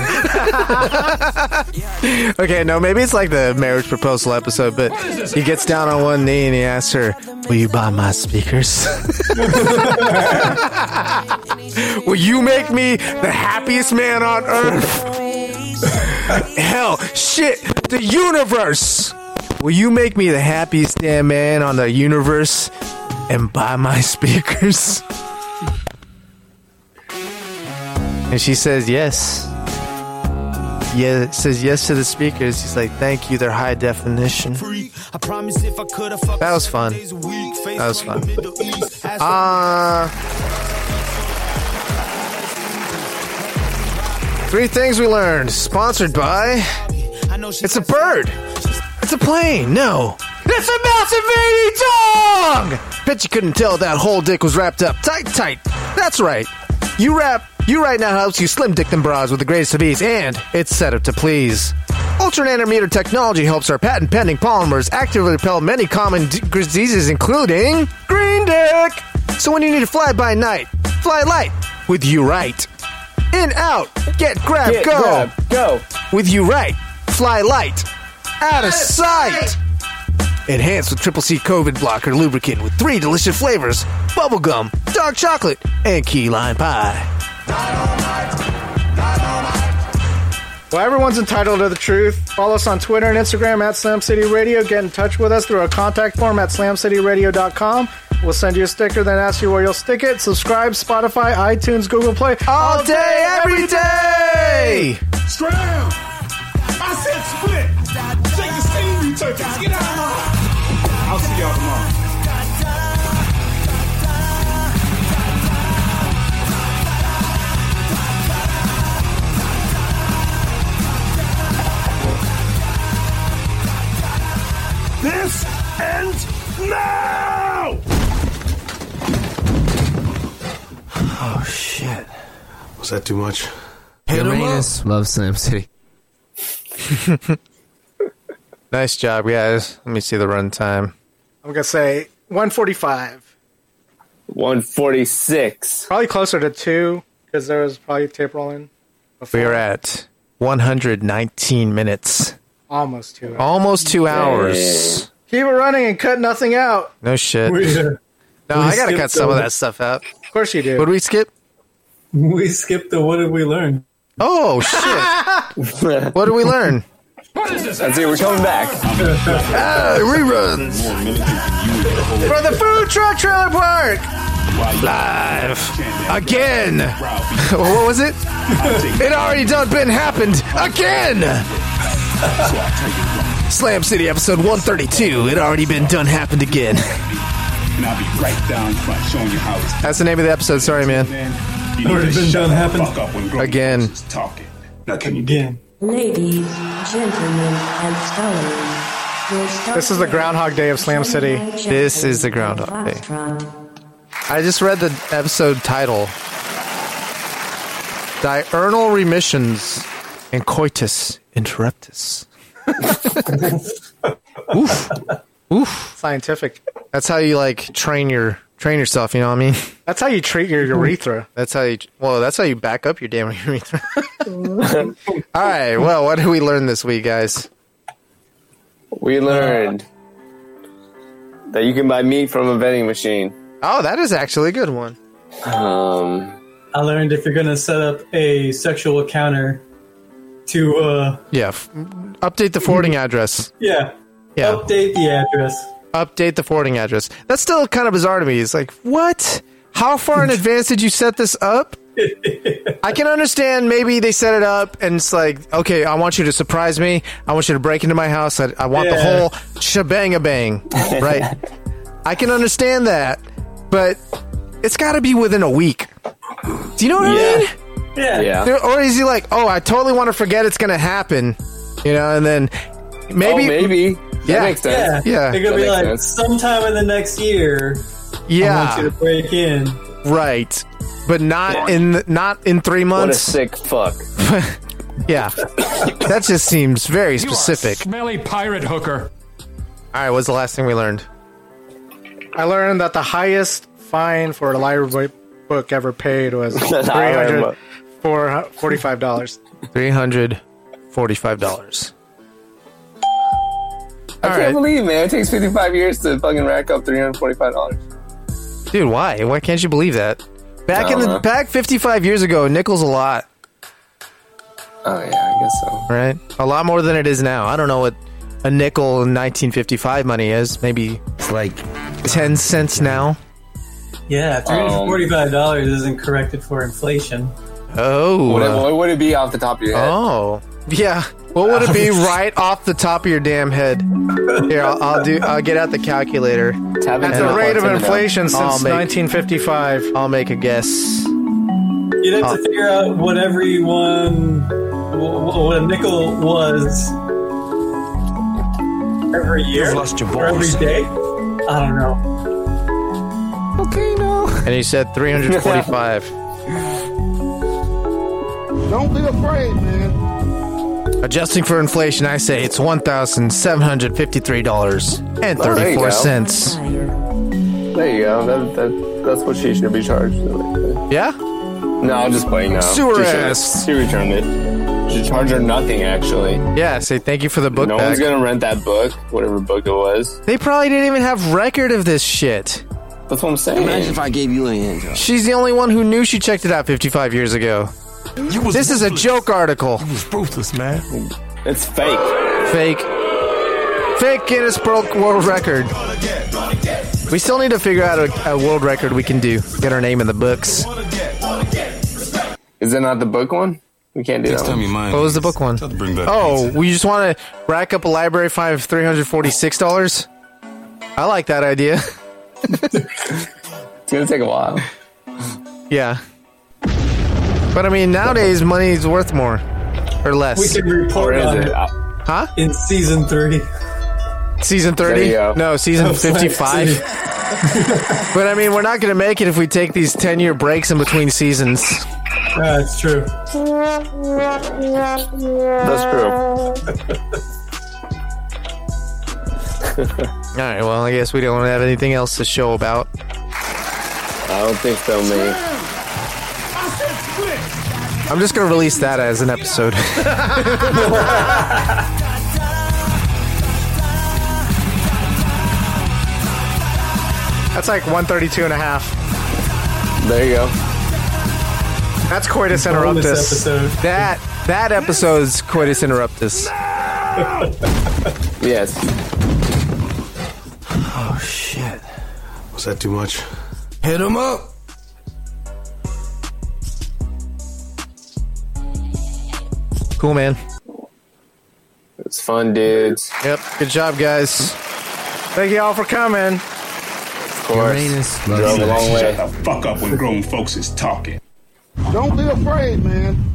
Finger Okay, no, maybe it's like the marriage proposal episode, but he gets down on one knee and he asks her, "Will you buy my speakers? Will you make me the happiest man on earth? Hell, shit, the universe. Will you make me the happiest damn man on the universe and buy my speakers?" And she says yes. Yeah, it says yes to the speakers. He's like, thank you, they're high definition.
I promise if I could, I fuck
That was fun. That was fun. Uh, three things we learned. Sponsored by. It's a bird. It's a plane. No. It's a Mountain Baby Dog! Bet you couldn't tell that whole dick was wrapped up tight, tight. That's right. You wrap, you right now helps you slim dick them bras with the greatest of ease, and it's set up to please. Ultra nanometer technology helps our patent pending polymers actively repel many common d- diseases, including green dick. So when you need to fly by night, fly light with you right. In, out, get, grab,
Get,
go.
grab,
go. With you right, fly light. Out of sight. Enhanced with Triple C COVID blocker lubricant with three delicious flavors bubblegum, dark chocolate, and key lime pie.
Well, everyone's entitled to the truth. Follow us on Twitter and Instagram at Slam City Radio. Get in touch with us through our contact form at slamcityradio.com. We'll send you a sticker, then ask you where you'll stick it. Subscribe, Spotify, iTunes, Google Play. All day, every day!
Scram! I said split! Shake the steam, you turkeys! Get out of my I'll see y'all tomorrow. This ends now!
Oh shit.
Was that too much?
Uranus loves Slam City.
Nice job, guys. Let me see the runtime.
I'm going to say 145.
146.
Probably closer to 2, because there was probably tape rolling.
We're at 119 minutes.
Almost 2 hours.
Almost two hours.
Keep it running and cut nothing out.
No shit. No, I gotta cut some of that stuff out.
Of course you do.
Would we skip?
We skipped the what did we learn?
Oh shit! what did we learn?
That's it, we're coming back.
reruns.
For the food truck trailer park!
Live again. what was it? it already done been happened again. Slam City episode 132. It already been done happened again.
And I'll be right down front showing you how it's
That's the name of the episode. Sorry, man.
You need to shut the fuck up when grown
Again.
folks is talking. Now can you get
Ladies, gentlemen, and scholars, your star
This is the Groundhog Day of Slam City.
This is the Groundhog Day. I just read the episode title. Diurnal remissions and coitus interruptus. Oof. Oof.
Scientific.
That's how you like train your train yourself, you know what I mean?
That's how you treat your urethra.
That's how you well, that's how you back up your damn urethra. All right. Well, what did we learn this week, guys?
We learned that you can buy meat from a vending machine.
Oh, that is actually a good one.
Um,
I learned if you're going to set up a sexual encounter to, uh,
Yeah. f- Update the forwarding address.
yeah,
Yeah.
update the address.
Update the forwarding address. That's still kind of bizarre to me. It's like, what? How far in advance did you set this up? I can understand maybe they set it up and it's like, okay, I want you to surprise me. I want you to break into my house. I, I want the
Yeah.
whole shebang a bang, right? I can understand that, but it's got to be within a week. Do you know what I mean?
Yeah.
There- Or is he like, oh, I totally want to forget it's going to happen, you know, and then maybe.
Oh, maybe. That
Yeah.
makes sense.
Yeah.
It could
That
be
makes
like
sense.
sometime in the next year. I
Yeah.
want you to break in.
Right. But not in not in three
What a
months.
sick fuck.
yeah. that just seems very specific.
Smelly pirate hooker.
All right, what's the last thing we learned?
I learned that the highest fine for a library book ever paid was
An library book.
$345.
Three hundred forty-five dollars.
I can't believe, man. It takes 55 years to fucking rack up $345.
Dude, why? Why can't you believe that? Back
I
in the
don't know.
back fifty-five years ago, nickels a lot.
Oh, yeah, I guess so.
Right? A lot more than it is now. I don't know what a nickel in nineteen fifty-five money is. Maybe it's like ten cents now.
Yeah, three hundred forty-five dollars
Um,
isn't corrected for inflation.
Oh.
What, what would it be off the top of your head?
Oh, yeah. What would it be right off the top of your damn head? Here, I'll, I'll do. I'll get out the calculator.
At
Tab
And
the
I'll-
rate of inflation since
I'll make-
1955.
I'll make a guess.
You'd
Oh.
have to figure out what everyone, wh- wh- what a nickel was every year, or every day. I don't know.
Okay, no. And he said 345.
Don't be afraid, man.
Adjusting for inflation, I say it's one thousand seven hundred fifty-three dollars and thirty-four cents.
There you go. That, that, that's what she should be charged.
Yeah?
No, I'm just playing now.
Sewer
she should-
ass.
She returned it. She charged her nothing, actually.
Yeah. Say thank you for the book
no
back.
one's gonna rent that book, whatever book it was.
They probably didn't even have record of this shit.
That's what I'm saying.
Imagine if I gave you a handjob.
She's the only one who knew she checked it out 55 years ago. this is a joke article.
Ruthless, man.
It's fake.
Fake. Fake Guinness World, World Record. We still need to figure out a, a world record we can do. Get our name in the books.
Is it not the book one? We can't do
Next
that.
time
one.
you mind, What was the book one? Oh, we just want to rack up a library fine of $346? I like that idea.
It's gonna take a while.
yeah. But I mean, nowadays, money's worth more or less.
We can report
Or is
on
it?
it.
Huh?
In season three.
Season
There you
30?
go.
No, season
Oh, sorry.
55. but I mean, we're not going to make it if we take these 10 year breaks in between seasons.
That's true.
That's true.
All right, well, I guess we don't have anything else to show about.
I don't think so, man.
I'm just going to release that as an episode.
That's like 132 and a half.
There you go.
That's coitus
Interrupt
interruptus.
us. That, that episode's Coitus Interruptus.
Yes.
Oh shit. Was that too much? Hit him up.
Cool, man.
It's fun, dudes.
Yep. Good job, guys.
Thank you all for coming.
Of course. Drove a long way.
Shut the fuck up when grown folks is talking.
Don't be afraid, man.